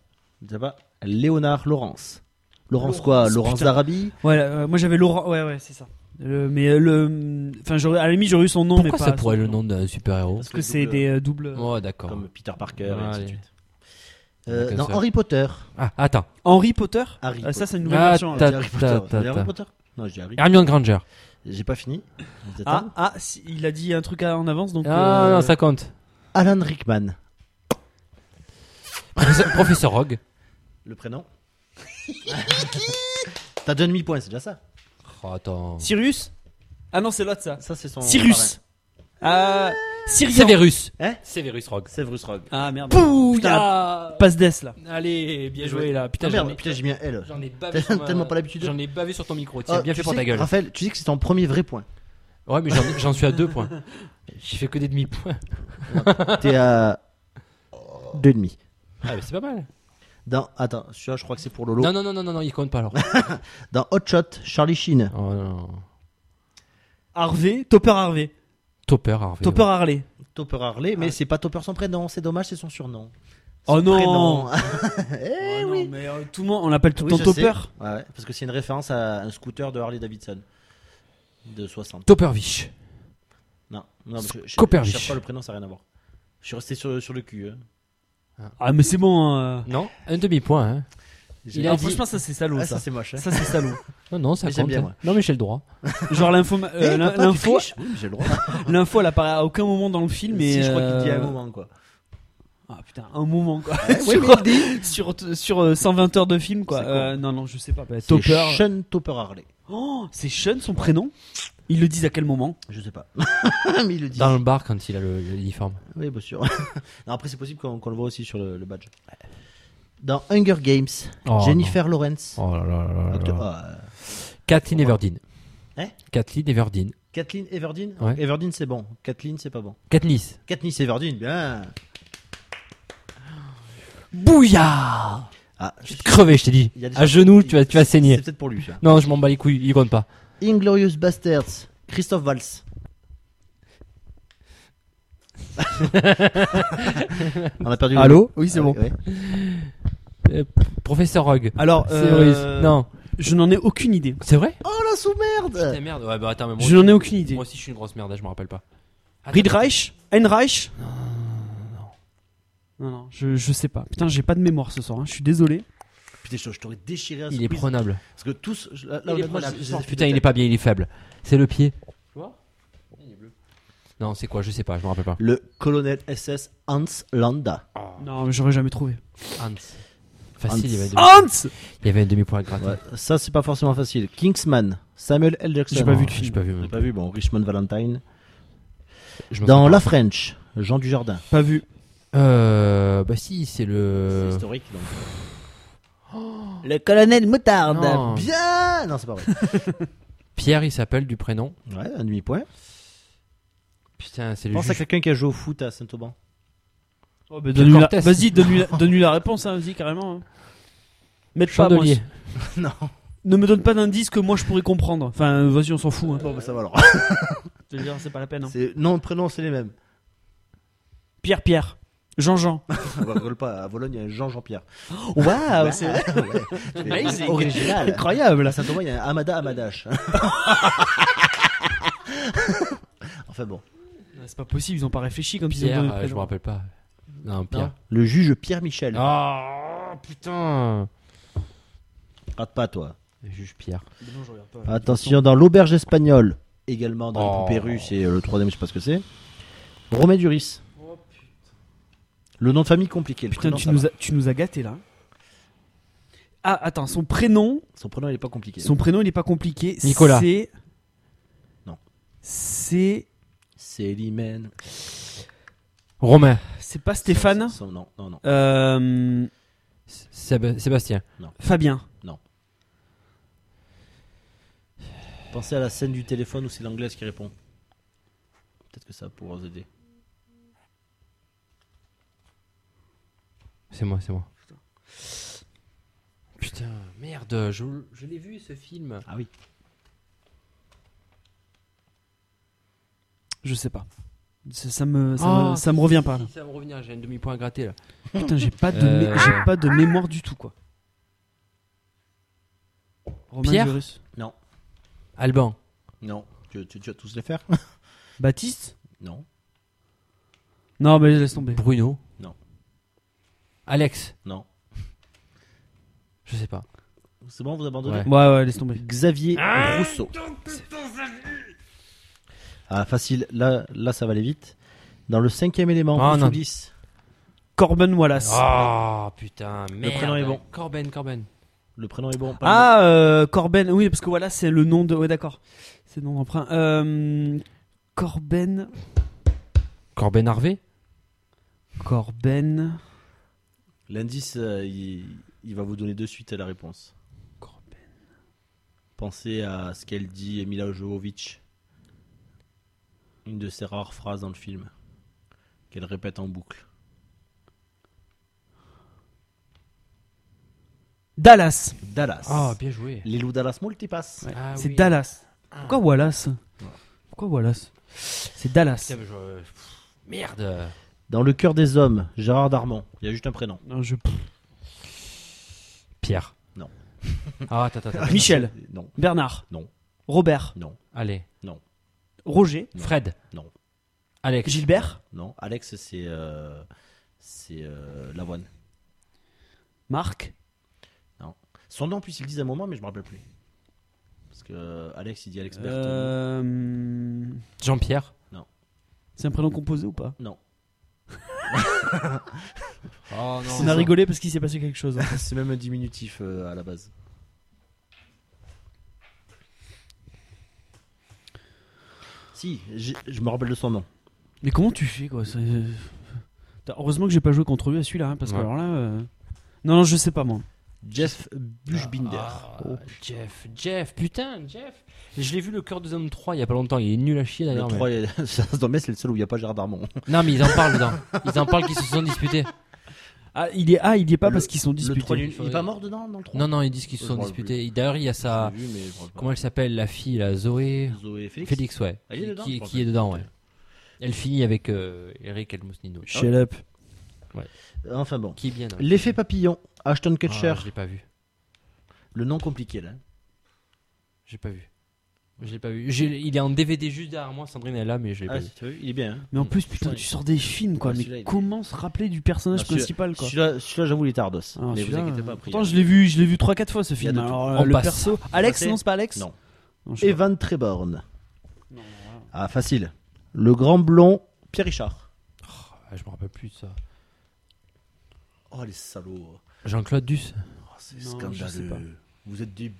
S5: Ça va Léonard Laurence. Laurence
S2: Laurence,
S5: quoi Laurence
S2: putain.
S5: d'Arabie
S2: Ouais, euh, moi j'avais Laurent. Ouais, ouais, c'est ça. Euh, mais euh, le. Enfin, j'aurais- à la limite, j'aurais eu son nom,
S1: Pourquoi
S2: mais pas.
S1: ça pourrait
S2: son
S1: le nom d'un super-héros
S2: Parce que c'est des euh, doubles.
S1: Oh, d'accord.
S5: Comme Peter Parker et
S1: Ouais,
S5: ainsi de
S1: allez.
S5: suite. Euh,
S1: Comme
S5: dans
S1: ça.
S5: Harry Potter.
S1: Ah, attends.
S2: Henry Potter
S5: Harry
S2: Ah, Ça,
S5: Potter.
S2: c'est une nouvelle
S1: Ah,
S2: version. là.
S1: Ta-
S5: J'ai dit Harry
S1: ta-
S5: Potter. Ah.
S1: ta-
S5: J'ai dit Harry
S1: ta.
S5: Potter Non, j'ai dit Harry.
S1: Hermione Granger.
S5: J'ai pas fini. Vous attendez
S2: Ah, ah si, il a dit un truc à- en avance, donc.
S1: Ah,
S2: euh,
S1: non, ça compte.
S5: Alan Rickman.
S1: Professeur- Professeur Rogue.
S5: Le prénom T'as deux demi-points, c'est déjà ça.
S1: Oh, attends.
S2: Sirius Ah non, c'est l'autre, ça.
S5: Ça, c'est son.
S2: Cyrus Ah. Sirius
S1: Sévérus.
S5: Hein
S1: Sévérus Rogue.
S5: C'est Bruce Rogue.
S2: Ah merde.
S1: Pouya
S2: Passe d'ess là.
S1: Allez, bien joué là. Putain,
S5: Ah
S1: j'en ai-
S5: merde, putain, j'ai mis un L.
S1: j'en ai bavé.
S5: T'as
S1: sur ma-
S5: tellement pas l'habitude.
S1: J'en ai bavé sur ton micro.
S5: Ah,
S1: Tiens, bien
S5: tu
S1: fait pour
S5: sais,
S1: ta gueule.
S5: Raphaël, tu sais que c'est ton premier vrai point.
S1: Ouais, mais j'en- j'en suis à deux points. J'ai fait que des demi-points.
S5: T'es à. Deux demi.
S1: Ah, mais c'est pas mal.
S5: Dans... Attends, celui-là, je crois que c'est pour Lolo.
S1: Non, non, non, non, non, non, il compte pas alors.
S5: Dans Hot Shot, Charlie Sheen.
S1: Oh, non.
S2: Harvey, Topper Harvey.
S1: Topper Harvey.
S2: Topper Harley.
S5: Topper Harley, mais c'est pas Topper son prénom, c'est dommage, c'est son surnom.
S2: Ah. Oh
S5: Son
S2: non.
S5: prénom.
S2: Ah, non, mais euh, tout le monde, on l'appelle tout le
S5: Oui,
S2: temps
S5: je sais.
S2: Topper.
S5: Ouais, ouais, parce que c'est une référence à un scooter de Harley Davidson. De 60.
S1: Toppervich.
S5: Non, non, mais je, je, je
S1: Coppervich.
S5: cherche pas le prénom, ça n'a rien à voir. Je suis resté sur, sur le cul. hein.
S2: Ah mais c'est bon. hein.
S1: Non, un demi-point. Hein. Il a
S2: Ah,
S1: dit-
S2: franchement ça c'est salaud
S5: Ah,
S2: ça.
S5: ça, c'est moche. hein.
S2: Ça c'est salaud.
S1: Non, non, ça
S5: Mais j'aime
S1: compte.
S5: bien,
S1: hein.
S5: moi.
S1: Non, mais j'ai le droit.
S2: Genre l'info, euh,
S5: Eh,
S2: l'in-
S5: papa, tu
S2: l'info,
S5: triches Oui, mais j'ai le droit.
S2: l'info, elle apparaît à aucun moment dans le film. Mais
S5: si, je crois qu'il dit à un
S2: euh,
S5: moment, quoi.
S2: Ah putain, un moment quoi.
S5: ouais,
S2: sur, sur sur, euh, 120 heures de film quoi.
S5: C'est con.
S2: Euh, non non je sais pas. bah,
S5: C'est
S2: Topper.
S5: Sean Topper Harley.
S2: Oh, c'est Sean son prénom. Ils le disent à quel moment
S5: Je sais pas. mais il le dit.
S1: Dans le bar quand il a le- l'uniforme.
S5: Oui, bien sûr. non, après, c'est possible qu'on qu'on le voit aussi sur le, le badge. Dans Hunger Games,
S1: Oh,
S5: Jennifer Lawrence.
S1: Oh là là là là
S5: Acte-
S1: là.
S5: ah, euh,
S1: Kathleen Everdeen.
S5: Hein
S1: Kathleen Everdeen.
S5: Kathleen Everdeen
S1: Ouais.
S5: Everdeen, c'est bon. Kathleen, c'est pas bon.
S1: Katniss.
S5: Katniss Everdeen, bien.
S1: Bouillard
S5: Ah,
S1: Je vais te crever, je t'ai dit.
S5: Il y a des
S1: À
S5: gens-
S1: genoux, tu vas, tu vas
S5: c'est
S1: saigner.
S5: peut-être pour lui. ça.
S1: Non, je m'en bats les couilles, il compte pas.
S5: Inglorious Bastards, Christophe Valls. On a perdu. le-
S2: Oui
S5: Ah oui, ouais.
S1: Euh, Professeur Rogue.
S2: Alors
S1: Severus.
S2: euh,
S1: Non,
S2: je n'en ai aucune idée.
S1: c'est vrai
S5: Oh la sous-merde
S1: Putain, merde. Ouais, bah attends, mais moi
S2: Je
S1: aussi-
S2: n'en ai aucune idée.
S1: Moi aussi, je suis une grosse merde, hein, je me rappelle pas. Attends,
S2: Riedreich Heinreich Non, non, je, je sais pas. Putain, j'ai pas de mémoire ce soir, hein. je suis désolé.
S5: Putain, je, je t'aurais déchiré à
S1: Il est
S5: quiz.
S1: prenable.
S5: Parce que tous. je- Là,
S1: Il est
S5: honnêtement,
S1: prenable.
S5: je- je les ai fait
S1: Putain,
S5: de
S1: il est
S5: tête.
S1: pas bien, il est faible. C'est le pied.
S3: Tu vois Il est bleu.
S1: Non, c'est quoi Je sais pas, je me rappelle pas.
S5: Le colonel SS Hans Landa.
S2: Non, mais j'aurais jamais trouvé.
S1: Hans. Facile, il y avait un demi-
S2: Hans
S1: il y avait un demi-point à gratter.
S5: Ouais, ça, c'est pas forcément facile. Kingsman, Samuel L. Jackson.
S2: J'ai pas vu le film.
S4: Mm.
S1: J'ai pas vu,
S5: J'ai
S1: moi.
S5: pas vu, bon, Richmond Valentine.
S1: Je me
S4: Dans
S1: souviens
S4: La French, Jean Dujardin.
S2: Pas vu.
S1: pas. Euh, bah si, c'est
S5: C'est
S4: Euh.
S1: le.
S5: historique. Donc.
S4: Le colonel Moutarde.
S1: Non.
S4: Bien Non, c'est pas vrai.
S1: Pierre, il s'appelle du prénom.
S4: ouais, un demi-point.
S1: Putain, c'est le
S4: Pense à
S1: juge.
S4: quelqu'un qui a joué au foot à Saint-Auban.
S1: donne-lui la-
S2: Vas-y, Oh, donne-lui la, donne-lui la réponse, hein, vas-y, carrément. hein. Mets pas, moi,
S1: Chandelier.
S4: non.
S2: ne me donne pas d'indice que moi je pourrais comprendre. Enfin, vas-y, on s'en fout. hein.
S4: Bon, bah ça va alors.
S2: Je veux dire, c'est pas la peine. hein.
S4: C'est- Non, le prénom, c'est les mêmes.
S2: Pierre, Pierre. Jean-Jean.
S4: On va- rigole pas. À Vologne, il y a un Jean Jean-Pierre.
S2: Waouh,
S4: Ouais, ouais. C'est
S2: Amazing.
S4: Original.
S2: incroyable.
S4: À Saint-Thomas, il y a un Amada Amadash. enfin bon.
S2: C'est pas possible, ils ont pas réfléchi comme ils ont
S1: Pierre,
S2: donné
S1: euh,
S2: le
S1: je
S2: prénom.
S1: me rappelle pas. Non, Pierre.
S4: Le juge Pierre Michel.
S1: Ah putain.
S4: Rate pas, toi.
S1: Le juge Pierre.
S2: Non, je regarde pas.
S4: Attention, dans l'auberge espagnole. Également dans
S1: Oh.
S4: les poupées russes et euh, le troisième, je sais pas ce que c'est. Romain Duris. Le nom de famille compliqué. Le
S2: Putain,
S4: prénom,
S2: tu,
S4: ça
S2: nous
S4: va.
S2: as, tu nous as gâtés là. Ah, attends, son prénom,
S4: Son prénom, il est pas compliqué.
S2: son prénom il est pas compliqué.
S1: Nicolas.
S2: C'est.
S4: Non.
S2: C'est.
S4: C'est Limen.
S1: Romain.
S2: C'est pas Stéphane.
S4: Son- son- Non, non, non.
S2: Euh,
S1: Séb- Sébastien.
S2: Fabien.
S5: Pensez à la scène du téléphone où c'est l'anglaise qui répond. Peut-être que ça va pouvoir vous aider.
S1: C'est moi, c'est moi. Putain, merde, je, je l'ai vu ce film.
S4: Ah oui.
S2: Je sais pas. Ça, ça me, ça,
S1: Ah,
S2: me, ça me revient pas. là.
S1: Ça va me revenir, j'ai un demi-point à gratter là.
S2: Putain, j'ai pas de,
S1: Euh,
S2: mé- j'ai pas de mémoire du tout quoi. Romain
S1: Pierre
S2: Duris.
S5: Non,
S1: Alban.
S5: non.
S4: Tu, tu- tu vas tous les faire
S2: Baptiste.
S5: Non.
S2: Non, mais laisse tomber.
S1: Bruno.
S5: Non.
S1: Alex.
S5: Non.
S1: Je sais pas.
S5: C'est bon, vous abandonnez
S1: Ouais.
S2: Ouais, ouais, laisse tomber.
S4: Xavier Rousseau. Ah, facile. Là, là, ça va aller vite. Dans le cinquième élément,
S1: Ah, non.
S4: Foufoulis.
S2: Corben Wallace.
S1: Ah putain, merde.
S5: prénom est bon.
S1: Corben, Corben.
S5: Le prénom est bon. pas
S2: Ah, euh, Corben, oui, parce que voilà, c'est le nom de. Ouais, d'accord. C'est le nom d'emprunt. Euh, Corben.
S1: Corben Harvey.
S2: Corben.
S5: le- L'indice, euh, il, il va vous donner de suite la réponse.
S2: Corben.
S5: Pensez à ce qu'elle dit Mila Jovovich. Une de ses rares phrases dans le film. Qu'elle répète en boucle.
S2: Dallas.
S5: Dallas.
S1: Ah, bien joué.
S4: Les loups Dallas Multipass.
S1: Ah
S2: c'est
S1: oui. Ah.
S2: Dallas. Pourquoi Wallace Pourquoi Wallace C'est Dallas.
S1: Putain, mais je- pff, Merde.
S4: Dans le cœur des hommes, Gérard Darmon.
S5: Il y a juste un prénom.
S2: Non, je-
S1: Pierre.
S5: Non.
S1: Ah, attends, attends, attends.
S2: Michel.
S5: Non,
S2: Bernard.
S5: Non.
S2: Robert.
S5: non,
S1: Allez.
S2: Roger.
S5: Non.
S1: Fred.
S5: Non.
S1: Alex.
S2: Gilbert.
S5: non. Alex, c'est euh, c'est euh, l'avoine.
S2: Marc.
S5: Son nom, puis ils le disent à un moment, mais je me rappelle plus. Parce que euh, Alex, il dit Alex Berton.
S2: Euh,
S1: Jean-Pierre.
S2: C'est un prénom composé ou pas
S1: Oh non.
S2: On a rigolé parce qu'il s'est passé quelque chose. hein.
S5: C'est même un diminutif euh, à la base.
S4: Si, j'ai- je me rappelle de son nom.
S2: Mais comment tu fais quoi c'est- Putain, Heureusement que j'ai pas joué contre lui à celui-là, hein, parce que
S1: Ouais.
S2: alors là. euh, Non, non, je sais pas moi.
S5: Jeff Buchbinder.
S1: Ah,
S5: Oh.
S1: Jeff, Jeff, putain, Jeff. Je l'ai vu le cœur des hommes 3 il y a pas longtemps, il est nul à chier
S5: Le
S1: d'ailleurs. mais-
S5: 3, ça se dormait, c'est le seul où il n'y a pas Gérard Darmon.
S1: Non, mais ils en parlent dedans. Ils en parlent qu'ils se sont disputés.
S2: Ah, il est ah, il y est pas
S5: Le-
S2: parce qu'ils sont disputés.
S5: Le 3, il
S1: il
S5: il est
S1: faudrait-
S5: pas mort dedans dans le 3
S1: Non, non, ils disent qu'ils se
S5: Je
S1: sont
S5: me rappelle
S1: disputés. D'ailleurs, il y a sa.
S5: Vu, mais je me rappelle pas.
S1: Comment elle s'appelle la fille, la Zoé
S5: Zoé Félix,
S1: Félix, ouais.
S5: Elle est
S1: Qui-
S5: dedans,
S1: qui,
S5: je pense.
S1: qui est dedans, ouais. Elle finit avec euh, Eric Elmousnino.
S2: Shut up.
S5: Euh,
S4: Enfin bon.
S1: Qui est bien. hein.
S4: L'effet papillon, Ashton
S1: Ah,
S4: Kutcher.
S1: je l'ai pas vu.
S5: Le nom compliqué là.
S1: J'ai pas vu. Je l'ai pas vu. J'ai- Il est en DVD juste derrière moi. Sandrine est là, mais je l'ai
S5: Ah,
S1: pas vu.
S5: tu as vu, il est bien. hein.
S2: Mais en plus, putain,
S5: Putain,
S2: tu sors des films quoi.
S5: Ouais, celui-là,
S2: mais
S5: il est-
S2: comment se rappeler du personnage
S5: Non, celui-là-
S2: principal quoi
S4: Celui-là, celui-là, j'avoue, il est tardos.
S2: Ah,
S5: mais vous
S2: celui-là,
S5: inquiétez
S2: euh,
S5: pas, après,
S2: Pourtant,
S5: il y
S2: je l'ai vu, je l'ai vu 3 4 fois ce
S5: y a
S2: film.
S5: de tout.
S2: Alors,
S1: On
S2: euh, le
S1: passe.
S2: perso, Alex,
S5: Passez.
S2: non, c'est pas Alex
S5: Non.
S2: Non, je sais
S4: Evan Treborn. Ah, facile. Le grand blond, Pierre Richard.
S1: Ah, je me rappelle plus de ça.
S5: Oh les salauds.
S1: Jean-Claude Duss.
S5: Oh, c'est
S2: Non,
S5: scandaleux.
S2: je sais pas.
S5: Vous êtes des.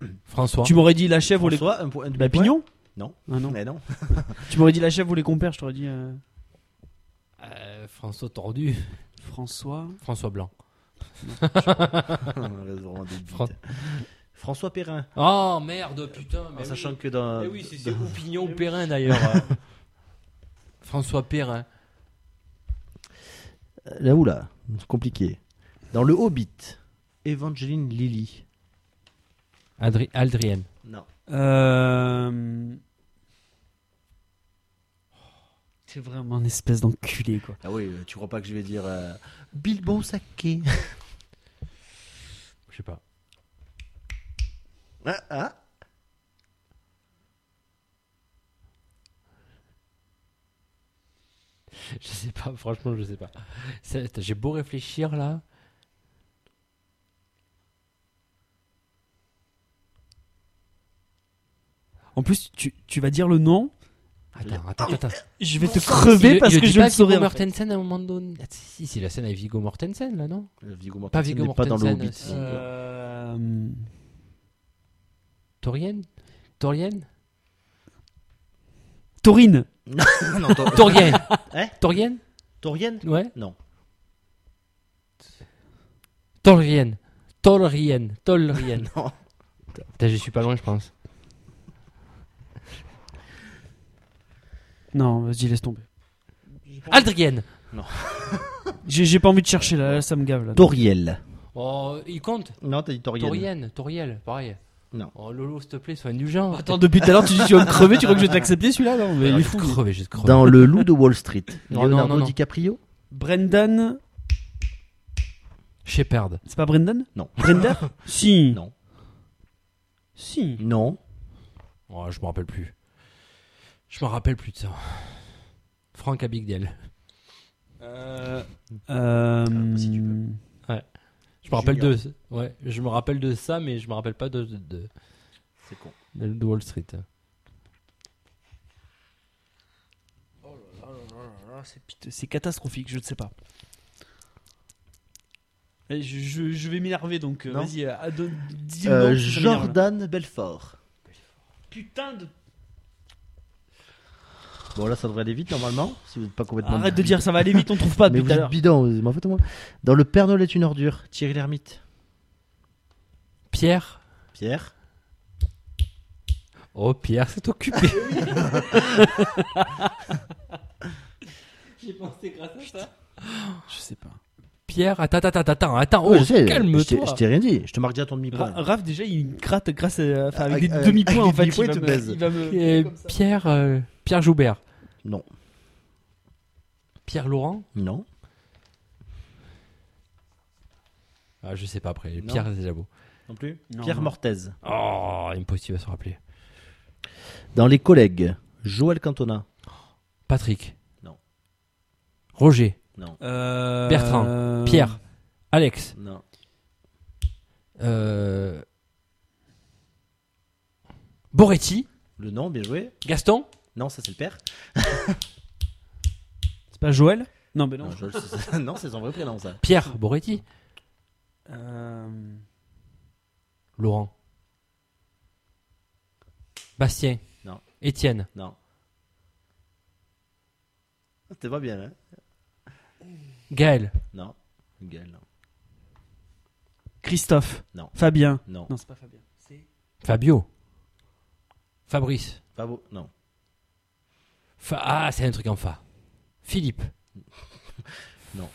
S2: pas.
S1: François.
S2: Tu m'aurais dit la chèvre ou les
S5: François, un point. un
S2: la Bah, pignon
S5: Non.
S2: Ah non.
S5: Mais non.
S2: Tu m'aurais dit la chef ou les compères, je t'aurais dit euh,
S1: Euh, François Tordu.
S2: François.
S1: François Blanc.
S5: On reste vraiment Ah, des bites.
S1: Fran-
S5: François Perrin.
S1: Oh merde, putain. Mais
S5: en
S1: oui.
S5: sachant que dans.
S1: Mais oui, c'est- c'est Opinion ou Perrin d'ailleurs. euh. François Perrin.
S4: Là où là
S5: C'est compliqué. Dans Le Hobbit, Evangeline Lilly.
S1: Adri- Aldrienne.
S5: Non.
S2: Euh... C'est vraiment une espèce d'enculé, quoi.
S5: Ah oui, euh, tu crois pas que je vais dire euh, Bilbon Saké
S1: Je sais pas.
S5: Ah, ah.
S1: Je sais pas, franchement, je sais pas. Ça, attends, J'ai beau réfléchir là.
S2: En plus, tu, tu vas dire le nom,
S1: Attends, attends, attends.
S2: je vais te crever parce que je le saurai.
S1: Viggo
S2: en fait.
S1: Mortensen à un moment donné. Ah, si, si, c'est la scène avec Viggo Mortensen là, non
S5: Euh, Viggo
S1: Pas
S5: Mortensen
S1: Viggo
S5: n'est pas dans
S1: Mortensen.
S5: Le Hobbit.
S1: c'est-
S2: Euh,
S1: Torienne Torienne
S2: Taurine.
S5: non, Tor-
S1: Torienne
S5: Hein
S1: Torienne
S5: Torienne
S1: Ouais
S5: Non.
S1: Tolrienne. Tolrienne. Tolrienne.
S5: Non.
S1: Putain, je suis pas loin, je pense.
S2: Non, vas-y, laisse tomber.
S1: Aldrienne
S2: J'ai j'ai pas envie de chercher, là, là, ça me gave, là.
S4: Toriel.
S1: Oh, il compte
S5: Non, t'as dit Torienne.
S1: Torienne, Toriel, pareil.
S5: Non.
S1: Oh, Lolo, s'il te plaît, sois indulgent.
S2: Attends, depuis tout à l'heure, tu dis tu vas me crever, tu crois que je vais t'accepter celui-là Non, mais il est
S1: je
S2: fou.
S1: vais te crever, je vais te crever.
S4: Dans Le Loup de Wall Street.
S1: Non,
S4: Leonardo
S1: non, non, non.
S4: DiCaprio.
S2: Brendan.
S1: Shepard.
S2: C'est pas Brendan
S5: Non.
S2: Brendan Si.
S5: Non.
S2: Si.
S5: Non.
S1: Oh, je me rappelle plus. Je me rappelle plus de ça. Franck Abigdel.
S2: Euh,
S5: Ah, si tu veux.
S1: Je me rappelle
S5: Junior.
S1: de, ouais, je me rappelle de ça, mais je me rappelle pas de de, de-
S5: C'est con.
S1: de- de Wall Street.
S2: Putain, C'est catastrophique, je ne sais pas. Eh, Je, je- je vais m'énerver donc euh,
S5: Non.
S2: vas-y, euh, ah, donne- dis-le
S4: Euh,
S2: donc, si ça m'énerve, là.
S4: Jordan Belfort.
S2: Putain de.
S4: Bon, là, ça devrait aller vite normalement. Si vous n'êtes pas complètement.
S2: Arrête de dire ça va aller vite, on trouve pas
S4: Mais vous
S2: depuis tout à
S4: êtes
S2: l'heure.
S4: bidon. vous- mais en fait, moi- Dans Le Père Noël est une ordure.
S5: Thierry Lhermitte.
S1: Pierre.
S5: Pierre.
S1: Oh Pierre, c'est occupé.
S2: Je sais pas.
S1: Pierre, attends, attends, attends, attends, attends.
S4: Ouais,
S1: Oh,
S4: je sais, je t'ai-
S1: calme-toi.
S4: Je t'ai rien dit.
S5: Je te marque déjà ton demi-point.
S2: Ra- Raph, déjà, il gratte grâce à, enfin, avec
S4: Avec-
S2: des
S4: avec-
S2: demi-points en
S4: avec
S2: fait.
S4: des
S2: Il
S4: demi-points,
S2: va,
S4: il te
S2: me,
S4: baise.
S2: il va me-
S1: Euh, Pierre, euh, Pierre Joubert,
S5: Non.
S1: Pierre Laurent.
S5: Non.
S1: Ah, je sais pas après.
S5: Non.
S1: Pierre, c'est déjà beau.
S5: Non plus
S2: Non,
S5: Pierre
S2: non.
S5: Mortez.
S1: Oh, impossible à se rappeler.
S4: Dans Les Collègues, Joël Cantona.
S1: Patrick.
S5: Non.
S1: Roger.
S5: Non.
S2: Euh,
S1: Bertrand, Pierre. Alex.
S5: Non.
S1: Euh... Boretti.
S5: Le nom, bien joué.
S1: Gaston.
S5: Non, ça c'est le père.
S2: C'est pas Joël Non, mais non.
S5: Non, Joël, c'est- non, c'est son vrai prénom ça.
S1: Pierre Boretti.
S2: Euh,
S1: Laurent. Bastien.
S5: Non.
S1: Étienne.
S5: Non. T'es pas bien, hein
S1: Gaël.
S5: Non. Gueule, non.
S2: Christophe.
S5: Non.
S2: Fabien.
S5: Non.
S2: Non, c'est pas Fabien. C'est
S1: Fabio. Fabrice.
S5: Fabo, non.
S1: Fa- Ah, c'est un truc en fa. Philippe.
S5: Non.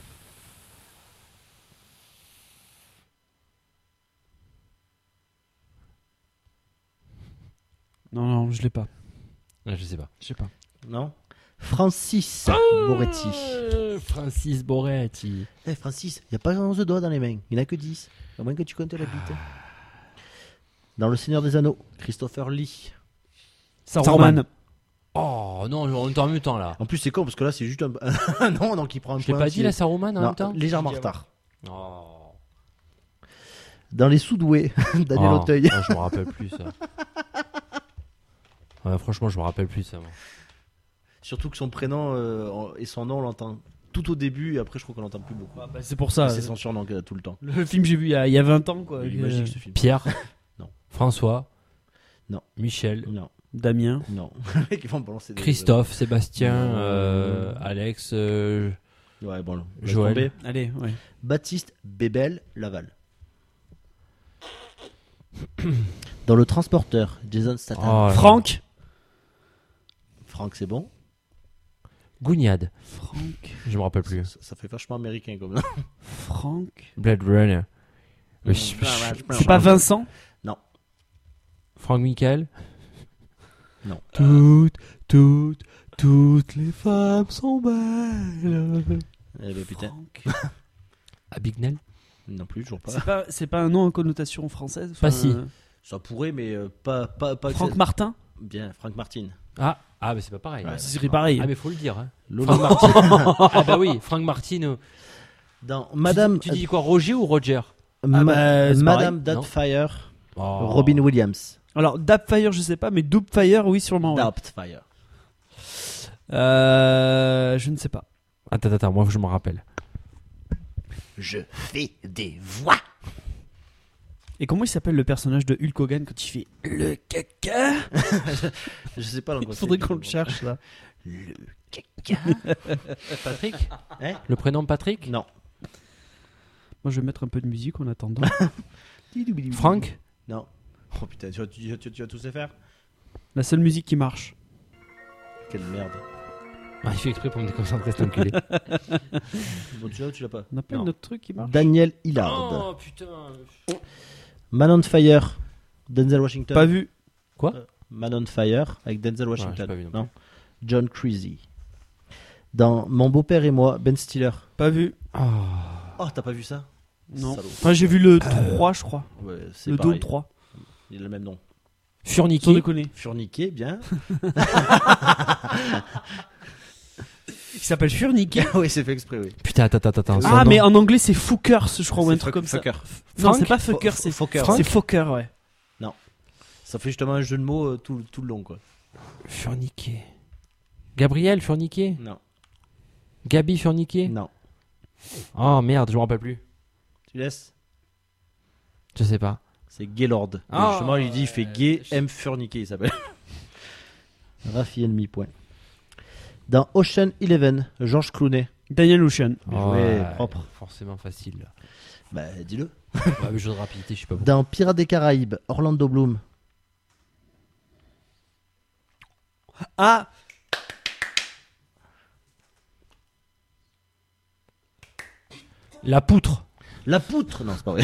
S2: Non, non, je l'ai pas.
S1: Ah, Je sais pas.
S2: Je sais pas.
S5: Non
S4: Francis Moretti.
S1: Euh, Francis Boretti.
S4: Eh Francis, il n'y a pas 11 doigts dans les mains. Il n'y en a que 10. À moins que tu comptes la bite. hein.
S1: Ah.
S4: Dans Le Seigneur des Anneaux, Christopher Lee.
S2: Saruman.
S1: Oh non, on est en même temps là.
S5: En plus, c'est con parce que là, c'est juste un. un nom, donc il prend un
S1: Je
S5: point.
S1: l'ai pas dit
S5: qui
S1: la
S5: est-
S1: Saruman en
S5: Non,
S1: même temps
S5: légèrement en retard.
S1: Oh.
S4: Dans Les Soudoués, Daniel
S1: Ah,
S4: Auteuil.
S1: ah, je me rappelle plus ça. Ouais, franchement, je me rappelle plus ça. moi.
S5: Surtout que son prénom euh, en- et son nom, on l'entend tout au début et après, je crois qu'on l'entend plus beaucoup.
S2: Ah, bah, c'est pour ça.
S5: c'est son surnom euh, tout le temps.
S2: Le film que j'ai vu il y a- il y a 20 ans, quoi.
S5: Il est
S2: que-
S5: magique ce film.
S1: Pierre.
S5: Non.
S1: François.
S5: Non.
S1: Michel.
S5: Non.
S2: Damien.
S5: Non. Les mecs, ils vont balancer des-
S1: Christophe, Sébastien, euh,
S5: Euh,
S1: Alex, euh,
S5: Ouais, bon. on va
S1: Joël.
S5: tomber.
S2: Allez, ouais.
S4: Baptiste Bébel Laval. Dans le transporteur, Jason Statham.
S1: Oh, là.
S2: Franck.
S4: Franck, c'est bon.
S1: Gougnade,
S2: Franck.
S1: je me rappelle plus.
S5: Ça, ça fait vachement américain comme nom.
S2: Franck.
S1: Blade Runner.
S5: Euh,
S1: Euh, Le
S5: Mm.
S1: ch- ch-
S2: C'est pas Vincent
S1: Franck Michael.
S5: Non.
S1: Toutes, toutes, toutes les femmes sont belles.
S5: Eh ben, putain.
S2: Franck.
S1: Abignel.
S5: Non plus, toujours pas.
S2: C'est pas, c'est pas un nom en connotation française enfin,
S1: Pas si.
S2: euh,
S5: Ça pourrait, mais euh, pas, pas, pas que
S2: Franck
S5: ça-
S2: Martin
S5: Bien, Franck Martin.
S1: Ah, ah, mais c'est pas pareil.
S5: Ouais.
S2: Ça serait pareil.
S1: Ah, mais faut le dire. hein.
S5: Lola
S1: Franck-
S5: Martin.
S1: ah, bah oui, Franck Martine.
S4: Dans Madame,
S1: Tu
S2: euh,
S1: dis quoi, Roger ou Roger
S5: Ah,
S4: Ma-
S2: bah, c'est
S4: Madame
S1: pareil, non
S4: Doubtfire,
S1: Oh.
S4: Robin Williams.
S2: Alors, Dapfire, je sais pas, mais Doopfire, oui, sûrement. ouais.
S5: Doubtfire.
S2: Euh, je ne sais pas.
S1: Attends, attends, moi je m'en rappelle.
S4: Je fais des voix.
S2: Et comment il s'appelle le personnage de Hulk Hogan quand il fait le caca
S5: Je sais pas
S2: Il faudrait qu'on le cherche, là.
S1: Patrick
S4: Hein
S1: Le prénom Patrick
S5: Eh Non.
S2: Moi, je vais mettre un peu de musique en attendant.
S1: Franck
S5: Non. Oh putain, tu vas, tu, tu- tu vas tous les faire
S2: La seule musique qui marche.
S5: Quelle merde.
S1: ah, Il fait exprès pour me déconcentrer, cet enculé.
S5: Bon, tu l'as ou tu l'as pas
S2: On n'a pas
S5: Non.
S2: un autre truc qui marche
S4: Daniel
S1: Oh.
S4: Hillard.
S1: putain.
S4: Man on Fire, Denzel Washington.
S2: Pas vu.
S4: Man on Fire avec Denzel Washington.
S1: pas vu non plus.
S4: John Creasy. Dans Mon beau-père et moi, Ben Stiller.
S2: Pas vu.
S5: Oh, t'as pas vu ça
S2: Non.
S5: Salaud.
S2: Enfin, Ah, j'ai vu le 3, je crois.
S5: Ouais, c'est
S2: Le 2 ou
S5: pareil.
S2: le 3.
S5: Il a le même nom.
S2: Sans
S1: Furniqué.
S2: déconner.
S5: Furniqué, bien.
S2: Il s'appelle Furniqué.
S5: oui, c'est fait exprès, oui.
S1: Putain, attends, attends, attends.
S2: Ah,
S1: son
S2: mais
S1: nom.
S2: en anglais, c'est Fookers, je crois, ou un
S5: C'est
S2: truc
S5: fuck-
S2: comme ça.
S5: fucker.
S2: Non,
S1: Frank
S2: c'est pas Fucker,
S5: Fo-
S2: c'est
S5: fucker.
S2: C'est Fokker, ouais.
S5: Ça fait justement un jeu de mots euh, tout, tout le long, quoi.
S1: Furniqué. Gabriel Furniqué
S5: Non.
S1: Gabi Furniqué
S5: Non.
S1: Oh merde, je me rappelle plus.
S5: Tu laisses
S1: Je sais pas.
S5: C'est Gaylord. Et
S1: Ah,
S5: justement, il dit il fait
S1: euh,
S5: gay,
S1: je-
S5: aime furniqué, il s'appelle.
S4: Raffi Enemy, point. Dans Ocean Eleven, Georges Clooney.
S2: Daniel Ocean.
S4: Bien joué, propre.
S1: Forcément facile. là.
S5: Bah, dis-le.
S1: ouais, mais jeu de rapidité, je suis pas bon.
S4: Dans Pirates des Caraïbes, Orlando Bloom.
S2: Ah
S1: La poutre.
S4: La poutre Non, c'est pas vrai.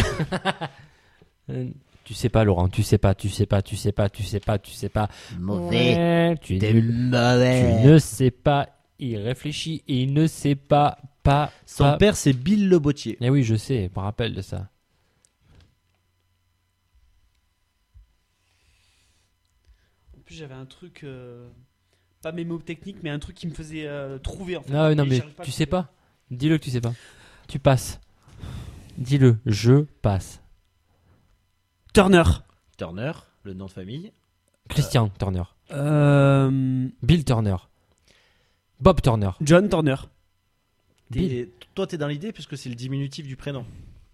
S1: Euh, Tu sais pas, Laurent, tu sais pas, tu sais pas, tu sais pas, tu sais pas, tu sais pas.
S4: Mauvais.
S1: Ouais, tu es
S4: T'es
S1: nul. Tu
S4: mauvais.
S1: ne sais pas. Il réfléchit et il ne sait pas, pas,
S5: Son
S1: pas.
S5: père, c'est Bill Le Bottier.
S1: Eh oui, je sais, je me rappelle de ça.
S2: En plus, j'avais un truc. euh, Pas mes mots techniques, mais un truc qui me faisait euh, trouver. En fait.
S1: Non, non,
S2: Et
S1: mais
S2: j'arrive à
S1: tu
S2: le
S1: sais
S2: trouver.
S1: pas. Dis-le que tu sais pas. Tu passes. Dis-le, je passe.
S2: Turner.
S5: Turner, le nom de famille.
S1: Christian Turner.
S2: Euh,
S1: Bill Turner. Bob Turner.
S2: John Turner.
S5: T'es-
S1: Bill.
S5: Toi, t'es dans l'idée puisque c'est le diminutif du prénom.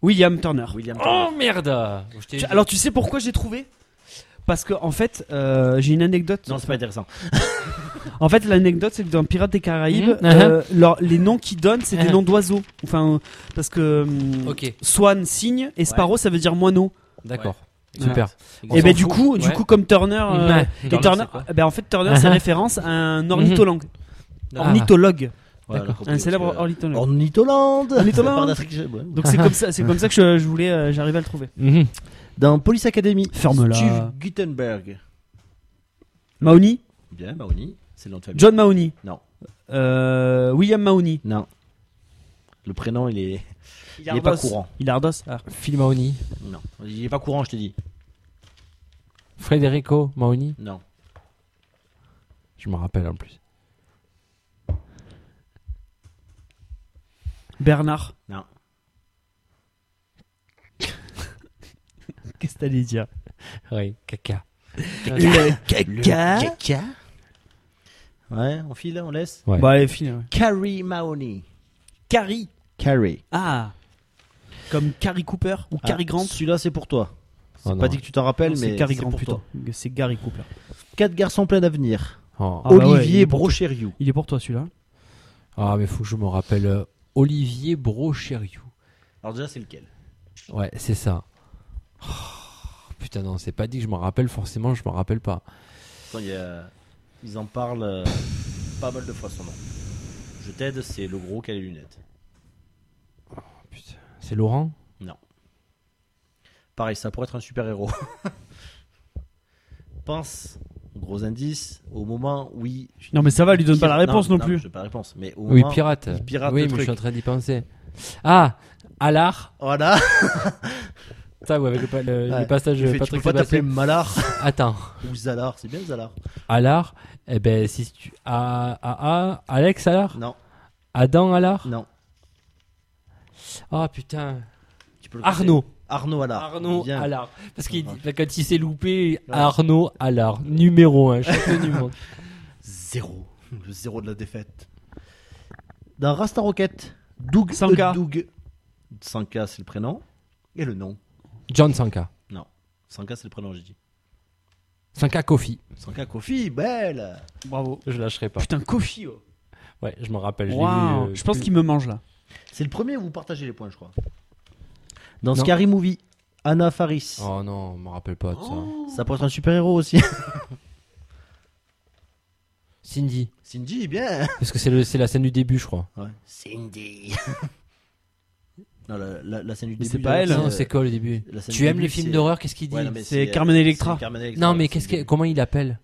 S2: William Turner.
S5: William
S1: Oh
S5: Turner.
S1: merde Je t'ai
S2: Tu-
S1: dit.
S2: alors, tu sais pourquoi j'ai trouvé parce que en fait, euh, j'ai une anecdote.
S5: Non, c'est pas intéressant.
S2: En fait, l'anecdote, c'est que dans Pirates des Caraïbes,
S1: Mhm,
S2: euh, leur- les noms qu'ils donnent, c'est des
S1: Mhm.
S2: noms d'oiseaux. Enfin, parce que hum,
S1: Ok,
S2: Swan signe et Sparrow, ça veut dire moineau.
S1: d'accord.
S2: Ouais.
S1: Super. On
S2: et
S1: s'en
S2: ben du
S1: fout.
S2: coup, du
S1: Ouais.
S2: coup, comme Turner, euh,
S1: Ouais.
S2: et
S1: Turner,
S2: Turner,
S1: c'est quoi
S2: ben, en fait, Turner, c'est
S1: Mhm.
S2: référence à un ornithologue,
S1: Ah.
S2: ornithologue,
S5: Voilà, euh,
S1: D'accord.
S5: compris,
S2: un
S5: parce
S2: célèbre
S5: que-
S2: ornithologue.
S4: Ornithologue.
S2: Ornithologue.
S4: Ça part d'Afrique, je- ouais.
S2: Donc c'est comme ça, c'est comme ça que je, je voulais, euh, j'arrivais à le trouver.
S1: Mhm.
S4: Dans Police Academy,
S2: Ferme-la.
S5: Steve Gutenberg.
S2: Mahoney,
S5: Bien, Mahoney. C'est le nom de famille.
S2: John Mahoney,
S5: Non.
S2: Euh, William Mahoney,
S5: Non. Le prénom, il est, il est pas courant.
S2: Il est Ardos. Ah.
S1: Phil Mahoney.
S5: Non. Il est pas courant, je te dis.
S1: Federico Mahoney.
S5: Non.
S1: Je me rappelle en plus.
S2: Bernard.
S5: Non.
S2: Qu'est-ce que t'allais dire
S1: Oui, caca.
S4: Le caca. Ouais, on file, on laisse.
S1: Ouais.
S2: Bah allez, file. ouais.
S4: Carrie Mahoney.
S2: Carrie.
S4: Carrie.
S2: Ah. Comme Carrie Cooper ou Carrie
S4: Ah,
S2: Grant.
S4: Celui-là, c'est pour toi.
S1: Oh,
S4: C'est
S1: non.
S4: pas dit que tu t'en rappelles,
S2: Non,
S4: mais.
S2: c'est Carrie
S4: c'est
S2: Grant
S4: pour
S2: putain.
S4: toi.
S2: C'est Gary Cooper.
S4: Quatre garçons pleins d'avenir.
S1: Oh.
S2: Ah bah ouais, il
S4: Olivier
S2: est pour-
S4: Brochériou.
S2: Il est pour toi celui-là.
S1: Ah, mais faut que je me rappelle euh, Olivier Brochériou.
S5: Alors déjà, c'est lequel
S1: Ouais, c'est ça. Oh, putain, non, c'est pas dit que je m'en rappelle, forcément, je m'en rappelle pas.
S5: Attends, il y a- Ils en parlent euh, pas mal de fois son nom. Je t'aide, c'est le gros qui a les lunettes.
S1: Putain. C'est Laurent
S5: Pareil, ça pourrait être un super-héros. Pense, gros indice, au moment où il...
S2: Non, mais ça va, Ah bah, lui donne pas la
S5: Pirate-
S2: réponse non plus.
S5: Je donne pas la réponse, mais au
S1: Oui,
S5: moment...
S1: pirate.
S5: il pirate
S1: oui,
S5: le
S1: mais je suis
S5: truc.
S1: en train d'y penser. Ah Allard
S5: Voilà
S1: Ça, ouais, avec le, pa- le-
S5: Ouais.
S1: le passage
S5: Tu fais, Tu peux
S1: Patrick
S5: pas t'appeler
S1: Sébastien.
S5: Malard
S1: Attends,
S5: ou Zalar, c'est bien Zalar
S1: Allard, eh ben, si tu. Ah, ah, ah, Alex Allard
S5: Non,
S1: Adam Allard
S5: non.
S1: Ah putain
S5: Tu peux le compter.
S1: Arnaud
S5: Arnaud Allard.
S1: Arnaud
S5: Bien.
S1: Allard. Parce qu'il
S5: Ouais.
S1: dit, quand il s'est loupé, Arnaud Allard, numéro 1, champion du monde.
S5: Zéro. Le zéro de la défaite.
S4: Dans Rasta Rocket, Doug.
S2: Sanka.
S4: euh, Doug.
S5: Sanka, c'est le prénom. Et le nom.
S1: John Sanka.
S5: Non. Sanka, c'est le prénom, j'ai dit.
S1: Sanka Kofi.
S5: Sanka Kofi, belle
S2: Bravo.
S1: Je lâcherai pas.
S2: Putain, Kofi. oh.
S1: Ouais, je me rappelle. l'ai
S2: Waouh.
S1: vu, euh,
S2: Je pense
S1: plus-
S2: qu'il me mange là.
S5: C'est le premier où vous partagez les points, je crois.
S4: Dans
S1: Non.
S4: Scary Movie, Anna Faris.
S1: Oh non, je me rappelle pas de ça.
S5: Oh.
S4: Ça pourrait être un super-héros aussi.
S1: Cindy.
S5: Cindy, bien
S1: Parce que c'est le- c'est la scène du début, je crois.
S5: Cindy Non, la, la- la scène du
S2: Mais
S5: début.
S2: c'est pas
S5: là,
S2: elle,
S5: euh,
S1: Non, c'est quoi le début
S5: la scène
S1: Tu
S5: du
S1: aimes
S5: début,
S1: les films
S5: c'est-
S1: d'horreur Qu'est-ce qu'il dit
S5: Ouais, non, mais
S2: C'est Carmen Electra.
S5: c'est Carmen Electra.
S1: Non, mais
S5: c'est
S1: qu'est-ce
S5: le
S1: que,
S5: début.
S1: comment il appelle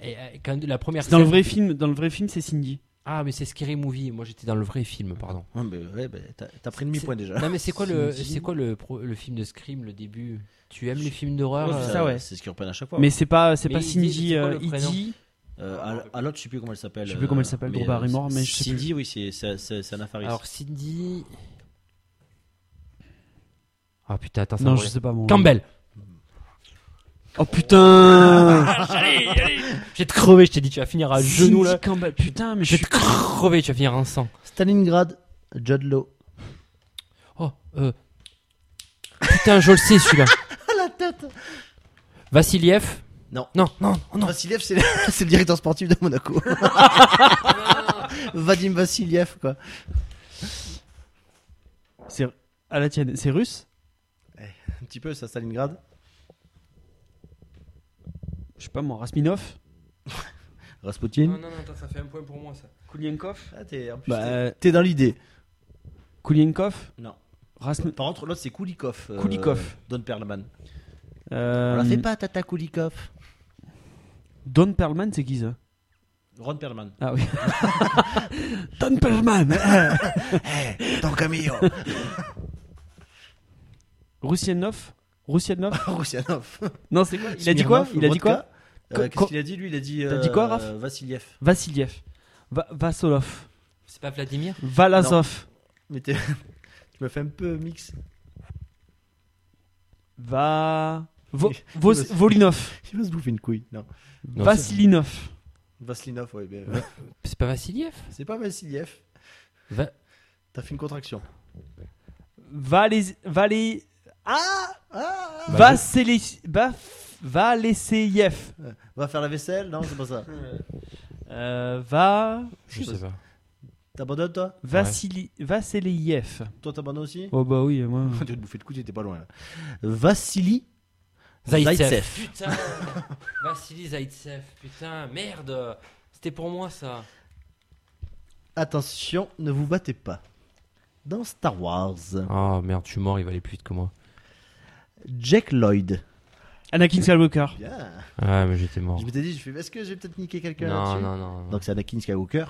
S1: Et, euh, quand la première
S2: C'est Dans le
S1: scène-
S2: vrai film, dans le vrai film, c'est Cindy.
S1: Ah, mais c'est Scary Movie. Moi, j'étais dans le vrai film, pardon.
S5: Ouais, mais ouais, bah, t'as t'as pris demi-point déjà.
S1: Non, mais c'est quoi le,
S5: Cindy.
S1: c'est quoi le, pro- le film de Scream, le début Tu aimes les films
S5: Ouais,
S1: d'horreur
S5: c'est
S1: euh,
S2: Oh, ça, ouais.
S5: C'est ce qui reprennent à chaque fois.
S2: Mais c'est pas, c'est
S1: Mais
S2: pas
S1: il dit-
S2: Cindy.
S1: c'est quoi le
S2: euh, Il
S1: prénom
S2: dit.
S5: Euh, à- à l'autre, je sais plus comment elle s'appelle. euh,
S2: Je sais plus comment elle s'appelle,
S5: mais,
S2: pour Barrymore, mais je sais
S5: Cindy, oui, c'est- c'est c'est- c'est Anna Faris.
S1: Euh, Alors, Cindy. Ah putain, attends, ça
S2: Non,
S1: me
S2: je
S1: revient.
S2: sais pas. moi.
S1: Campbell
S2: Oh putain.
S1: J'ai te crevé, je t'ai dit, tu vas finir à genoux Ah, là.
S2: Cindy Campbell. Putain, mais
S1: Je vais
S2: je suis.
S1: te crever, tu vas finir en sang.
S4: Stalingrad, Judd Law.
S1: Oh, euh. Putain, je le sais celui-là.
S4: La tête
S1: Vassiliev
S5: Non.
S1: Non, non,
S2: Oh
S1: non.
S4: Vassiliev, c'est le, c'est le directeur sportif de Monaco. Vadim Vassiliev, quoi.
S2: C'est à la tienne. C'est russe.
S5: Un petit peu, ça, Stalingrad.
S2: Je sais pas moi. Rasminov.
S5: Rasputin.
S1: non, attends, ça fait un point pour moi ça.
S2: Kulienkov.
S5: Ah, t'es en plus,
S2: Bah, euh,
S5: t'es dans l'idée.
S2: Kulienkov.
S5: Non.
S2: Rasminov.
S5: Par contre, l'autre, c'est Koulikov. euh,
S2: Koulikov. Euh,
S5: Don Perlman.
S4: On la fait pas, Tata Koulikov.
S2: Don Perlman, c'est qui ça
S5: Ron Perlman.
S2: Ah oui. Don Perlman.
S4: Don Camillo.
S2: Russianov. Russianov.
S5: Rossianov.
S2: Non, c'est quoi Il a dit quoi Il a dit quoi Ko-
S5: Euh, Qu'est-ce qu'il a dit, lui Il a dit.
S2: T'as
S5: euh,
S2: dit quoi, Raph
S5: Vassiliev.
S2: Vassiliev. Va- Vassolov.
S1: C'est pas Vladimir
S2: Valasov.
S5: Mais t'es- tu me fais un peu mix.
S2: Va. Vo-
S5: Il-
S2: Vos-
S5: il va se-
S2: Volinov.
S5: Tu vas se bouffer une couille. Non.
S1: Non,
S2: Vassilinov.
S5: Vaslinov, ouais. bien.
S1: C'est pas Vassiliev
S5: C'est pas Vassiliev.
S1: Va-
S5: T'as fait une contraction.
S2: Valais. Valais.
S5: Ah Ah
S2: Vassili- Baf- Valeseyev.
S5: Va faire la vaisselle Non, c'est pas ça.
S2: Euh, va.
S1: Je sais pas.
S5: T'abandonnes, toi
S2: Vassili. Vasseleyev.
S5: Toi, t'abandonnes aussi
S2: Oh bah oui, moi.
S5: Tu vas te bouffer le coup, t'étais pas loin. là. Vassili
S1: Zaitsev.
S5: Zaitsev.
S1: Putain Vassili Zaitsev, putain, merde C'était pour moi ça.
S5: Attention, ne vous battez pas. Dans Star Wars,
S1: Ah merde, je suis mort, il va aller plus vite que moi.
S5: Jack Lloyd.
S2: Anakin Skywalker.
S5: Bien.
S1: Ah, mais j'étais mort.
S5: Je m'étais dit, je fais, est-ce que j'ai peut-être niqué quelqu'un
S1: Non,
S5: là-dessus
S1: non, non. non.
S5: Donc c'est Anakin Skywalker,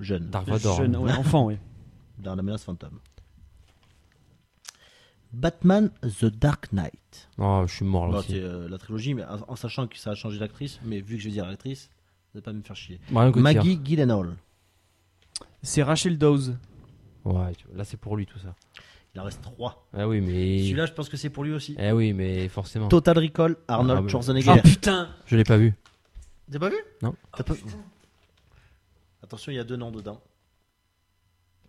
S5: jeune,
S1: Dark Vador.
S2: Jeune, ouais, enfant, oui.
S5: dans La menace fantôme. Batman The Dark Knight.
S1: Oh, je suis mort là
S5: Bon,
S1: aussi.
S5: c'est euh, la trilogie, mais en, en sachant que ça a changé d'actrice, mais vu que je vais dire l'actrice, vous allez pas me faire chier.
S1: Marion Cotillard.
S5: Maggie Gyllenhaal.
S2: C'est Rachel Dawes.
S1: Ouais, tu- là c'est pour lui tout ça.
S5: Il en reste 3.
S1: Ah oui, mais.
S5: Celui-là, je pense que c'est pour lui aussi.
S1: Eh oui, mais forcément.
S5: Total Recall,
S1: Ah,
S5: Arnold
S1: mais-
S5: Schwarzenegger.
S2: putain
S1: Je l'ai pas vu.
S5: T'as pas vu
S1: Non.
S5: T'as pas- Attention, il y a deux noms dedans.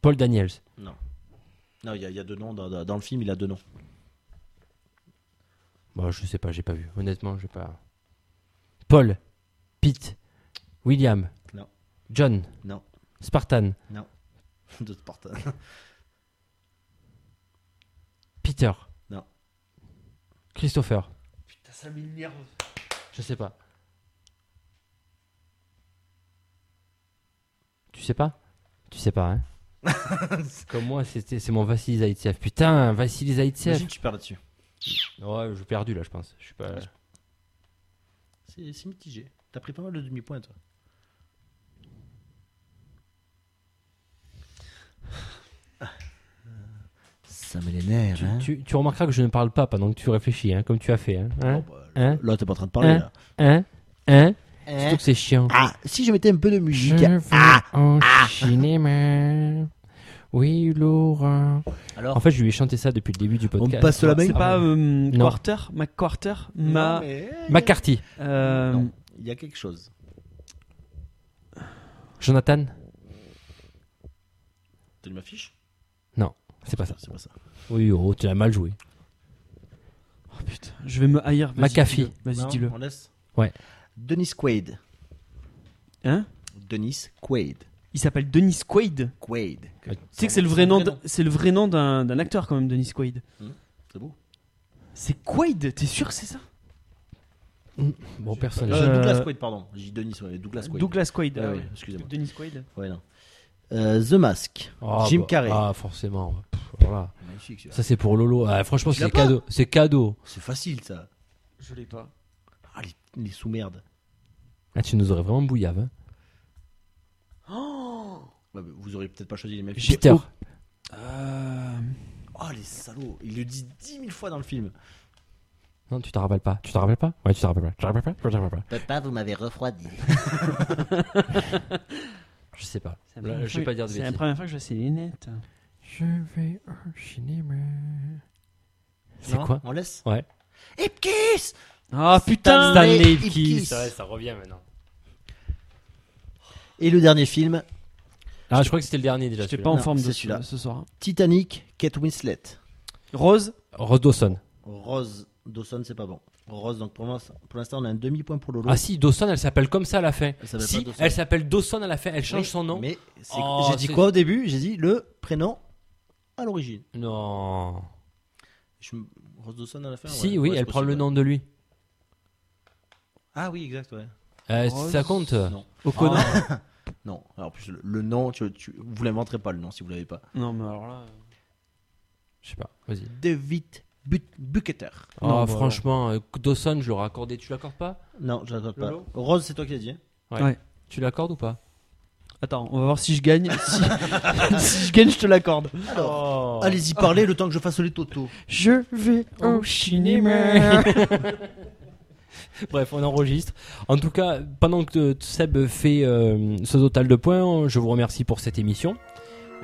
S1: Paul Daniels.
S5: Non. Non, il y, a- il y a deux noms. Dans, dans- dans le film, il a deux noms.
S1: Bah, je sais pas, j'ai pas vu. Honnêtement, j'ai pas. Paul, Pete, William,
S4: Non.
S1: John,
S4: Non.
S1: Spartan,
S4: de Spartan.
S1: Peter,
S4: Non.
S1: Christopher,
S4: Putain, ça m'énerve.
S1: je sais pas. Tu sais pas Tu sais pas, hein Comme moi, c'était- c'est mon Vassili Zaitsev. Putain, Vassili Zaitsev
S5: Imagine que tu perds là-dessus.
S1: Ouais, j'ai perdu là, je pense. Je suis pas.
S4: C'est c'est mitigé. T'as pris pas mal de demi-points, toi. Ça me l'énerve,
S5: hein.
S1: Tu, tu- tu remarqueras que je ne parle pas pendant que tu réfléchis, hein, comme tu as fait. Hein, hein,
S5: Oh, bah,
S1: hein,
S4: Là, t'es pas en train de parler,
S1: Hein
S4: là.
S1: hein, hein. Surtout que c'est chiant.
S4: Ah, si je mettais un peu de musique.
S1: Je vais
S4: Ah
S1: en cinéma. Oui, Laurent.
S5: Alors,
S1: En fait, je lui ai chanté ça depuis le début du
S4: On
S1: podcast.
S4: passe la main
S2: C'est pas euh,
S1: Non.
S2: Quarter McQuarter Ma.
S4: Non, mais-
S1: McCarthy,
S2: euh,
S4: Non, il y a quelque chose.
S1: Jonathan,
S5: tu m'affiches
S1: c'est pas Ah, ça.
S5: C'est pas ça.
S1: Oui, oh, tu as mal joué.
S2: oh, putain, je vais me haïr. Vas-y,
S1: McAfee.
S2: dis-le. Vas-y,
S5: Non,
S2: dis-le.
S5: On laisse.
S4: Denis Quaid.
S2: Hein
S4: Denis Quaid.
S2: Il s'appelle Dennis Quaid.
S4: Quaid.
S1: Ah,
S2: Tu sais que c'est le vrai nom, d- c'est le vrai nom d'un d'un acteur quand même, Dennis Quaid.
S4: C'est beau.
S2: C'est Quaid, t'es sûr que c'est ça
S1: Bon, personne.
S5: Euh,
S2: Je-
S5: Douglas Quaid, pardon. J'ai dit Denis, ouais, Douglas Quaid.
S2: Douglas Quaid.
S5: Ah
S2: ah
S5: oui,
S2: ouais.
S5: excusez-moi.
S2: Dennis Quaid.
S4: Ouais, non. Euh, The Mask.
S1: Ah,
S4: Jim
S1: bah,
S4: Carrey.
S1: Ah, forcément. Pff, voilà.
S5: Magnifique, celui-là.
S1: Ça, c'est pour Lolo. Ah, franchement,
S5: Tu l'as
S1: c'est
S5: pas
S1: cadeau. C'est cadeau.
S5: C'est facile, ça.
S2: Je l'ai pas.
S4: Ah, les, les sous-merdes.
S1: Ah, tu nous aurais vraiment bouillave. hein.
S5: Ouais, mais vous auriez peut-être pas choisi les mêmes films.
S1: Peter,
S2: Euh...
S5: Oh, les salauds. Il le dit 10 000 fois dans le film.
S1: non, tu te rappelles pas. Tu te rappelles pas Ouais, tu te rappelles pas. Tu te rappelles pas Tu te rappelles pas
S4: Papa, vous m'avez refroidi.
S1: Je sais pas.
S2: c'est la
S1: Là,
S2: première
S1: je
S2: fois
S1: vais
S2: que-
S1: pas dire de
S2: C'est la
S1: bêtises.
S2: première fois que je vois ces lunettes.
S1: Je vais au cinéma. C'est
S5: Non
S1: quoi
S5: On laisse
S1: Ouais.
S5: Ipkiss
S2: Ah putain
S1: Stanley
S4: Stanley
S1: Ipkiss.
S4: Ipkiss.
S1: Ouais, ça revient maintenant.
S4: Et le dernier film,
S1: Ah, je crois que c'était le dernier déjà.
S2: J'étais pas
S1: celui-là.
S2: en
S4: Non,
S2: forme de
S4: c'est
S2: celui
S4: celui-là.
S2: ce soir. hein.
S4: Titanic, Kate Winslet.
S2: Rose,
S1: Ross Dawson.
S4: Rose Dawson, c'est pas bon. Rose, donc pour l'instant, pour l'instant, on a un demi-point pour Lolo.
S1: Ah si, Dawson, elle s'appelle comme ça à la fin.
S4: Elle s'appelle
S1: si,
S4: pas Dawson.
S1: elle s'appelle Dawson à la fin, elle change
S4: Oui,
S1: son nom.
S4: Mais c'est-
S1: Oh,
S4: j'ai dit
S1: c'est-
S4: quoi au début J'ai dit le prénom à l'origine.
S1: Non.
S5: Je me- Rose Dawson à la fin
S1: si,
S5: ouais.
S1: oui,
S5: Ouais,
S1: elle
S5: c'est
S1: prend le
S5: possible,
S1: nom de lui.
S5: ouais. Ah oui, exact, ouais.
S1: Euh,
S2: Rose-
S1: ça compte
S5: Oh, Non.
S2: O'Connor.
S5: Ah. non, alors en plus le, le nom, tu, tu- vous l'inventerez pas le nom si vous l'avez pas.
S2: Non mais alors là. euh,
S1: Je sais pas, vas-y.
S4: David Bu- Bucketer.
S1: Oh,
S2: Non, bah,
S1: franchement, euh, Dawson, je l'aurais accordé. Tu l'accordes pas
S4: Non, je l'accorde pas.
S2: Lolo
S4: Rose, c'est toi qui l'as dit. hein
S1: Tu l'accordes ou pas
S2: Attends, on va voir si je gagne. Si, si je gagne, je te l'accorde.
S4: Alors,
S5: Oh.
S4: allez-y, parlez le temps que je fasse les totos.
S2: Je vais au cinéma.
S1: Bref, on enregistre. En tout cas, pendant que euh, Seb fait euh, ce total de points, on- je vous remercie pour cette émission.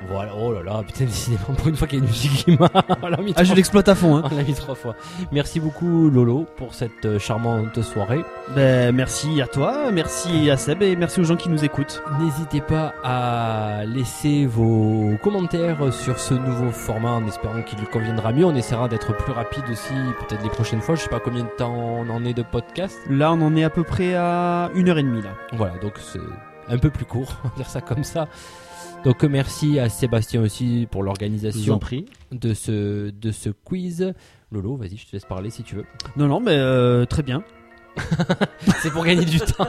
S1: Voilà, oh là là, putain, décidément, pour une fois qu'il y a une musique qui m'a. on l'a mis
S2: Ah, je
S1: trois-
S2: l'exploite à fond. Hein.
S1: on l'a mis trois fois. Merci beaucoup, Lolo, pour cette euh, charmante soirée.
S2: Ben, merci à toi, merci à Seb et merci aux gens qui nous écoutent.
S1: N'hésitez pas à laisser vos commentaires sur ce nouveau format en espérant qu'il conviendra mieux. On essaiera d'être plus rapide aussi, peut-être les prochaines fois. Je sais pas combien de temps on en est de podcast.
S2: Là, on en est à peu près à une heure et demie là.
S1: Voilà, donc c'est un peu plus court, on va dire ça comme ça. Donc euh, merci à Sébastien aussi
S4: Je
S1: pour
S4: vous en
S1: l'organisation
S4: prie.
S1: de ce, de ce quiz. Lolo, vas-y, je te laisse parler si tu veux.
S2: Non, non, mais euh, très bien.
S1: C'est pour gagner du temps.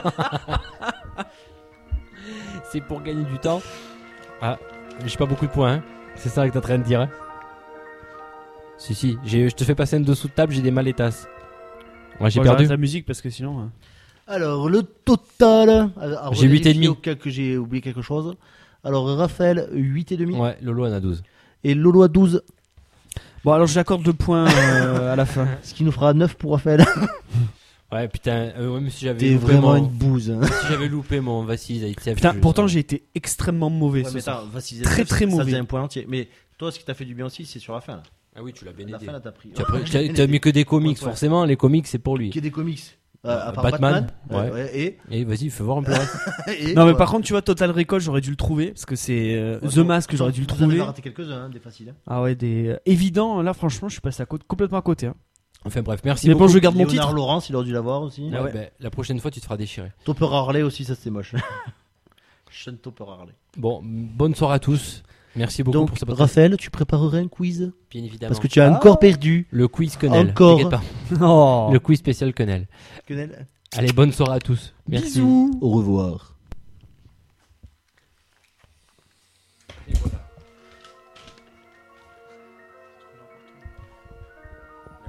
S1: C'est pour gagner du temps. Ah, j'ai pas beaucoup de points. hein. C'est ça que t'es en train de dire. hein si, si, j'ai- je te fais passer un dessous de table, j'ai des malétas. Ouais, j'ai
S2: Bon,
S1: perdu.
S2: j'arrête la musique parce que sinon. euh,
S4: Alors, le total. à- à
S1: J'ai huit et
S4: revérifier
S1: demi.
S4: au cas que j'ai oublié quelque chose. Alors, Raphaël, 8 et demi.
S1: Ouais, Lolo en a 12.
S4: Et Lolo à 12,
S2: Bon, alors j'accorde le point euh, à la fin.
S4: ce qui nous fera 9 pour Raphaël.
S1: Ouais, putain, euh, ouais, mais si j'avais
S4: T'es
S1: loupé,
S4: vraiment
S1: mon-
S4: une bouse. hein.
S1: si j'avais loupé mon Vassili Zaitsev,
S2: Putain,
S1: je-
S2: pourtant j'ai été extrêmement mauvais
S5: Ouais,
S2: ce
S5: mais
S2: soir.
S5: attends, Vasily
S2: Très,
S5: Zaitsev,
S2: très
S5: ça-
S2: mauvais.
S5: Ça faisait un point entier. Mais toi, ce qui t'a fait du bien aussi, c'est sur la fin. Là.
S1: Ah oui, tu l'as bien
S5: La
S1: aidé.
S5: fin, là, t'as pris.
S1: Tu as pris- T'as t'as mis que des comics,
S5: Ouais, ouais.
S1: forcément, les comics c'est pour lui.
S4: Qui est des comics. Euh, à part
S1: Batman,
S4: Batman. Euh,
S1: ouais.
S4: et,
S1: Et vas-y, fais voir un peu. le reste.
S4: et-
S2: Non mais
S4: ouais.
S2: par contre tu vois Total Recall j'aurais dû le trouver parce que c'est euh,
S4: Ouais,
S2: The
S4: non.
S2: Mask j'aurais dû le
S4: Vous en avez
S2: trouver. euh,
S4: raté quelques-uns, hein, des faciles. hein.
S2: Ah ouais des évident là franchement je suis passé à côté complètement à côté. hein.
S1: Enfin bref, merci.
S2: Mais bon,
S1: beaucoup.
S2: je garde mon
S5: Léonard
S2: titre.
S5: Laurence, il aurait dû l'avoir aussi.
S1: Ouais,
S2: Ah ouais.
S1: ben, la prochaine fois, tu te feras déchirer.
S5: Topper Harley aussi, ça c'est moche. Sean Topper Harley.
S1: Bon, m- bonne soirée à tous. Merci beaucoup
S5: Donc,
S1: pour ce podcast.
S5: Raphaël, tu préparerais un quiz
S1: Bien évidemment.
S5: Parce que tu as
S7: Ah,
S5: encore perdu.
S1: Le quiz Quenel.
S5: Encore.
S1: T'inquiète pas.
S2: Oh.
S1: Le quiz spécial Quenel.
S5: Quenelle.
S1: Allez, bonne soirée à tous. Merci.
S2: Bisous.
S5: Au revoir.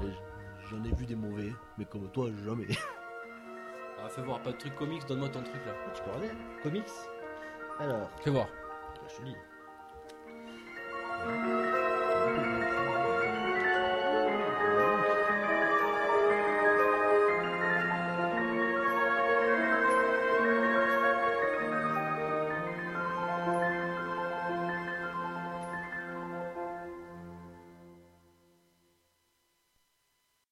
S7: Euh, J'en ai vu des mauvais, mais comme toi, jamais.
S1: Ah, fais voir, pas de truc comics, donne-moi ton truc là.
S5: Tu peux regarder, hein. Comics Alors,
S1: Fais voir.
S5: bah, je te lis.